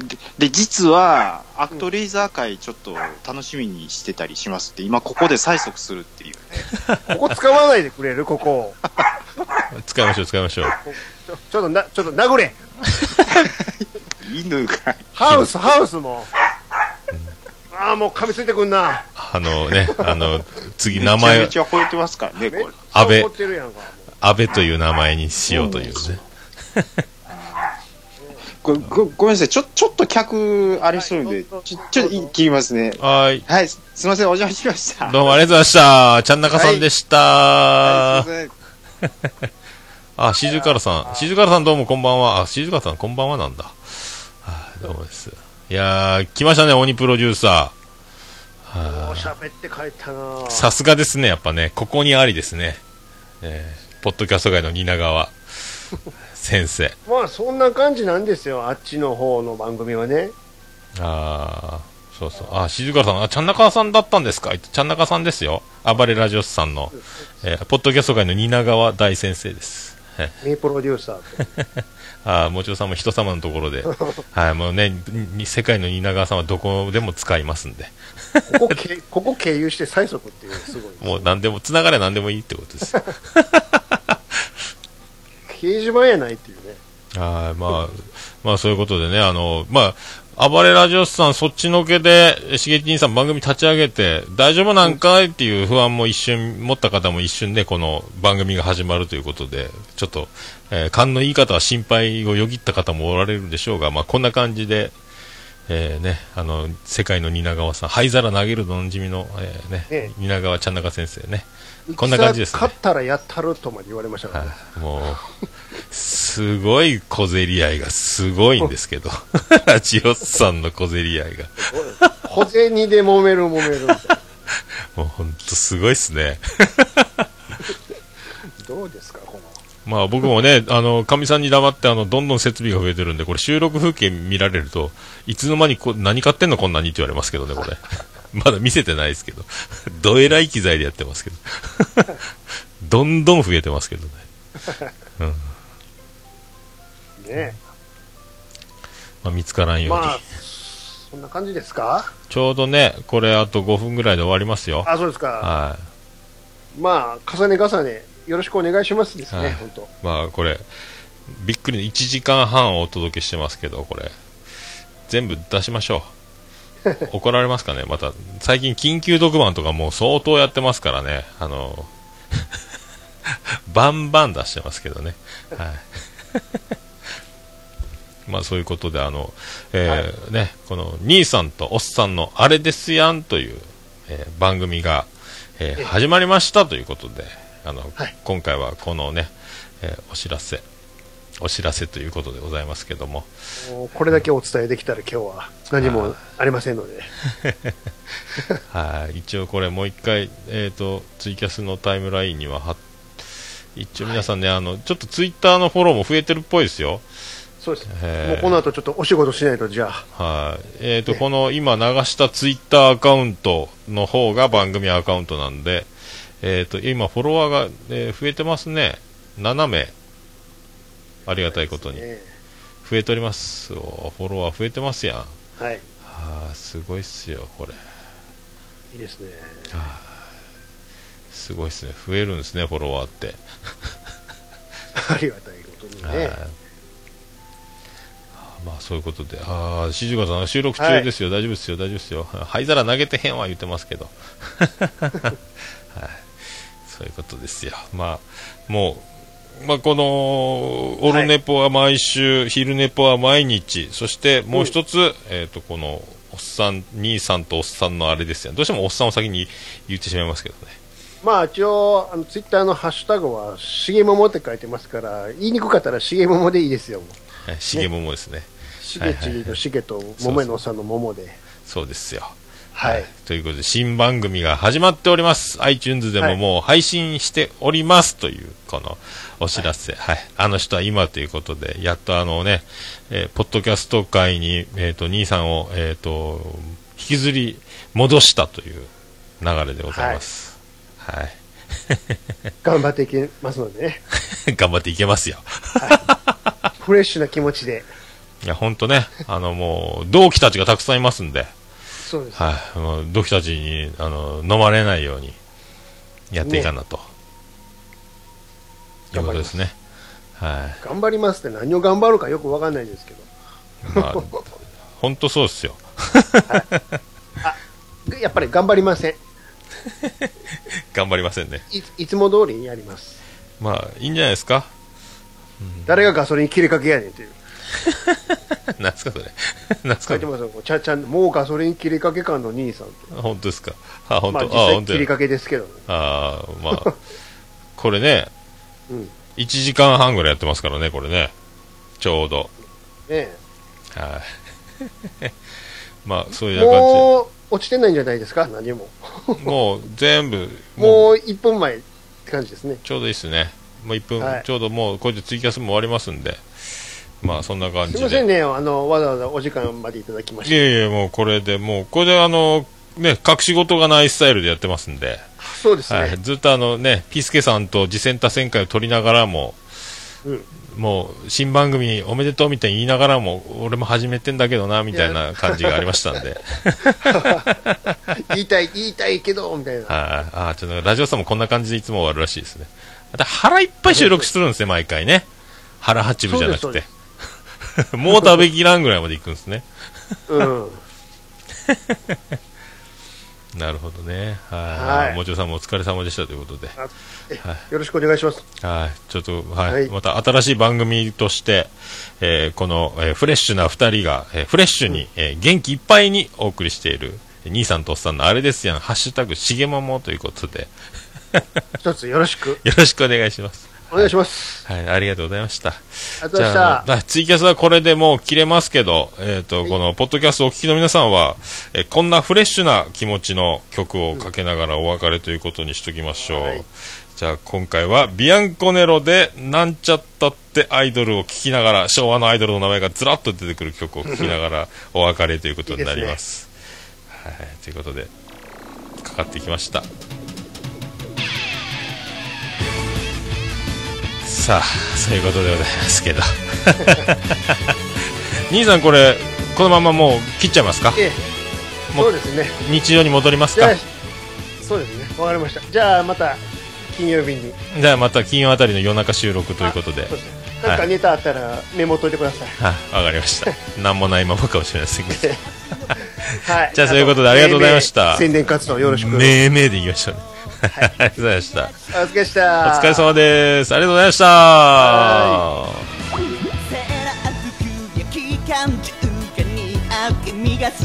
Speaker 3: でで、実は、アクトレイザー会ちょっと楽しみにしてたりしますって、今ここで催促するっていうね。
Speaker 2: ここ使わないでくれる、ここ、
Speaker 1: 使いましょう、使いましょう。
Speaker 2: ちょちょっとなちょっと殴れ、
Speaker 3: 犬が、
Speaker 2: ハウス、ハウスも、ああ、もう噛みついてくんな、
Speaker 1: あのね、あの、次
Speaker 3: め
Speaker 1: 名
Speaker 3: ちゃ
Speaker 1: 前
Speaker 3: め
Speaker 1: を、
Speaker 3: ちゃ吠えてますからね、こ
Speaker 2: めっ
Speaker 3: れ。
Speaker 2: ちゃ
Speaker 1: 安倍
Speaker 2: 怒ってるやんか、
Speaker 1: 安倍という名前にしようというね。
Speaker 3: ごごごめんなさい、ちょちょっと客、あれしてるんで、ちょちょっと切りますね。
Speaker 1: はーい。
Speaker 3: はい、すすいません、お邪魔しました。
Speaker 1: どうもありがとうございました。ちゃんなかさんでした。
Speaker 3: はいすいません
Speaker 1: あ、しずからさん。しずからさんどうもこんばんは。あ、しずからさんこんばんはなんだ。はいどうもです。いやー、来ましたね、鬼プロデューサ
Speaker 2: もう喋って帰ったな
Speaker 1: ー。、さすがですね、やっぱね。ここにありですね。えー、ポッドキャスト界の蜷川先生。
Speaker 2: まあそんな感じなんですよ、あっちの方の番組はね、
Speaker 1: あー、そうそう。あ、しずからさん、あ、ちゃんなかさんだったんですかちゃんなかさんですよ。暴れラジオスさんの、えー、ポッドキャスト界の蜷川大先生です。
Speaker 2: 名プロデューサーと、
Speaker 1: ああ、もちろんさんも人様のところで、はい、もうね、にに世界の蜷川さんはどこでも使いますんで、
Speaker 2: ここけ
Speaker 1: [LAUGHS]
Speaker 2: ここ経由して催促っていう、すごい。
Speaker 1: もう何でも、つながれば何でもいいってことです。あ
Speaker 2: 掲示板やないっていうね。
Speaker 1: あ、まあ、まあそういうことでね、あの、まあ、暴れラジオスさん、そっちのけで、しげちんさん番組立ち上げて、大丈夫なんかいっていう不安も一瞬、持った方も一瞬ね、この番組が始まるということで、ちょっと、えー勘のいい方は心配をよぎった方もおられるでしょうが、まあこんな感じで、えーね、あの世界の蜷川さん、灰皿投げるのおなじみの、えーね
Speaker 2: え
Speaker 1: 蜷川ちゃん中先生ね、こんな感じですね
Speaker 2: 勝ったらやったるとまで言われましたからね。
Speaker 1: はいもう、すごい小競り合いがすごいんですけど、 [LAUGHS] ラジオスさんの小競り合いが、
Speaker 2: 小銭で揉める揉めるみたいな。
Speaker 1: もう本当すごいっすね。
Speaker 2: どうですか、この。
Speaker 1: まあ僕もね、あの、かみさんに黙って、あの、どんどん設備が増えてるんで、これ収録風景見られると、いつの間にこ何買ってんのこんなにって言われますけどね、これ。 [LAUGHS] まだ見せてないですけど。どえらい機材でやってますけど。 [LAUGHS] どんどん増えてますけどね。うん。
Speaker 2: ね
Speaker 1: まあ見つからんように。
Speaker 2: まあ、そんな感じですか
Speaker 1: ちょうどね、これあと5分ぐらいで終わりますよ。
Speaker 2: あ、そうですか。
Speaker 1: は
Speaker 2: まあ、重ね重ね、よろしくお願いしますです
Speaker 1: はい
Speaker 2: ね、本当。
Speaker 1: い。まあこれ、びっくり、1時間半お届けしてますけど、これ。全部出しましょう。怒られますかねまた、最近緊急特番とかもう相当やってますからね。あの、 [LAUGHS] バンバン出してますけどね。はい。ま [LAUGHS] あそういうことで、あの、えーね、この兄さんとおっさんのあれですやんという、えー番組が、えー
Speaker 2: ええ
Speaker 1: 始まりましたということで、あの、
Speaker 2: はい
Speaker 1: 今回はこのね、えーお知らせ、お知らせということでございますけども、
Speaker 2: もうこれだけお伝えできたら今日は何もありませんので。
Speaker 1: はい、一応これもう一回、えーと、ツイキャスのタイムラインには貼っ一応皆さんね、あの、ちょっとツイッターのフォローも増えてるっぽいですよ。
Speaker 2: そうです。
Speaker 1: へー
Speaker 2: もうこの後ちょっとお仕事しないと、じゃあ。
Speaker 1: はい、えーと、
Speaker 2: ね
Speaker 1: この今流したツイッターアカウントの方が番組アカウントなんで、えーと、今フォロワーが、えー増えてますね。7名。ありがたいことに。
Speaker 2: ね
Speaker 1: 増えております。おーフォロワー増えてますやん。は
Speaker 2: はい。
Speaker 1: あ、すごいっすよ、これ。
Speaker 2: いいですね。
Speaker 1: すごいっすね。増えるん [LAUGHS] ですね、フォロワーって。
Speaker 2: [LAUGHS] ありがたいことに
Speaker 1: はい
Speaker 2: ね。
Speaker 1: まあそういうことで、ああ、静香さん、収録中ですよ、大丈夫ですよ、大丈夫ですよ、灰皿投げてへんわ言ってますけど、 [LAUGHS] はい、そういうことですよ、まあ、もう、まあ、この、オルネポは毎週、昼ネポは毎日、そしてもう一つ、えっ、と、この、おっさん、兄さんとおっさんのあれですよ、どうしてもおっさんを先に言ってしまいますけどね、
Speaker 2: まあ一応、あのツイッターのハッシュタグは、しげももって書いてますから、言いにくかったらしげももでいいですよ。
Speaker 1: はいしげももですね、
Speaker 2: しげちりのしげと、もめのおっさんのももで。
Speaker 1: そうですよ。
Speaker 2: はい。
Speaker 1: ということで、新番組が始まっております。iTunes で
Speaker 2: は
Speaker 1: も
Speaker 2: い
Speaker 1: もう配信しておりますという、このお知らせ。はい。あの人は今ということで、やっとあのね、えーポッドキャスト界に、えっ、と、兄さんを、えっ、と、引きずり戻したという流れでございます。はい。
Speaker 2: 頑張っていきますのでね。
Speaker 1: 頑張ってい [LAUGHS] けますよ。
Speaker 2: [LAUGHS] フレッシュな気持ちで。
Speaker 1: いや、ほんとね、あのもう、同期たちがたくさんいますんで、
Speaker 2: そうです。
Speaker 1: はい。もう同期たちに、あの、飲まれないように、やっていかなと。いうことですね。はい。
Speaker 2: 頑張りますって何を頑張るかよくわかんないですけど。
Speaker 1: まあ、本当そうですよ。
Speaker 2: やっぱり頑張りません。
Speaker 1: 頑張りませんね。
Speaker 2: いいつも通りにやります。
Speaker 1: まあ、いいんじゃないですか。
Speaker 2: 誰がガソリン切りかけやねんっていう。
Speaker 1: 何すか、それ。何す
Speaker 2: 書
Speaker 1: か
Speaker 2: いて、ますよ。ちゃんちゃん、もうガソリン切りかけ感の兄さんって。
Speaker 1: 本当ですか。あ、本
Speaker 2: まあ
Speaker 1: 当、
Speaker 2: 実
Speaker 1: あ、
Speaker 2: 際
Speaker 1: 本当
Speaker 2: 切り
Speaker 1: や。
Speaker 2: かけですけどね。
Speaker 1: あーま
Speaker 2: [LAUGHS]
Speaker 1: あ、これね、
Speaker 2: うん。ね
Speaker 1: 1時間半ぐらいやってますからね、これね。ちょうど。
Speaker 2: え [LAUGHS]
Speaker 1: はい。まあ、そういう感
Speaker 2: もう落ちてないんじゃないですか何も。
Speaker 1: じ。もう、全部、
Speaker 2: もう1分前って感じですね。
Speaker 1: ちょうどいいですね。もう1分、
Speaker 2: はい
Speaker 1: ちょうどもう、これでツイキャスも終わりますんで。まあ、そんな感じ
Speaker 2: す
Speaker 1: で。
Speaker 2: いませんね。あの、わざわざお時間までいただきま
Speaker 1: い
Speaker 2: して。
Speaker 1: やいや、もうこれで、もう、これであの、ね、隠し事がないスタイルでやってますんで、
Speaker 2: そうです
Speaker 1: はい、
Speaker 2: ね。
Speaker 1: ずっとあのね、ピスケさんと次戦多戦会を取りながらも、
Speaker 2: うん
Speaker 1: もう、新番組おめでとうみたいに言いながらも、俺も始めてんだけどな、みたいな感じがありましたんで、はい、
Speaker 2: 言いたい、言いたいけど、みたいな。
Speaker 1: ああ、ちょっとラジオさんもこんな感じでいつも終わるらしいですね。また腹いっぱい収録するんですね、毎回ね。腹八分じゃな
Speaker 2: そ
Speaker 1: く
Speaker 2: うで
Speaker 1: て
Speaker 2: す。
Speaker 1: もう食べきらんぐらいまで行くんですね。
Speaker 2: うん。
Speaker 1: なるほどね。
Speaker 2: は
Speaker 1: はい。
Speaker 2: い
Speaker 1: もちろさんもお疲れ様でしたということで。
Speaker 2: あえ
Speaker 1: は
Speaker 2: よろしくお願いします。
Speaker 1: はい、ちょっと、はい、
Speaker 2: はい
Speaker 1: また新しい番組として、えーこの、えーフレッシュな二人が、えーフレッシュに、えー元気いっぱいにお送りしている、兄さんとおっさんのあれですやん、ハッシュタグ、しげももということで、
Speaker 2: 一つよろしく
Speaker 1: よろしくお願いします。
Speaker 2: お願いします。
Speaker 1: はい、ありがとうございました。
Speaker 2: ありがとうございまし
Speaker 1: あ
Speaker 2: た。
Speaker 1: まあツイキャスはこれでもう切れますけど、えっ、と、
Speaker 2: い
Speaker 1: この、ポッドキャストお聞きの皆さんは、えーこんなフレッシュな気持ちの曲をかけながらお別れということにしときましょう。
Speaker 2: はい
Speaker 1: じゃあ今回はビアンコネロでなんちゃったってアイドルを聴きながら昭和のアイドルの名前がずらっと出てくる曲を聴きながらお別れということになりますはいということでかかってきましたさあそういうことでございますけど [LAUGHS] 兄さんこれこのままもう切っちゃいますか
Speaker 2: ええ
Speaker 1: もう
Speaker 2: そうですね
Speaker 1: 日常に戻ります
Speaker 2: じゃ
Speaker 1: か
Speaker 2: あそうですねわかりましたじゃあまた金曜日に
Speaker 1: じゃあまた金曜あたりの夜中収録ということで
Speaker 2: あそうですねなんかネタあったらメモっといてください
Speaker 1: はい、わかりま
Speaker 2: [LAUGHS]
Speaker 1: した。なんもないままかもしれないですけど。
Speaker 2: はい
Speaker 1: じゃあそういうことでありがとうございました
Speaker 2: 宣伝活動よろしくお疲
Speaker 1: めいめいで言いましたね。 [LAUGHS] ありがとうございました。
Speaker 2: れでした
Speaker 1: お疲れ様です。ありがとうございました。
Speaker 2: は
Speaker 6: セーラー服や機関銃が似合う君が好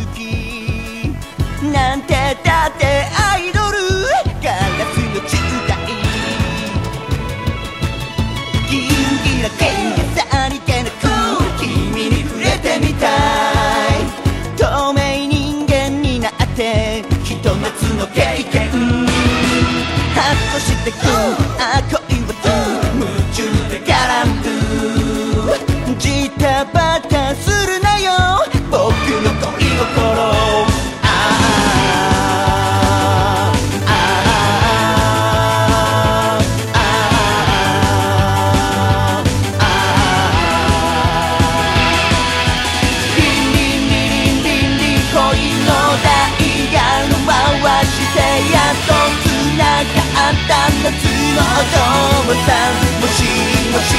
Speaker 6: きなんてだってアイドルガラスの中代ギンギラギンがさりげなく君に触れてみたい透明人間になってひと夏の経験ハッとしてくあ恋は夢中で絡んでジタバタするなよ僕の恋心あああああああリンリンリンリンリン恋のダイヤル回してやっと繋がった夏のお父さんもしもし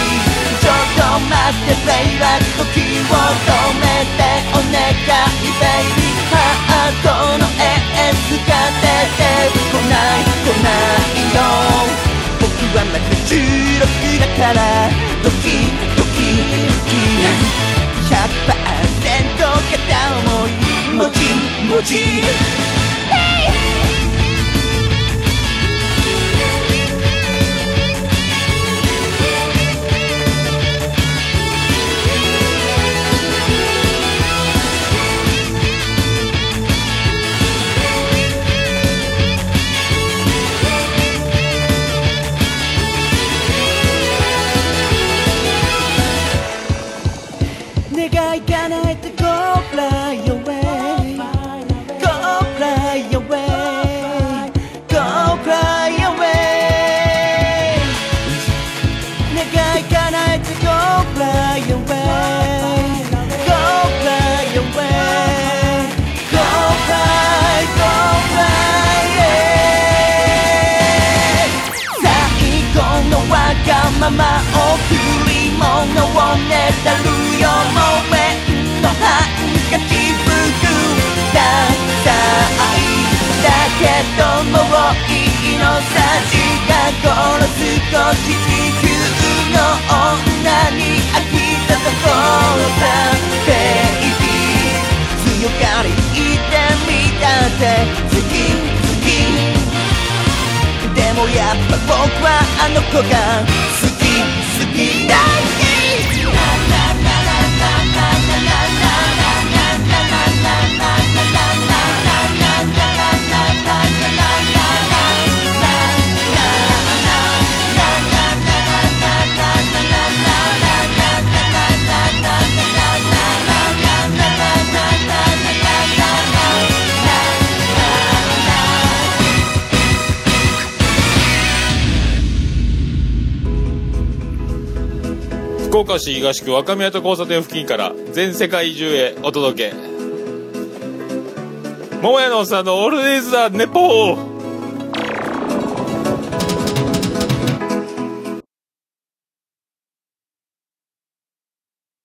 Speaker 6: ちょっと待ってベイラ時を止めてお願いベイビーハートのエースが出てこない来ないよ僕はまた16だからドキドキドキ100%片思いもちもち Hey! 願い叶えて Go fly away Go fly away Go fly away 願い叶えて Go fly away Go fly away Go fly Go fly away 最後のわがままを振り物をねだるよもう面のハンカチ服ダサいだけどもういいのさ時が殺す少し地球の女に飽きたところさベイビー強がり言ってみたぜ次次でもやっぱ僕はあの子が好き好きだ
Speaker 1: 福岡市東区若宮と交差点付近から全世界中へお届け。桃屋のおっさんのオールデイズ・ザ・ネポー